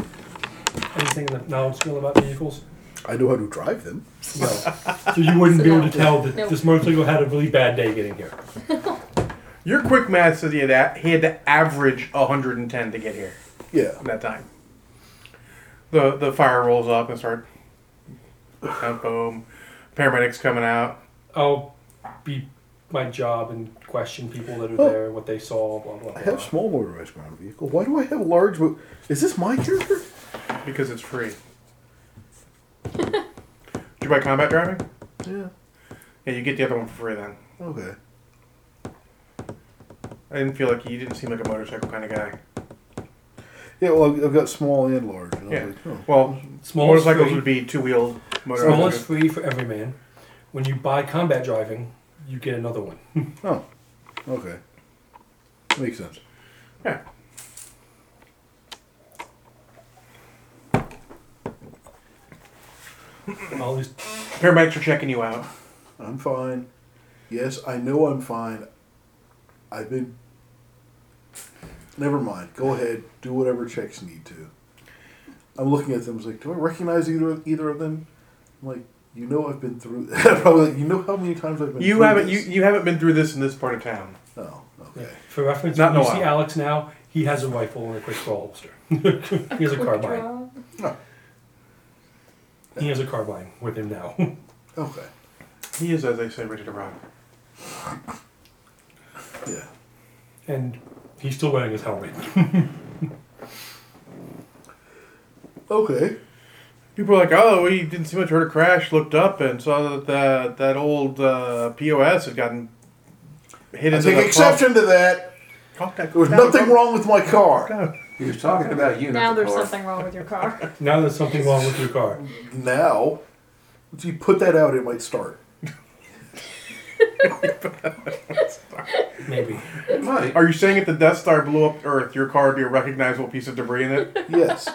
Speaker 4: Anything in the knowledge skill about vehicles?
Speaker 2: I know how to drive them.
Speaker 4: No. So you wouldn't be able to tell that
Speaker 3: No.
Speaker 4: this motorcycle had a really bad day getting here.
Speaker 1: Your quick math says he had, a- he had to average 110 to get here
Speaker 2: Yeah.
Speaker 1: at that time. The the fire rolls up and start. Boom. Paramedics coming out.
Speaker 4: I'll be my job and question people that are
Speaker 1: Oh.
Speaker 4: there, what they saw, blah blah.
Speaker 2: I
Speaker 4: blah.
Speaker 2: have small motorized ground vehicle. Why do I have large? Mo- Is this my character?
Speaker 1: Because it's free. Did you buy combat driving?
Speaker 2: Yeah.
Speaker 1: Yeah, you get the other one for free then.
Speaker 2: Okay.
Speaker 1: I didn't feel like you didn't seem like a motorcycle kind of guy.
Speaker 2: Yeah. Well, I've- I've got small and large. And I
Speaker 1: Yeah.
Speaker 2: was like, oh.
Speaker 1: Well,
Speaker 4: Small
Speaker 1: motorcycles
Speaker 4: free.
Speaker 1: would be two wheeled
Speaker 4: Small is
Speaker 1: motorcycles.
Speaker 4: free for every man. When you buy combat driving, you get another one.
Speaker 2: oh, okay. Makes sense.
Speaker 1: Yeah.
Speaker 4: I'll just
Speaker 1: Paramedics are checking you out.
Speaker 2: I'm fine. Yes, I know I'm fine. I've been. Never mind. Go ahead. Do whatever checks need to. I'm looking at them. I was like, do I recognize either either of them? I'm like, you know, I've been through. Probably, like, you know how many times I've been.
Speaker 1: You
Speaker 2: through
Speaker 1: haven't you,
Speaker 2: this?
Speaker 1: you haven't been through this in this part of town.
Speaker 2: Oh, okay.
Speaker 4: For reference,
Speaker 1: Not
Speaker 4: when
Speaker 1: in
Speaker 4: you
Speaker 1: a
Speaker 4: see
Speaker 1: while.
Speaker 4: Alex now, he has a rifle and a quick draw holster. he has a
Speaker 3: Quick
Speaker 4: carbine.
Speaker 3: draw.
Speaker 4: He has a carbine with him now.
Speaker 2: Okay.
Speaker 1: He is, as they say, ready to rock.
Speaker 2: Yeah.
Speaker 4: and he's still wearing his helmet.
Speaker 2: Okay.
Speaker 1: People are like, oh, we didn't see much. Heard a crash. Looked up and saw that that, that old uh, POS had gotten hit
Speaker 2: I
Speaker 1: into
Speaker 2: take
Speaker 1: the
Speaker 2: exception to that.
Speaker 1: pump.
Speaker 2: There was nothing wrong with my car.
Speaker 5: He was talking about you. not
Speaker 3: Now
Speaker 5: the
Speaker 3: there's
Speaker 5: car.
Speaker 3: something wrong with your car.
Speaker 4: Now there's something wrong with your car.
Speaker 2: Now, if you put that out, it might start.
Speaker 4: Maybe.
Speaker 5: It might.
Speaker 1: Are you saying if the Death Star blew up Earth, your car would be a recognizable piece of debris in it?
Speaker 2: Yes.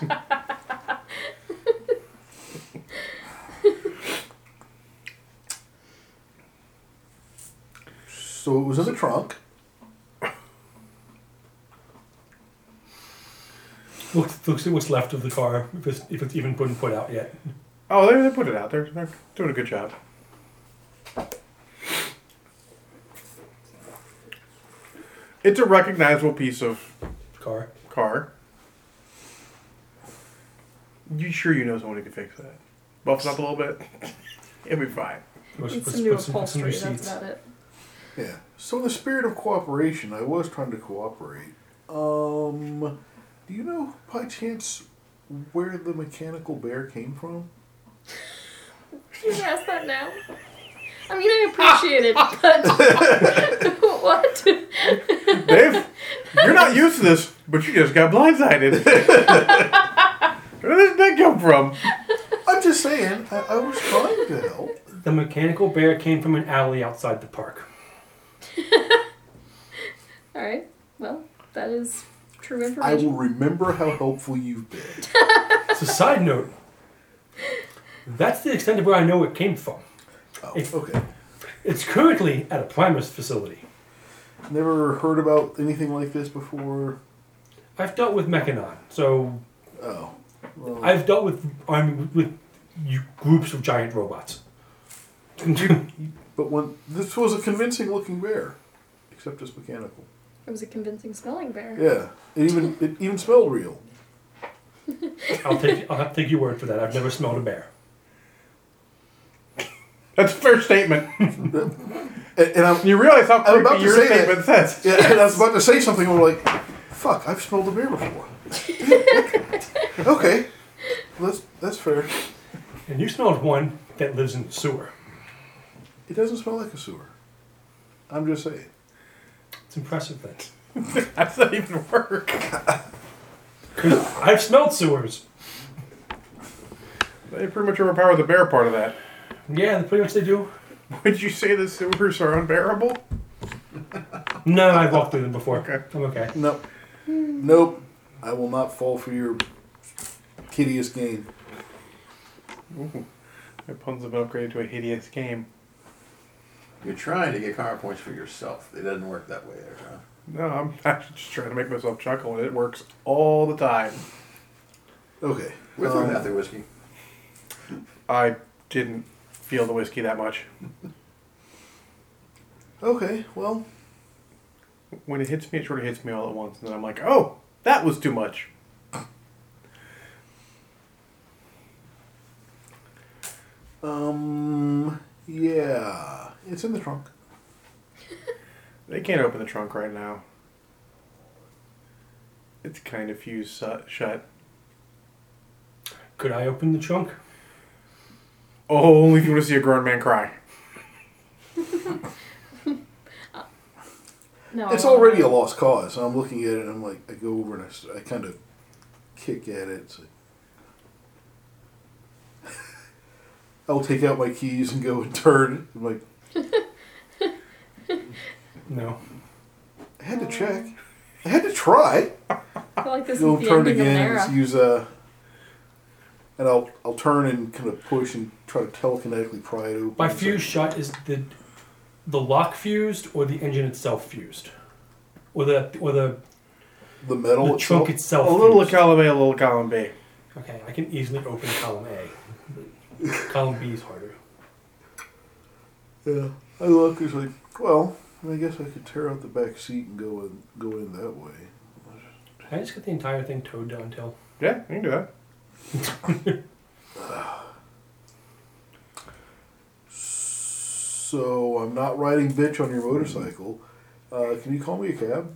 Speaker 2: so it was in the trunk.
Speaker 4: Looks, looks at what's left of the car, if it's, if it's even been put out yet.
Speaker 1: Oh, they, they put it out. They're, they're doing a good job. It's a recognizable piece of
Speaker 4: Car.
Speaker 1: car. You sure you know someone who can fix that? Buff it up a little bit. It'll be fine.
Speaker 4: Let's
Speaker 6: It's
Speaker 4: put-
Speaker 6: some new
Speaker 4: put some- put some new
Speaker 6: upholstery, that's
Speaker 4: seats.
Speaker 6: about it.
Speaker 2: Yeah. So in the spirit of cooperation, I was trying to cooperate. Um, do you know by chance where the mechanical bear came from?
Speaker 3: You can ask that now. I mean, I appreciate it, but what?
Speaker 1: Dave, you're not used to this, but you just got blindsided. Where did that come from?
Speaker 2: I'm just saying, I, I was trying to help.
Speaker 4: The mechanical bear came from an alley outside the park.
Speaker 3: All right. Well, that is true
Speaker 2: I will
Speaker 3: information.
Speaker 2: remember how helpful you've been.
Speaker 4: It's a side note. That's the extent of where I know it came from.
Speaker 2: Oh,
Speaker 4: It's-
Speaker 2: okay.
Speaker 4: It's currently at a Primus facility.
Speaker 2: Never heard about anything like this before.
Speaker 4: I've dealt with Mechanon, so
Speaker 2: Oh, well,
Speaker 4: I've dealt with army with you, groups of giant robots.
Speaker 2: but when this was a convincing looking bear, except it's mechanical.
Speaker 3: It was a convincing smelling bear.
Speaker 2: Yeah, it even it even smelled real.
Speaker 4: I'll take I'll have to take your word for that. I've never smelled a bear.
Speaker 1: That's a fair statement.
Speaker 2: And, and I'm
Speaker 1: You realize how
Speaker 2: I'm
Speaker 1: creepy
Speaker 2: about to
Speaker 1: your
Speaker 2: say that.
Speaker 1: statement says.
Speaker 2: Yeah, and I was about to say something. I'm like, fuck, I've smelled a beer before. okay, that's that's fair.
Speaker 4: And you smelled one that lives in the sewer.
Speaker 2: It doesn't smell like a sewer. I'm just saying.
Speaker 4: It's impressive then.
Speaker 1: That's not even work.
Speaker 4: 'Cause I've smelled sewers.
Speaker 1: They pretty much overpower the bear part of that.
Speaker 4: Yeah, pretty much they do.
Speaker 1: Would you say the sewers are unbearable?
Speaker 4: No, I've walked through them before.
Speaker 1: Okay.
Speaker 4: I'm okay.
Speaker 2: Nope. Nope. I will not fall for your hideous game.
Speaker 1: My puns have been upgraded to a hideous game.
Speaker 5: You're trying to get car points for yourself. It doesn't work that way, there, huh?
Speaker 1: No, I'm actually just trying to make myself chuckle, and it works all the time.
Speaker 2: Okay.
Speaker 5: With or
Speaker 2: um,
Speaker 5: without the whiskey.
Speaker 1: I didn't feel the whiskey that much.
Speaker 2: okay. Well,
Speaker 1: When it hits me, it sort of hits me all at once, and then I'm like, oh, that was too much.
Speaker 2: um, yeah, it's in the trunk.
Speaker 1: They can't open the trunk right now. It's kind of fused su- shut.
Speaker 4: Could I open the trunk?
Speaker 1: Oh, only if you want to see a grown man cry.
Speaker 3: No,
Speaker 2: It's already a lost cause. I'm looking at it. and I'm like, I go over and I s- I, kind of kick at it. It's like- I'll take out my keys and go and turn. I'm like,
Speaker 4: No.
Speaker 2: I had to check. I had to try.
Speaker 3: I feel like this
Speaker 2: Go
Speaker 3: is the
Speaker 2: turn
Speaker 3: ending
Speaker 2: again.
Speaker 3: of
Speaker 2: And
Speaker 3: an
Speaker 2: just
Speaker 3: era.
Speaker 2: use uh, and I'll I'll turn and kind of push and try to telekinetically pry it open.
Speaker 4: By
Speaker 2: It's like,
Speaker 4: fuse shot is the the lock fused or the engine itself fused, or the or the,
Speaker 2: the metal
Speaker 4: the
Speaker 2: itself.
Speaker 4: trunk itself.
Speaker 1: a little
Speaker 4: fused.
Speaker 1: column A, a little column B.
Speaker 4: Okay, I can easily open column A. column B is harder.
Speaker 2: Yeah, I look. It's like, well, I guess I could tear out the back seat and go in, go in that way.
Speaker 4: Can I just get the entire thing towed downhill?
Speaker 1: Yeah, you can do that.
Speaker 2: So I'm not riding bitch on your motorcycle. Uh, can you call me a cab?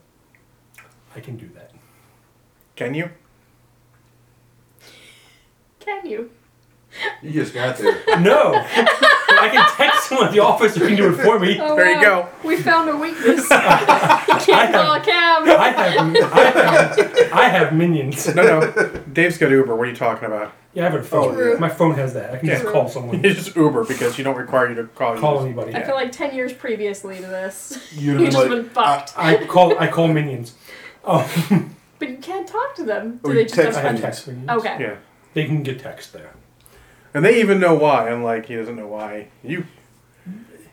Speaker 4: I can do that.
Speaker 1: Can you?
Speaker 3: Can you?
Speaker 5: You just got there.
Speaker 4: No, I can text someone at the office who can do it for me.
Speaker 3: Oh,
Speaker 1: There you
Speaker 3: wow. We found a weakness. Can't call a cab.
Speaker 4: I have, I have, I have minions.
Speaker 1: No, no. Dave's got Uber. What are you talking about?
Speaker 4: Yeah, I have a phone.
Speaker 2: Oh, yeah.
Speaker 4: My phone has that. I can just
Speaker 3: Yeah.
Speaker 4: call someone,
Speaker 1: It's just Uber because you don't require you to call.
Speaker 4: call
Speaker 1: you.
Speaker 4: anybody.
Speaker 3: I feel like 10 years previously to this,
Speaker 2: You'd
Speaker 3: you've just been fucked.
Speaker 4: I call, I call minions. Oh,
Speaker 3: but you can't talk to them.
Speaker 2: Or
Speaker 3: Do they
Speaker 2: Oh, you
Speaker 3: just
Speaker 2: text
Speaker 4: I
Speaker 3: have
Speaker 4: have
Speaker 2: them.
Speaker 4: text minions.
Speaker 3: Okay.
Speaker 1: Yeah,
Speaker 4: They can get text there.
Speaker 1: and they even know why. I'm like, he doesn't know why. You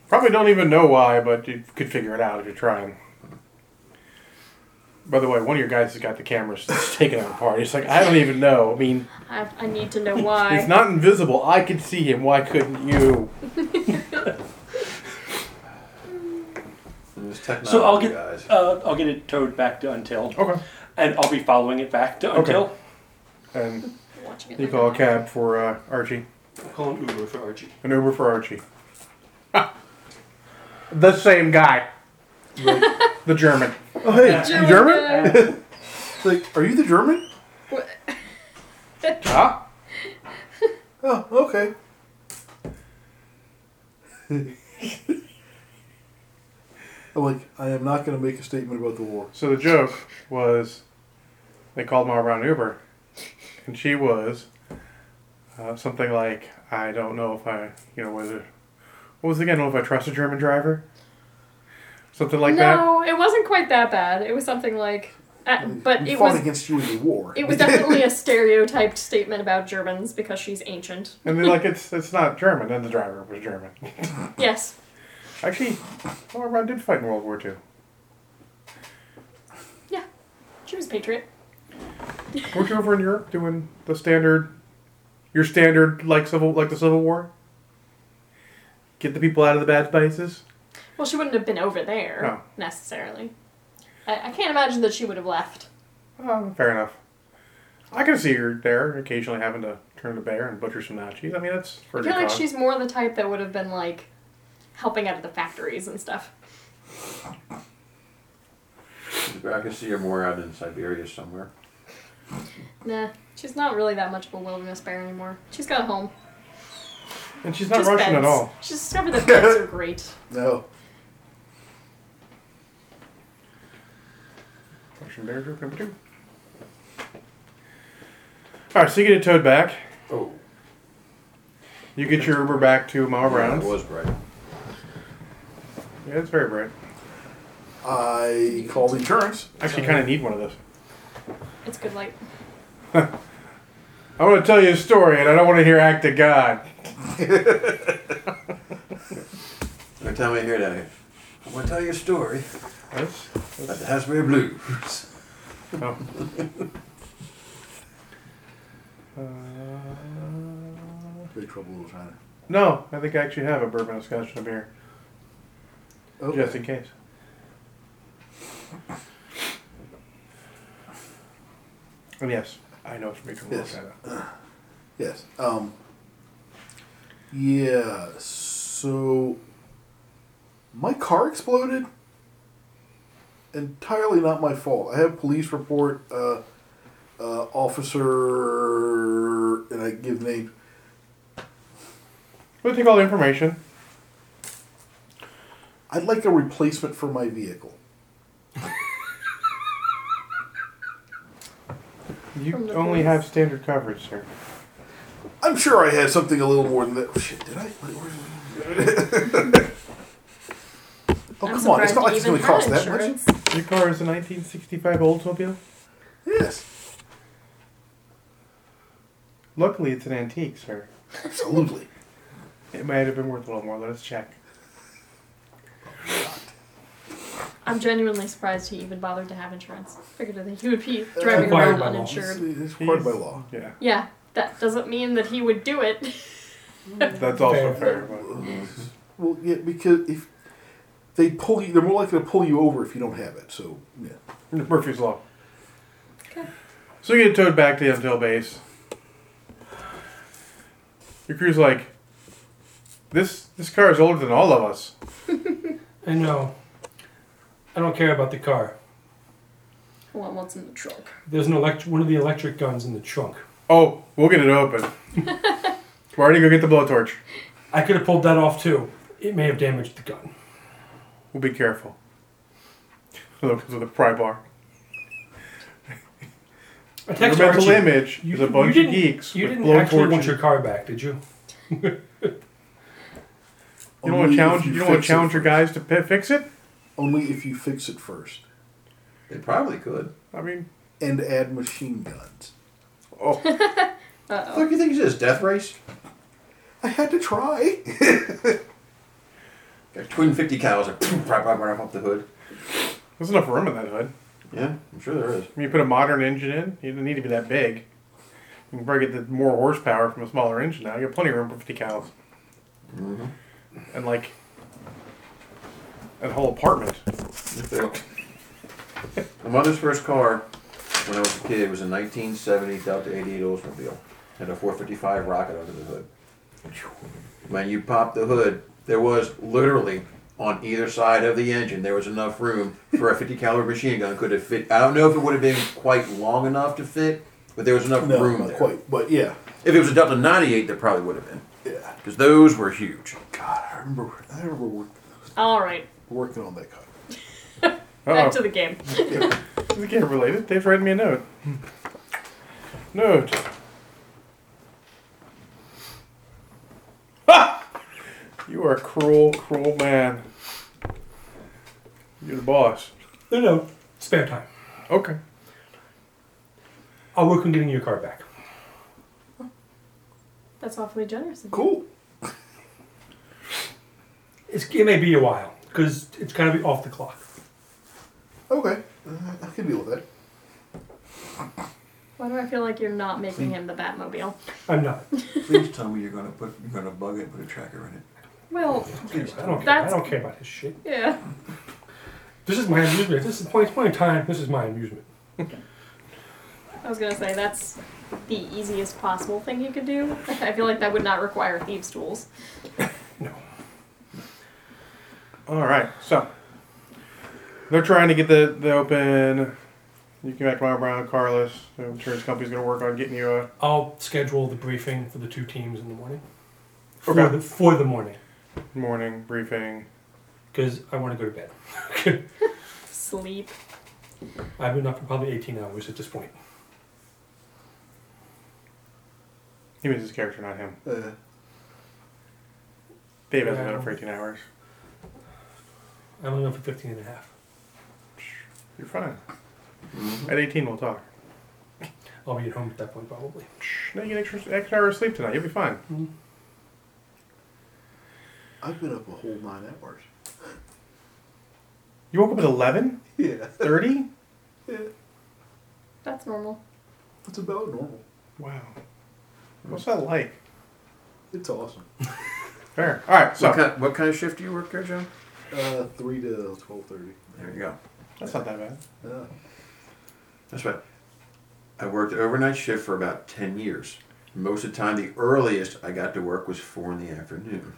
Speaker 1: probably don't even know why, but you could figure it out if you're trying. By the way, one of your guys has got the cameras that's taking it apart. He's like, I don't even know. I mean,
Speaker 3: I, I need to know why.
Speaker 1: he's not invisible. I could see him. Why couldn't you?
Speaker 5: This
Speaker 7: technology
Speaker 11: So I'll get
Speaker 7: guys.
Speaker 11: uh, I'll get it towed back to Until,
Speaker 1: Okay.
Speaker 11: and I'll be following it back to Until.
Speaker 1: And
Speaker 3: Watching it
Speaker 1: you
Speaker 3: like
Speaker 1: call a
Speaker 3: that.
Speaker 1: cab for uh, Archie.
Speaker 4: Call an Uber for Archie.
Speaker 1: An Uber for Archie. the same guy. The, the German.
Speaker 2: Oh, hey,
Speaker 1: You German?
Speaker 3: German?
Speaker 2: it's like, are you the German?
Speaker 1: Huh?
Speaker 2: Oh, okay. I'm like, I am not going to make a statement about the war.
Speaker 1: So the joke was they called my around Uber, and she was uh, something like, I don't know if I, you know, whether, what was it again? I don't know if I trust a German driver? Something like that?
Speaker 3: no, it wasn't quite that bad. It was something like, uh, but
Speaker 2: we
Speaker 3: it
Speaker 2: fought
Speaker 3: was
Speaker 2: against you in the war.
Speaker 3: it was definitely a stereotyped statement about Germans because she's ancient.
Speaker 1: And they're like, it's it's not German, and the driver was German.
Speaker 3: Yes,
Speaker 1: Actually, Paul Brown did fight in World War II.
Speaker 3: yeah, she was a patriot.
Speaker 1: Weren't you over in Europe doing the standard, your standard like civil like the Civil War? Get the people out of the bad places.
Speaker 3: Well, she wouldn't have been over there
Speaker 2: Oh.
Speaker 1: No.
Speaker 3: necessarily. I, I can't imagine that she would have left.
Speaker 1: Oh, fair enough. I can see her there occasionally having to turn to bear and butcher some Nazis. I mean, that's for
Speaker 3: I
Speaker 1: good
Speaker 3: feel like
Speaker 1: cause.
Speaker 3: she's more the type that would have been like helping out at the factories and stuff.
Speaker 5: I can see her more out in Siberia somewhere.
Speaker 3: Nah, she's not really that much of a wilderness bear anymore. She's got a home.
Speaker 1: and she's not
Speaker 3: Just
Speaker 1: Russian at
Speaker 3: beds.
Speaker 1: all.
Speaker 3: She's discovered that beds are great.
Speaker 2: no.
Speaker 1: Russian bear group number two. All right, so you get it towed back.
Speaker 5: Oh,
Speaker 1: You get your Uber back to Mile
Speaker 5: It
Speaker 1: Brown's.
Speaker 5: was bright.
Speaker 1: Yeah, it's very bright.
Speaker 2: I called insurance.
Speaker 1: Actually, kind of need one of those.
Speaker 3: It's good light.
Speaker 1: I want to tell you a story, and I don't want to hear act of God.
Speaker 5: Every time I hear that, I- I'm gonna tell you a story
Speaker 1: That's,
Speaker 5: about the Hasbury Blues.
Speaker 1: oh. uh,
Speaker 2: Big trouble, little China.
Speaker 1: no, I think I actually have a bourbon and scotch and a beer,
Speaker 2: Okay.
Speaker 1: just in case. And yes, I know it's from Big Trouble
Speaker 2: Yes.
Speaker 1: China.
Speaker 2: Yes. Um, yeah. So my car exploded. Entirely not my fault. I have police report. Uh, uh, officer, and I give name.
Speaker 1: We'll take all the information.
Speaker 2: I'd like a replacement for my vehicle.
Speaker 1: You
Speaker 3: From the
Speaker 1: only
Speaker 3: police.
Speaker 1: have standard coverage, sir.
Speaker 2: I'm sure I had something a little more than that. Oh, Shit, did I? Wait, where- oh
Speaker 3: I'm
Speaker 2: come on! It's
Speaker 3: surprised
Speaker 2: not like
Speaker 3: you
Speaker 2: it's going
Speaker 3: even
Speaker 2: to cost
Speaker 3: had
Speaker 2: that much.
Speaker 3: insurance.
Speaker 1: Your car is a 1965 Oldsmobile.
Speaker 2: Yes,
Speaker 1: Luckily, it's an antique, sir.
Speaker 2: absolutely.
Speaker 1: It might have been worth a little more. Let us check.
Speaker 3: I'm genuinely surprised he even bothered to have insurance. Figured that he would be driving
Speaker 4: Required
Speaker 3: around
Speaker 4: by law.
Speaker 2: It's,
Speaker 3: uninsured.
Speaker 2: it's required by law.
Speaker 1: Yeah,
Speaker 3: Yeah, that doesn't mean that he would do it.
Speaker 1: that's also fair.
Speaker 4: Fair.
Speaker 1: but-
Speaker 2: Well, yeah, because if they pull you, they're more likely to pull you over if you don't have it. So, yeah.
Speaker 1: Murphy's Law.
Speaker 3: Okay.
Speaker 1: So you get towed back to the Until base. Your crew's like, this this car is older than all of us.
Speaker 4: I know. I don't care about the car.
Speaker 3: Well, what's in the trunk?
Speaker 4: There's an elect- one of the electric guns in the trunk.
Speaker 1: Oh, we'll get it open. We're already gonna get the blowtorch.
Speaker 4: I could have pulled that off too. It may have damaged the gun.
Speaker 1: We'll be careful. Although it comes with a pry bar.
Speaker 4: I
Speaker 1: Your
Speaker 4: text
Speaker 1: mental
Speaker 4: Archie,
Speaker 1: image is a bunch of
Speaker 4: didn't-
Speaker 1: geeks
Speaker 4: You
Speaker 1: with
Speaker 4: didn't actually want
Speaker 1: blowtorches.
Speaker 4: your car back, did you?
Speaker 1: You don't want to
Speaker 2: Only if
Speaker 1: challenge. You don't want
Speaker 2: fix
Speaker 1: to
Speaker 2: it
Speaker 1: challenge your
Speaker 2: first.
Speaker 1: guys to pi fix it.
Speaker 2: Only if you fix it first
Speaker 5: They probably could.
Speaker 1: I mean,
Speaker 2: and add machine guns.
Speaker 1: oh,
Speaker 5: What the fuck you think this is? Death Race?
Speaker 2: I had to try.
Speaker 5: Got twin 50 cows like, right, right, right up the hood.
Speaker 1: there's enough room in that hood.
Speaker 5: Yeah, I'm sure there is.
Speaker 1: I mean, you put a modern engine in, you don't need to be that big. You can probably get the more horsepower from a smaller engine now. You got plenty of room for 50 cows. And like, a whole apartment.
Speaker 5: My mother's first car, when I was a kid, was a 1970 Delta 88 Oldsmobile. Had a 455 rocket under the hood. When you popped the hood, there was literally on either side of the engine there was enough room for a 50 caliber machine gun could have fit. I don't know if it would have been quite long enough to fit, but there was enough
Speaker 2: No,
Speaker 5: room
Speaker 2: not
Speaker 5: there.
Speaker 2: quite. But yeah,
Speaker 5: If it was a Delta 98, there probably would have been
Speaker 2: yeah.
Speaker 5: because those were huge.
Speaker 2: God, I remember. I remember work,
Speaker 3: All right,
Speaker 2: working on that car.
Speaker 3: back
Speaker 1: Oh,
Speaker 3: to the game.
Speaker 1: the game related. Dave's writing me a note. Note. Ha! You are a cruel, cruel man. You're the boss.
Speaker 4: No, no, spare time.
Speaker 1: Okay.
Speaker 4: I'll work on getting your car back.
Speaker 3: That's awfully generous. Of you.
Speaker 2: Cool.
Speaker 4: It's, it may be a while because it's kind of off the clock.
Speaker 2: Okay, uh, I can deal with that.
Speaker 3: Why do I feel like you're not making him the Batmobile?
Speaker 4: I'm not.
Speaker 7: Please tell me you're gonna put you're gonna bug it and put a tracker in it.
Speaker 3: Well,
Speaker 4: Please, I don't care.
Speaker 3: That's-
Speaker 4: I don't care about this shit.
Speaker 3: yeah.
Speaker 4: This is my amusement. This is point, point in time. This is my amusement.
Speaker 3: I was gonna say that's the easiest possible thing you could do. I feel like that would not require thieves' tools.
Speaker 4: No.
Speaker 1: All right. So they're trying to get the, the open. You can back tomorrow, Brown, Carlos. The insurance company's going to work on getting you a.
Speaker 4: I'll schedule the briefing for the two teams in the morning. For,
Speaker 1: Okay.
Speaker 4: the, for the morning,
Speaker 1: morning briefing.
Speaker 4: because I want to go to bed.
Speaker 3: Sleep.
Speaker 4: I've been up for probably 18 hours at this point.
Speaker 1: He means his character, not him.
Speaker 2: Uh,
Speaker 1: Dave hasn't been up
Speaker 4: Wow.
Speaker 1: for 18 hours.
Speaker 4: I'm only up for 15 and a half.
Speaker 1: You're fine. At 18, we'll talk.
Speaker 4: I'll be at home at that point, probably.
Speaker 1: No, you get extra, extra hour of sleep tonight. You'll be fine.
Speaker 2: I've been up a whole nine hours.
Speaker 1: You woke up at 11?
Speaker 2: Yeah,
Speaker 1: 30?
Speaker 2: yeah.
Speaker 3: That's normal.
Speaker 2: That's about normal.
Speaker 1: Wow. What's that like?
Speaker 2: It's awesome.
Speaker 1: Fair. All right, so
Speaker 5: what, kind, what kind of shift do you work there, John?
Speaker 2: Uh, three to twelve thirty.
Speaker 5: There you go.
Speaker 1: that's not that bad.
Speaker 2: Uh,
Speaker 5: That's right. I worked overnight shift for about 10 years. Most of the time, the earliest I got to work was 4 in the afternoon.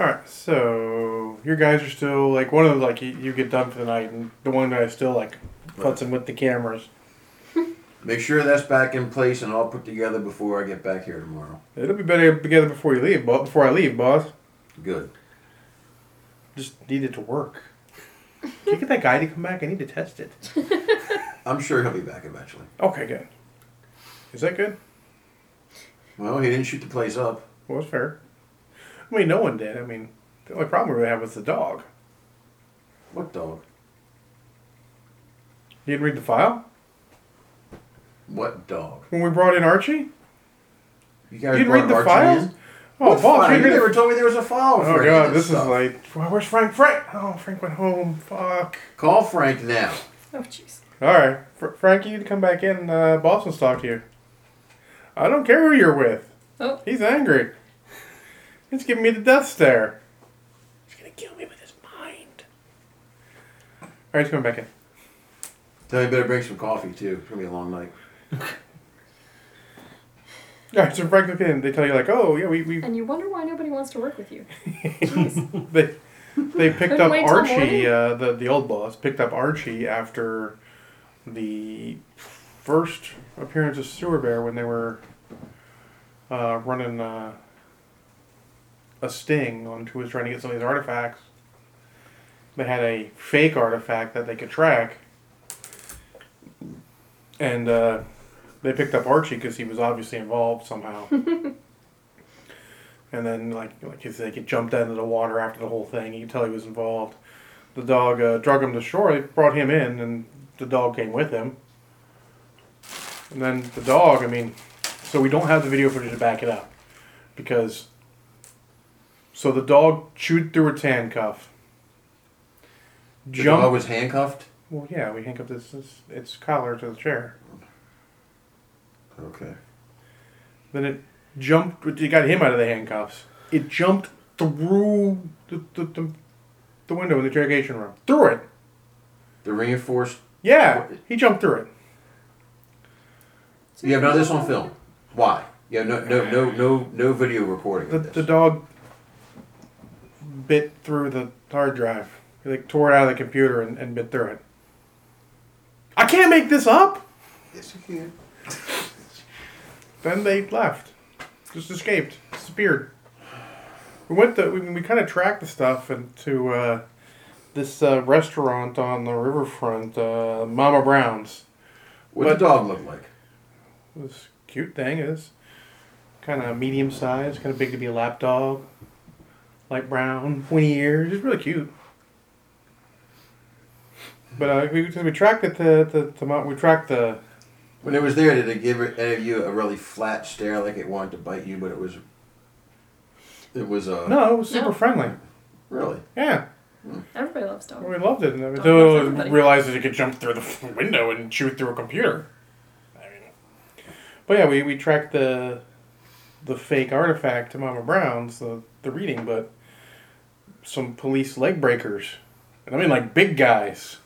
Speaker 1: All right, so your guys are still like one of them, like you, you get done for the night, and the one guy's still like futzing with the cameras.
Speaker 5: Make sure that's back in place and all put together before I get back here tomorrow.
Speaker 1: It'll be better together before you leave, bo- before I leave, boss.
Speaker 5: Good.
Speaker 1: Just needed to work. Can you get that guy to come back? I need to test it.
Speaker 5: I'm sure he'll be back eventually.
Speaker 1: Okay, good. Is that good?
Speaker 5: Well, he didn't shoot the place up.
Speaker 1: Well, it's fair. I mean, no one did. I mean, the only problem we had was the dog.
Speaker 5: What dog?
Speaker 1: You didn't read the file
Speaker 5: What dog?
Speaker 1: when we brought in Archie.
Speaker 5: You guys
Speaker 1: You didn't
Speaker 5: brought
Speaker 1: read the
Speaker 5: Archie
Speaker 1: files?
Speaker 5: in?
Speaker 1: Oh, boss,
Speaker 5: What file?
Speaker 1: you
Speaker 5: You
Speaker 1: didn't-
Speaker 5: never told me there was a file. for
Speaker 1: Oh
Speaker 5: any of
Speaker 1: god,
Speaker 5: this
Speaker 1: this
Speaker 5: stuff.
Speaker 1: is like "Why- where's Frank? Frank? Oh, Frank went home. Fuck.
Speaker 5: Call Frank now.
Speaker 3: Oh jeez.
Speaker 1: All right, Fr- Frank, you need to come back in. Uh, Boston's talk to you. I don't care who you're with.
Speaker 3: Oh.
Speaker 1: He's angry. He's giving me the death stare. He's gonna kill me with his mind. All right, he's coming back in.
Speaker 5: Tell me you better bring some coffee, too. It's going to be a long night.
Speaker 1: All right, so Frank comes in. They tell you like, oh yeah, we we
Speaker 3: And you wonder why nobody wants to work with you. Jeez.
Speaker 1: they they picked
Speaker 3: Couldn't
Speaker 1: up
Speaker 3: wait till
Speaker 1: Archie.
Speaker 3: morning?
Speaker 1: Uh, the the old boss picked up Archie after the first appearance of Sewer Bear when they were uh, running uh, a sting on who was trying to get some of these artifacts. They had a fake artifact that they could track, and uh, they picked up Archie because he was obviously involved somehow. And then, like, like you said, he jumped into the water after the whole thing. You could tell he was involved. The dog uh, drug him to shore. They brought him in, and the dog came with him. And then the dog, I mean, so we don't have the video footage to back it up. Because, so the dog chewed through its handcuff.
Speaker 5: The
Speaker 1: Jumped.
Speaker 5: dog was handcuffed?
Speaker 1: well, yeah, we handcuffed its, its, its collar to the chair.
Speaker 5: Okay.
Speaker 1: Then it jumped. You got him out of the handcuffs. It jumped through the, the, the the window of the interrogation room. Through it.
Speaker 5: The reinforced.
Speaker 1: Yeah, he jumped through it.
Speaker 5: You have none of this on film. Why? You have no no no no no video recording
Speaker 1: The,
Speaker 5: of
Speaker 1: the
Speaker 5: this.
Speaker 1: dog bit through the hard drive. He like tore it out of the computer and, and bit through it. I can't make this up.
Speaker 7: Yes, you can.
Speaker 1: Then they left, just escaped, disappeared. We went to we, we kind of tracked the stuff and to uh, this uh, restaurant on the riverfront, uh, Mama Brown's.
Speaker 5: What the dog look like?
Speaker 1: This cute thing is kind of medium sized, kind of big to be a lap dog, light brown, pointy ears. It's really cute. But uh, we, we tracked it to, to, to Mount. We tracked the.
Speaker 5: When it was there, did it give any of you a really flat stare, like it wanted to bite you, but it was, it was uh,
Speaker 1: No, it was super
Speaker 3: No.
Speaker 1: friendly.
Speaker 5: really.
Speaker 1: Yeah,
Speaker 3: Everybody loves dogs.
Speaker 1: Oh, we loved it. And it was-
Speaker 3: Dog loves
Speaker 1: no,
Speaker 3: everybody.
Speaker 1: realized that it could jump through the window and chew through a computer. I mean, but yeah, we, we tracked the the fake artifact to Mama Brown's the the reading, but some police leg breakers, and I mean like big guys.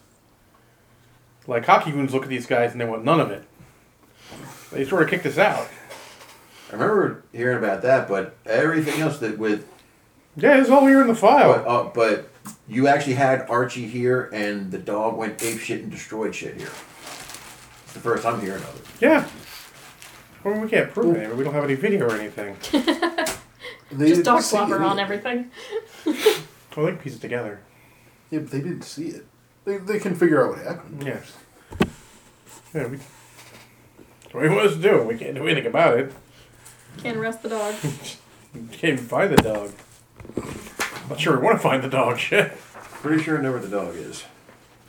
Speaker 1: Like hockey goons look at these guys and they want none of it. They sort of kicked us out.
Speaker 5: I remember hearing about that, but everything else that with,
Speaker 1: Yeah, it's all here in the
Speaker 5: but,
Speaker 1: file.
Speaker 5: uh, but you actually had Archie here, and the dog went ape shit and destroyed shit here. It's the first time hearing of it.
Speaker 1: Yeah. Well, we can't prove it. We don't have any video or anything.
Speaker 2: They
Speaker 3: Just
Speaker 2: didn't
Speaker 3: dog
Speaker 2: see
Speaker 3: slobber
Speaker 2: it
Speaker 3: on
Speaker 2: either.
Speaker 3: everything.
Speaker 1: Well, they piece it together.
Speaker 2: Yeah, but they didn't see it. They, they can figure out what happened.
Speaker 1: Yeah. Yeah, we. What do to do? We can't do anything about it.
Speaker 3: Can't arrest the dog.
Speaker 1: We can't even find the dog. Not sure we want to find the dog. Shit.
Speaker 5: Pretty sure I know where the dog is,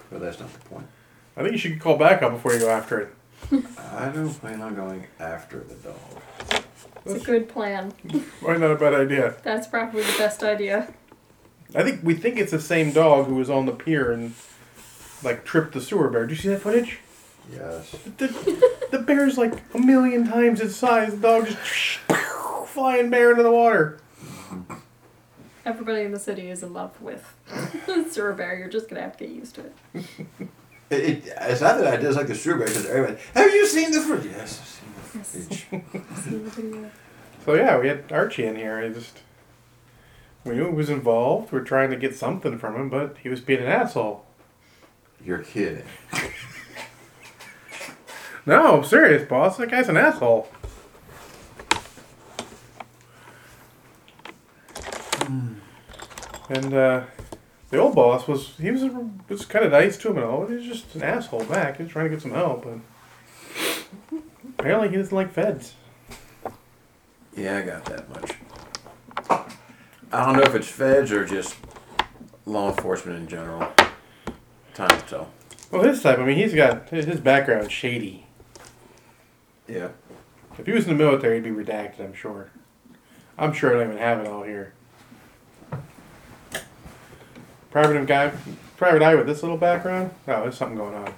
Speaker 5: but that's not the point.
Speaker 1: I think you should call backup before you go after it.
Speaker 5: I don't plan on going after the dog.
Speaker 3: It's a good plan.
Speaker 1: Why not a bad idea?
Speaker 3: That's probably the best idea.
Speaker 1: I think we think it's the same dog who was on the pier and like tripped the sewer bear. Do you see that footage?
Speaker 5: Yes.
Speaker 1: The, the bear's like a million times its size. The dog just flying bear into the water.
Speaker 3: Everybody in the city is in love with Sir Bear. You're just gonna have to get used to it.
Speaker 5: It, it, it's not that I dislike the strawberry because everybody. Have you seen the fruit? Yes, I've
Speaker 3: Yes.
Speaker 5: seen the fruit.
Speaker 3: See the video.
Speaker 1: So yeah, we had Archie in here. I just we knew he was involved. We are trying to get something from him, but he was being an asshole.
Speaker 5: You're kidding.
Speaker 1: No, I'm serious, boss. That guy's an asshole. Hmm. And uh, the old boss was he was was kind of nice to him and all. He was just an asshole back. He was trying to get some help, and apparently he doesn't like feds.
Speaker 5: Yeah, I got that much. I don't know if it's feds or just law enforcement in general. Time to tell.
Speaker 1: Well, his type. I mean, he's got his his background shady.
Speaker 5: Yeah.
Speaker 1: If he was in the military, he'd be redacted, I'm sure. I'm sure I don't even have it all here. Private guy, private eye with this little background. Oh, there's something going on.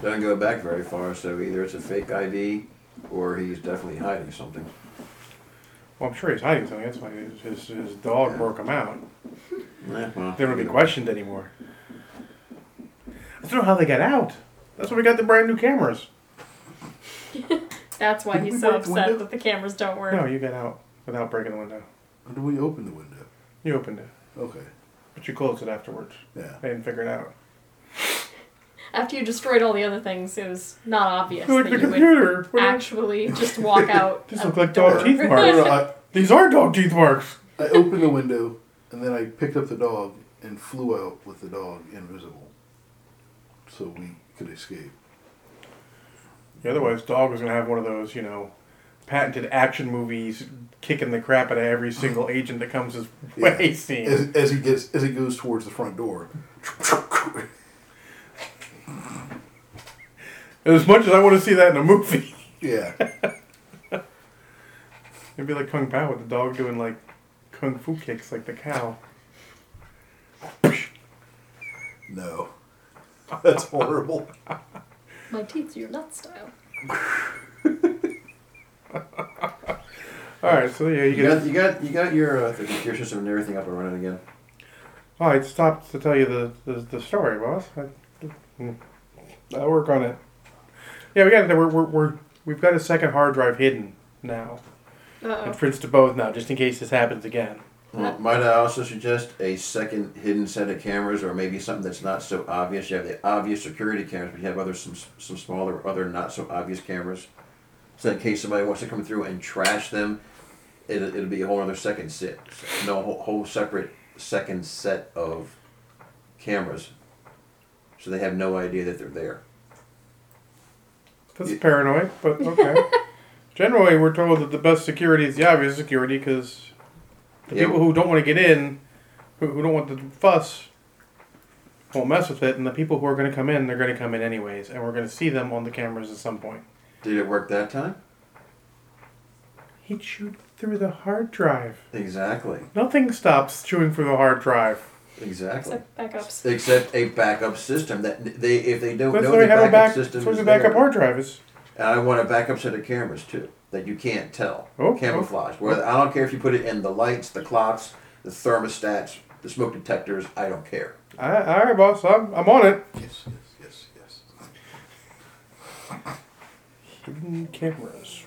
Speaker 5: Doesn't go back very far, so either it's a fake ID or he's definitely hiding something.
Speaker 1: Well, I'm sure he's hiding something. That's why his, his, his dog broke him out.
Speaker 5: Yeah, well,
Speaker 1: They wouldn't
Speaker 5: either
Speaker 1: be
Speaker 5: way.
Speaker 1: questioned anymore. I don't know how they got out. That's why we got the brand new cameras.
Speaker 3: That's why
Speaker 2: Did
Speaker 3: he's
Speaker 2: we
Speaker 3: so
Speaker 2: break the
Speaker 3: upset
Speaker 2: window?
Speaker 3: that the cameras don't work.
Speaker 1: No, you got out without breaking the window.
Speaker 2: Or did we open the window?
Speaker 1: You opened it,
Speaker 2: Okay.
Speaker 1: but you closed it afterwards.
Speaker 2: Yeah.
Speaker 1: They didn't figure it out.
Speaker 3: After you destroyed all the other things, it was not obvious
Speaker 1: Like
Speaker 3: that
Speaker 1: the
Speaker 3: you would
Speaker 1: computer. What-
Speaker 3: actually just walk out.
Speaker 1: These
Speaker 3: of
Speaker 1: look
Speaker 3: the
Speaker 1: like dog
Speaker 3: door.
Speaker 1: teeth
Speaker 2: No,
Speaker 1: marks.
Speaker 2: no, I,
Speaker 1: These are dog teeth marks.
Speaker 2: I opened the window and then I picked up the dog and flew out with the dog invisible, so we could escape.
Speaker 1: Yeah, otherwise, Dog was gonna have one of those, you know, patented action movies, kicking the crap out of every single agent that comes his way.
Speaker 2: Yeah.
Speaker 1: Scene.
Speaker 2: As, as he gets as he goes towards the front door.
Speaker 1: As much as I want to see that in a movie,
Speaker 2: yeah.
Speaker 1: it'd be like Kung Pao with the dog doing like kung fu kicks, like the cow.
Speaker 2: No. That's horrible.
Speaker 3: My teeth are your nut style.
Speaker 1: I All right, so yeah, you
Speaker 5: You
Speaker 1: get.
Speaker 5: got, you got, you got your uh, the computer system and everything up and running again.
Speaker 1: Oh, I stopped to tell you the, the, the story, boss. I, mm, I'll work on it. Yeah, we got it. We're, we're, we're, we've got a second hard drive hidden now.
Speaker 3: Uh
Speaker 1: It prints to both now, just in case this happens again.
Speaker 5: Well, might I also suggest a second hidden set of cameras, or maybe something that's not so obvious? You have the obvious security cameras, but you have other some some smaller, other not so obvious cameras. So in case somebody wants to come through and trash them, it it'll be a whole other second set, no whole, whole separate second set of cameras, so they have no idea that they're there.
Speaker 1: That's
Speaker 5: Yeah.
Speaker 1: paranoid, but okay. Generally, we're told that the best security is the obvious security because the
Speaker 5: Yeah,
Speaker 1: people who don't want to get in, who, who don't want the fuss, won't mess with it, and the people who are going to come in, they're going to come in anyways, and we're going to see them on the cameras at some point.
Speaker 5: Did it work that time?
Speaker 1: He chewed through the hard drive.
Speaker 5: Exactly.
Speaker 1: Nothing stops chewing through the hard drive.
Speaker 5: Exactly.
Speaker 3: Except backups.
Speaker 5: Except a backup system that they if they don't
Speaker 1: That's
Speaker 5: know
Speaker 1: why we
Speaker 5: the
Speaker 1: have
Speaker 5: backup
Speaker 1: a back.
Speaker 5: system
Speaker 1: That's why
Speaker 5: is
Speaker 1: the backup
Speaker 5: there.
Speaker 1: hard drive is.
Speaker 5: And I want a backup set of cameras too that you can't tell.
Speaker 1: Oh,
Speaker 5: Camouflage. Whether I don't care if you put it in the lights, the clocks, the thermostats, the smoke detectors. I don't care.
Speaker 1: All right, all right, boss. I'm, I'm on it.
Speaker 2: Yes, yes, yes, yes.
Speaker 1: Hidden cameras.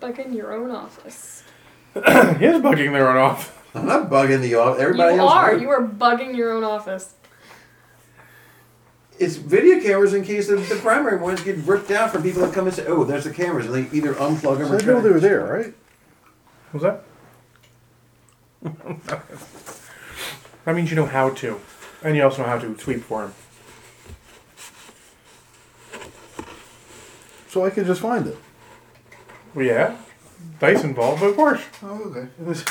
Speaker 3: Bug in your own office.
Speaker 1: he is bugging their own off.
Speaker 5: I'm not bugging the off. Everybody
Speaker 3: you
Speaker 5: else.
Speaker 3: are.
Speaker 5: would.
Speaker 3: You are bugging your own office.
Speaker 5: It's video cameras in case the, the primary ones get ripped out from people that come and say, "Oh, there's the cameras," and they either unplug them
Speaker 2: So
Speaker 5: or
Speaker 2: they know
Speaker 5: try
Speaker 2: they were
Speaker 5: to-
Speaker 2: there, right?
Speaker 1: What's that? that means you know how to, and you also know how to sweep for him.
Speaker 2: So I could just find it.
Speaker 1: Well, yeah, dice involved, but of course.
Speaker 2: Oh, okay. It was-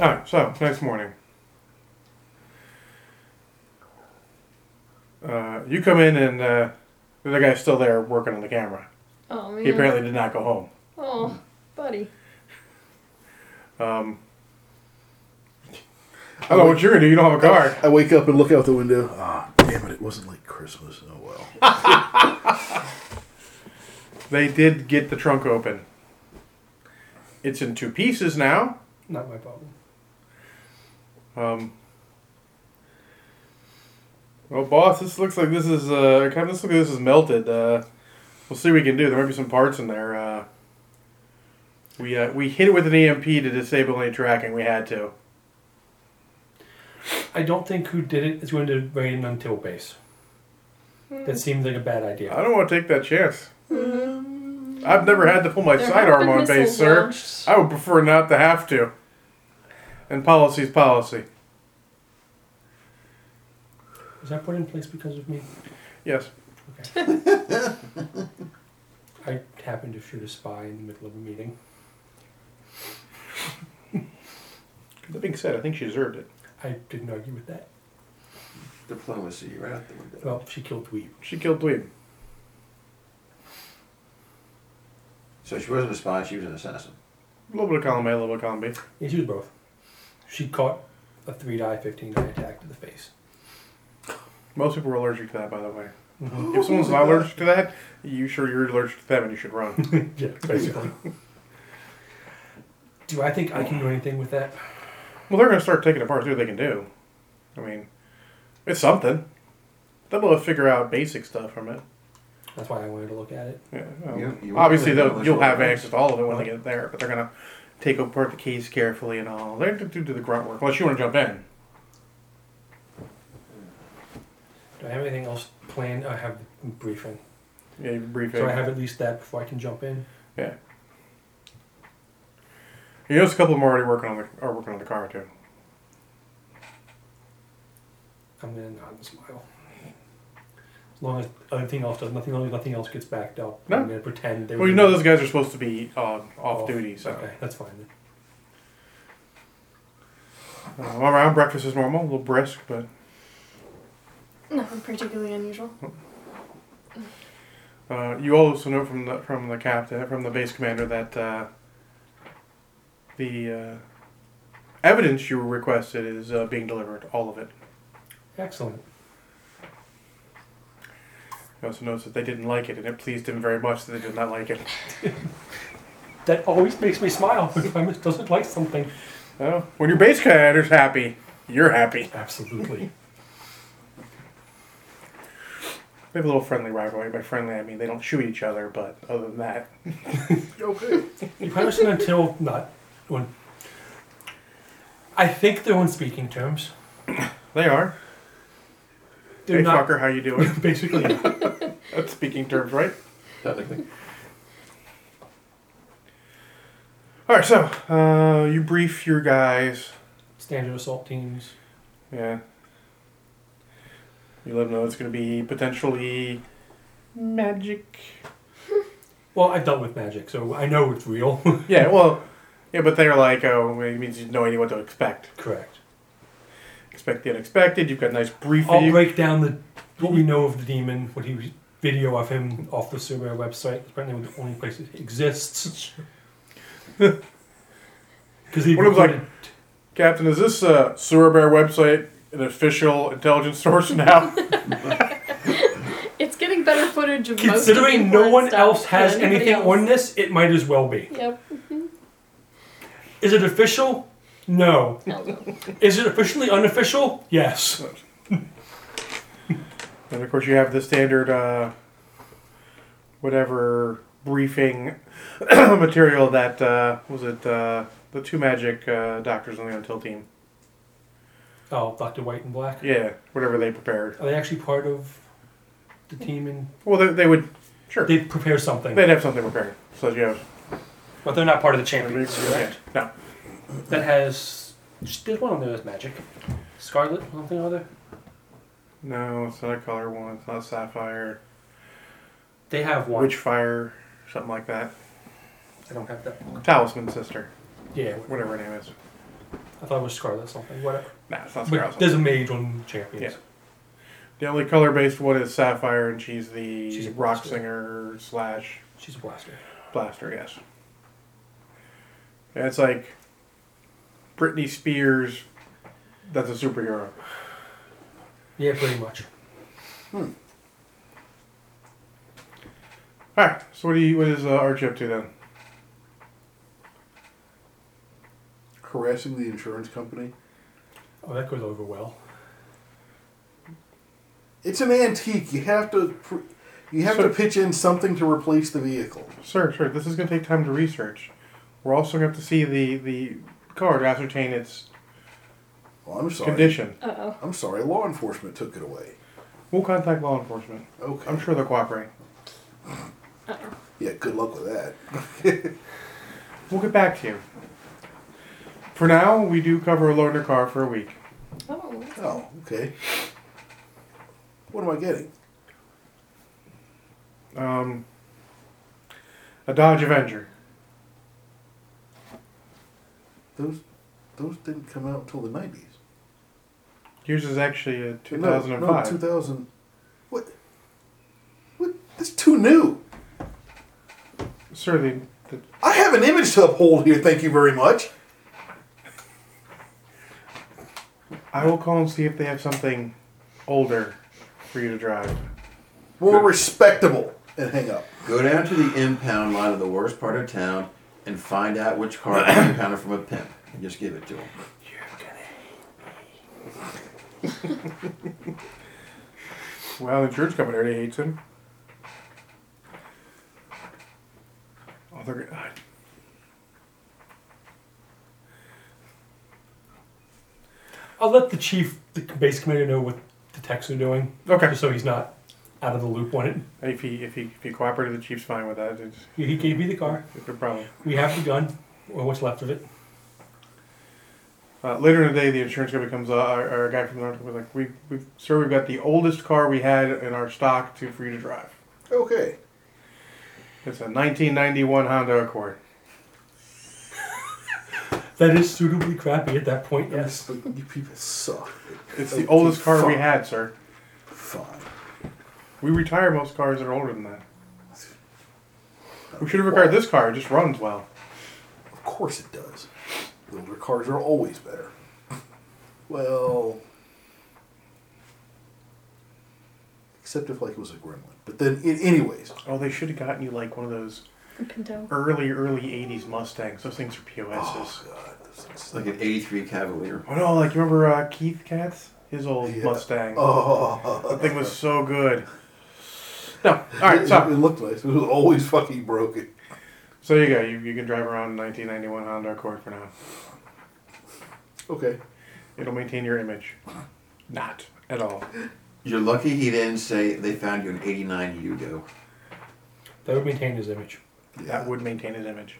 Speaker 1: All right. So next morning, uh, you come in, and uh, the other guy's still there working on the camera.
Speaker 3: Oh man.
Speaker 1: He apparently did not go home.
Speaker 3: Oh, buddy.
Speaker 1: Um, I don't know what you're gonna do. You don't have a card.
Speaker 2: I wake up and look out the window. Ah, damn it! It wasn't like Christmas. Oh well.
Speaker 1: They did get the trunk open. It's in two pieces now.
Speaker 4: Not my problem.
Speaker 1: Um, well, boss, this looks like this is uh, kind of this looks like this is melted. Uh, we'll see what we can do. There might be some parts in there. Uh, we uh, we hit it with an EMP to disable any tracking. We had to.
Speaker 4: I don't think who did it is going to raid an until base. That seems like a bad idea.
Speaker 1: I don't want to take that chance. I've never had to pull my
Speaker 3: Mm-hmm. There have
Speaker 1: sidearm
Speaker 3: been
Speaker 1: on base,
Speaker 3: missiles
Speaker 1: sir.
Speaker 3: launched.
Speaker 1: I would prefer not to have to. And policy's policy.
Speaker 4: Was that put in place because of me?
Speaker 1: Yes.
Speaker 4: Okay. I happened to shoot a spy in the middle of a meeting.
Speaker 1: That being said, I think she deserved it.
Speaker 4: I didn't argue with that.
Speaker 5: Diplomacy right out the window.
Speaker 4: Well, she killed Weeb.
Speaker 1: She killed Dweeb.
Speaker 5: So she wasn't a spy. She was an assassin.
Speaker 1: A little bit of column A, a little bit of column B.
Speaker 4: Yeah, she was both. She caught a three die fifteen die attack to the face.
Speaker 1: Most people are allergic to that, by the way. If someone's not allergic to that, you sure you're allergic to them and you should run.
Speaker 4: Yeah, basically. Do I think I can do anything with that?
Speaker 1: well, they're going to start taking apart, see what they can do. I mean, it's something. They'll be able to figure out basic stuff from it.
Speaker 4: That's why I wanted to look at it.
Speaker 1: Yeah, well,
Speaker 5: You- you
Speaker 1: obviously,
Speaker 5: won't really know
Speaker 1: they'll,
Speaker 5: much
Speaker 1: you'll
Speaker 5: about
Speaker 1: have
Speaker 5: it.
Speaker 1: access to all of it when they get there, but they're going to take apart the keys carefully and all. They're going to do the grunt work, unless you want to jump in.
Speaker 4: Do I have anything else planned? I have a briefing.
Speaker 1: Yeah, you brief
Speaker 4: So I
Speaker 1: it.
Speaker 4: have at least that before I can jump in.
Speaker 1: Yeah. You notice a couple of them are already working on the are working on the car too.
Speaker 4: I'm gonna nod and smile. As long as everything else does nothing, as long as nothing else gets backed up.
Speaker 1: No.
Speaker 4: I'm gonna pretend they
Speaker 1: Well, you know those guys are supposed to be uh, off duty, so
Speaker 4: Oh, Okay, that's fine. Then.
Speaker 1: uh, all around breakfast is normal, a little brisk, but
Speaker 3: Nothing particularly unusual.
Speaker 1: uh, you also know from the from the captain from the base commander that uh, the uh, evidence you requested is uh, being delivered, all of it.
Speaker 4: Excellent.
Speaker 1: He also notes that they didn't like it, and it pleased him very much that they did not like it.
Speaker 4: That always makes me smile if I doesn't like something.
Speaker 1: Oh, when your base commander's happy, you're happy.
Speaker 4: Absolutely.
Speaker 1: We have a little friendly rivalry. By friendly, I mean they don't shoot each other, but other than that,
Speaker 4: You punish them until not one. I think they're on speaking terms.
Speaker 1: they are.
Speaker 4: They're
Speaker 1: hey,
Speaker 4: not
Speaker 1: fucker, how you doing?
Speaker 4: basically.
Speaker 1: That's speaking terms, right?
Speaker 5: Technically.
Speaker 1: All right, so uh, you brief your guys.
Speaker 4: standard assault teams.
Speaker 1: Yeah. You let them know it's going to be potentially magic.
Speaker 4: Well, I've dealt with magic, so I know it's real.
Speaker 1: Yeah, well, yeah, but they're like, oh, well, it means you have no idea what to expect.
Speaker 4: Correct.
Speaker 1: Expect the unexpected. You've got a nice brief.
Speaker 4: I'll
Speaker 1: you-
Speaker 4: break down the what we know of the demon, what he was video of him off the survey website. Apparently, the only place it exists. Because he
Speaker 1: What it was like-
Speaker 4: recorded-
Speaker 1: Captain, is this uh, Sewer Bear website an official intelligence source now?
Speaker 3: It's getting better footage of most of the
Speaker 4: Considering no
Speaker 3: important
Speaker 4: one
Speaker 3: stuff
Speaker 4: else has
Speaker 3: than anybody
Speaker 4: anything
Speaker 3: else.
Speaker 4: on this, it might as well be.
Speaker 3: Yep.
Speaker 4: Is it official? No.
Speaker 3: No, no.
Speaker 4: Is it officially unofficial? Yes.
Speaker 1: and of course, you have the standard, uh, whatever briefing material that uh, was it uh, the two magic uh, doctors on the Until team.
Speaker 4: Oh, Doctor White and Black.
Speaker 1: Yeah, whatever they prepared.
Speaker 4: Are they actually part of the team? And
Speaker 1: Well, they, they would sure
Speaker 4: they prepare something,
Speaker 1: they'd have something prepared. So you have
Speaker 4: but they're not part of the champions.
Speaker 1: yeah, no.
Speaker 4: That has there's one of them that's magic. Scarlet, something or other.
Speaker 1: No, it's not a color one. It's not sapphire.
Speaker 4: They have one.
Speaker 1: Witch fire, something like that.
Speaker 4: I don't have that one.
Speaker 1: Talisman sister,
Speaker 4: Yeah,
Speaker 1: whatever her name is.
Speaker 4: I thought it was Scarlet something. Whatever.
Speaker 1: Nah, it's not Scarlet.
Speaker 4: But there's a mage on champions.
Speaker 1: Yeah. The only color based one is Sapphire, and she's the
Speaker 4: She's a
Speaker 1: rock
Speaker 4: blaster.
Speaker 1: singer slash
Speaker 4: She's a blaster.
Speaker 1: blaster, yes. And it's like Britney Spears, that's a superhero.
Speaker 4: Yeah, pretty much.
Speaker 1: Alright, so what, do you, what is uh, Archie up to then?
Speaker 2: Harassing the insurance company.
Speaker 4: Oh, that goes over well.
Speaker 2: It's an antique. You have to, pr- you have
Speaker 1: So-
Speaker 2: to pitch in something to replace the vehicle.
Speaker 1: Sir, sir, this is going to take time to research. We're also going to have to see the, the car to ascertain its
Speaker 2: Well, I'm sorry.
Speaker 1: condition.
Speaker 3: Uh oh.
Speaker 2: I'm sorry. Law enforcement took it away.
Speaker 1: We'll contact law enforcement.
Speaker 2: Okay.
Speaker 1: I'm sure they'll cooperate.
Speaker 2: Yeah. Good luck with that.
Speaker 1: We'll get back to you. For now, we do cover a loaner car for a week.
Speaker 3: Oh.
Speaker 2: Oh, okay. What am I getting?
Speaker 1: Um, a Dodge Avenger.
Speaker 2: Those, those didn't come out until the nineties.
Speaker 1: Yours is actually a
Speaker 2: No,
Speaker 1: 2005.
Speaker 2: two thousand. What? What? That's too new.
Speaker 1: Sir, the, the,
Speaker 2: I have an image to uphold here. Thank you very much.
Speaker 1: I will call and see if they have something older for you to drive.
Speaker 2: More respectable. And hang up.
Speaker 7: Go down to the impound line of the worst part of town and find out which car is impounded from a pimp and just give it to him.
Speaker 1: Well, the insurance company already hates him. Oh, they're gonna- ah.
Speaker 4: I'll let the chief, the base commander, know what the techs are doing,
Speaker 1: uh, Okay.
Speaker 4: just so he's not out of the loop on it.
Speaker 1: If he if he if he cooperated, the chief's fine with that. It's,
Speaker 4: He gave me the car.
Speaker 1: it's no problem.
Speaker 4: We have the gun, or what's left of it.
Speaker 1: Uh, later in the day, the insurance company comes. Uh, our, our guy from the North was like, "We, we, sir, we've got the oldest car we had in our stock to for you to drive.
Speaker 2: Okay.
Speaker 1: It's a 1991 Honda Accord."
Speaker 4: That is suitably crappy at that point. Yes.
Speaker 2: But you people suck.
Speaker 1: It's
Speaker 2: Okay,
Speaker 1: the oldest car we
Speaker 2: fine.
Speaker 1: had, sir.
Speaker 2: Fine.
Speaker 1: We retire most cars that are older than that. We should have retired this car. It just runs well.
Speaker 2: Of course it does. The older cars are always better. Well, except if like it was a gremlin. But then, in, anyways,
Speaker 1: Oh, they should have gotten you like one of those
Speaker 6: The Pinto.
Speaker 1: early, early 80s Mustangs. Those things are POSs.
Speaker 2: oh god, this is
Speaker 5: It's like an 83 Cavalier.
Speaker 1: Oh, no, like, you remember uh, Keith Katz? His old
Speaker 2: Yeah.
Speaker 1: Mustang. That
Speaker 2: oh.
Speaker 1: thing was so good. No, all right,
Speaker 2: it, it
Speaker 1: so
Speaker 2: looked nice. It was always fucking broken.
Speaker 1: so there you go. You, you can drive around a 1991 Honda Accord for now.
Speaker 2: Okay.
Speaker 1: It'll maintain your image. Not at all.
Speaker 5: You're lucky he didn't say they found you an 89 Yugo.
Speaker 4: That would maintain his image.
Speaker 1: That would maintain his image.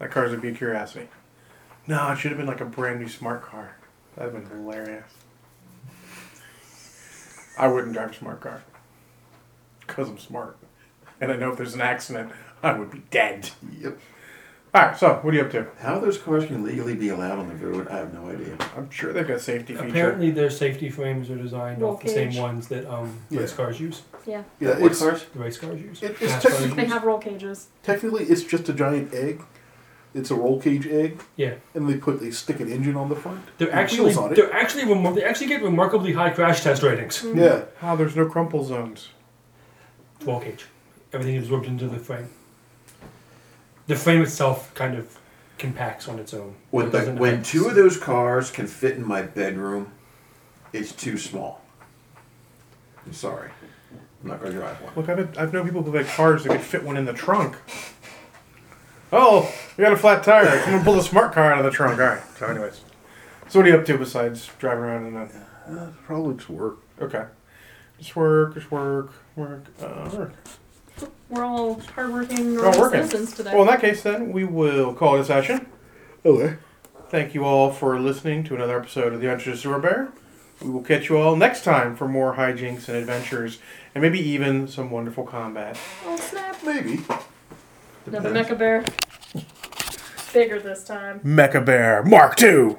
Speaker 1: That car's would be a curiosity. No, it should have been like a brand new smart car. That'd have been hilarious. I wouldn't drive a smart car. Because I'm smart. And I know if there's an accident, I would be dead.
Speaker 5: Yep.
Speaker 1: Alright, so what are you up to?
Speaker 5: How those cars can legally be allowed on the road, I have no idea.
Speaker 1: I'm sure they've got safety feature.
Speaker 4: Apparently, their safety frames are designed off the
Speaker 3: Roll
Speaker 4: same
Speaker 3: cage.
Speaker 4: ones that um, race
Speaker 2: Yeah.
Speaker 4: cars use.
Speaker 3: Yeah.
Speaker 2: Yeah,
Speaker 5: what
Speaker 2: it's,
Speaker 5: cars?
Speaker 4: The race cars use. Uh,
Speaker 2: It- it's
Speaker 4: NASCAR
Speaker 2: technically-
Speaker 4: uses.
Speaker 3: They have roll cages.
Speaker 2: technically it's just a giant egg. It's a roll cage egg,
Speaker 4: Yeah,
Speaker 2: and they put they stick an engine on the front.
Speaker 4: they're
Speaker 2: and
Speaker 4: actually
Speaker 2: wheels on it. Mm.
Speaker 4: they're actually remar- they actually get remarkably high crash test ratings.
Speaker 2: yeah.
Speaker 1: Wow, there's no crumple zones.
Speaker 4: Roll cage, everything absorbed into the frame. The frame itself kind of compacts on its own.
Speaker 5: When,
Speaker 4: It
Speaker 5: the,
Speaker 4: doesn't
Speaker 5: when
Speaker 4: have-
Speaker 5: two of those cars can fit in my bedroom, it's too small. I'm sorry. I'm not going to drive one.
Speaker 1: Look, I've, I've known people who've had cars that could fit one in the trunk. Oh, you got a flat tire. I'm gonna pull the smart car out of the trunk. All right. So, anyways, so what are you up to besides driving around and then?
Speaker 2: Uh, probably just work.
Speaker 1: Okay, just work, just work, work, uh, work.
Speaker 3: We're all hardworking
Speaker 1: We're all
Speaker 3: normal
Speaker 1: working.
Speaker 3: citizens today.
Speaker 1: Well, in that case, then we will call it a session.
Speaker 2: Okay.
Speaker 1: Thank you all for listening to another episode of The Adventures of Sewer Bear. We will catch you all next time for more hijinks and adventures, and maybe even some wonderful combat.
Speaker 3: oh snap!
Speaker 2: Maybe.
Speaker 3: Another mecha bear. Bigger this time.
Speaker 1: Mecha Bear Mark Two.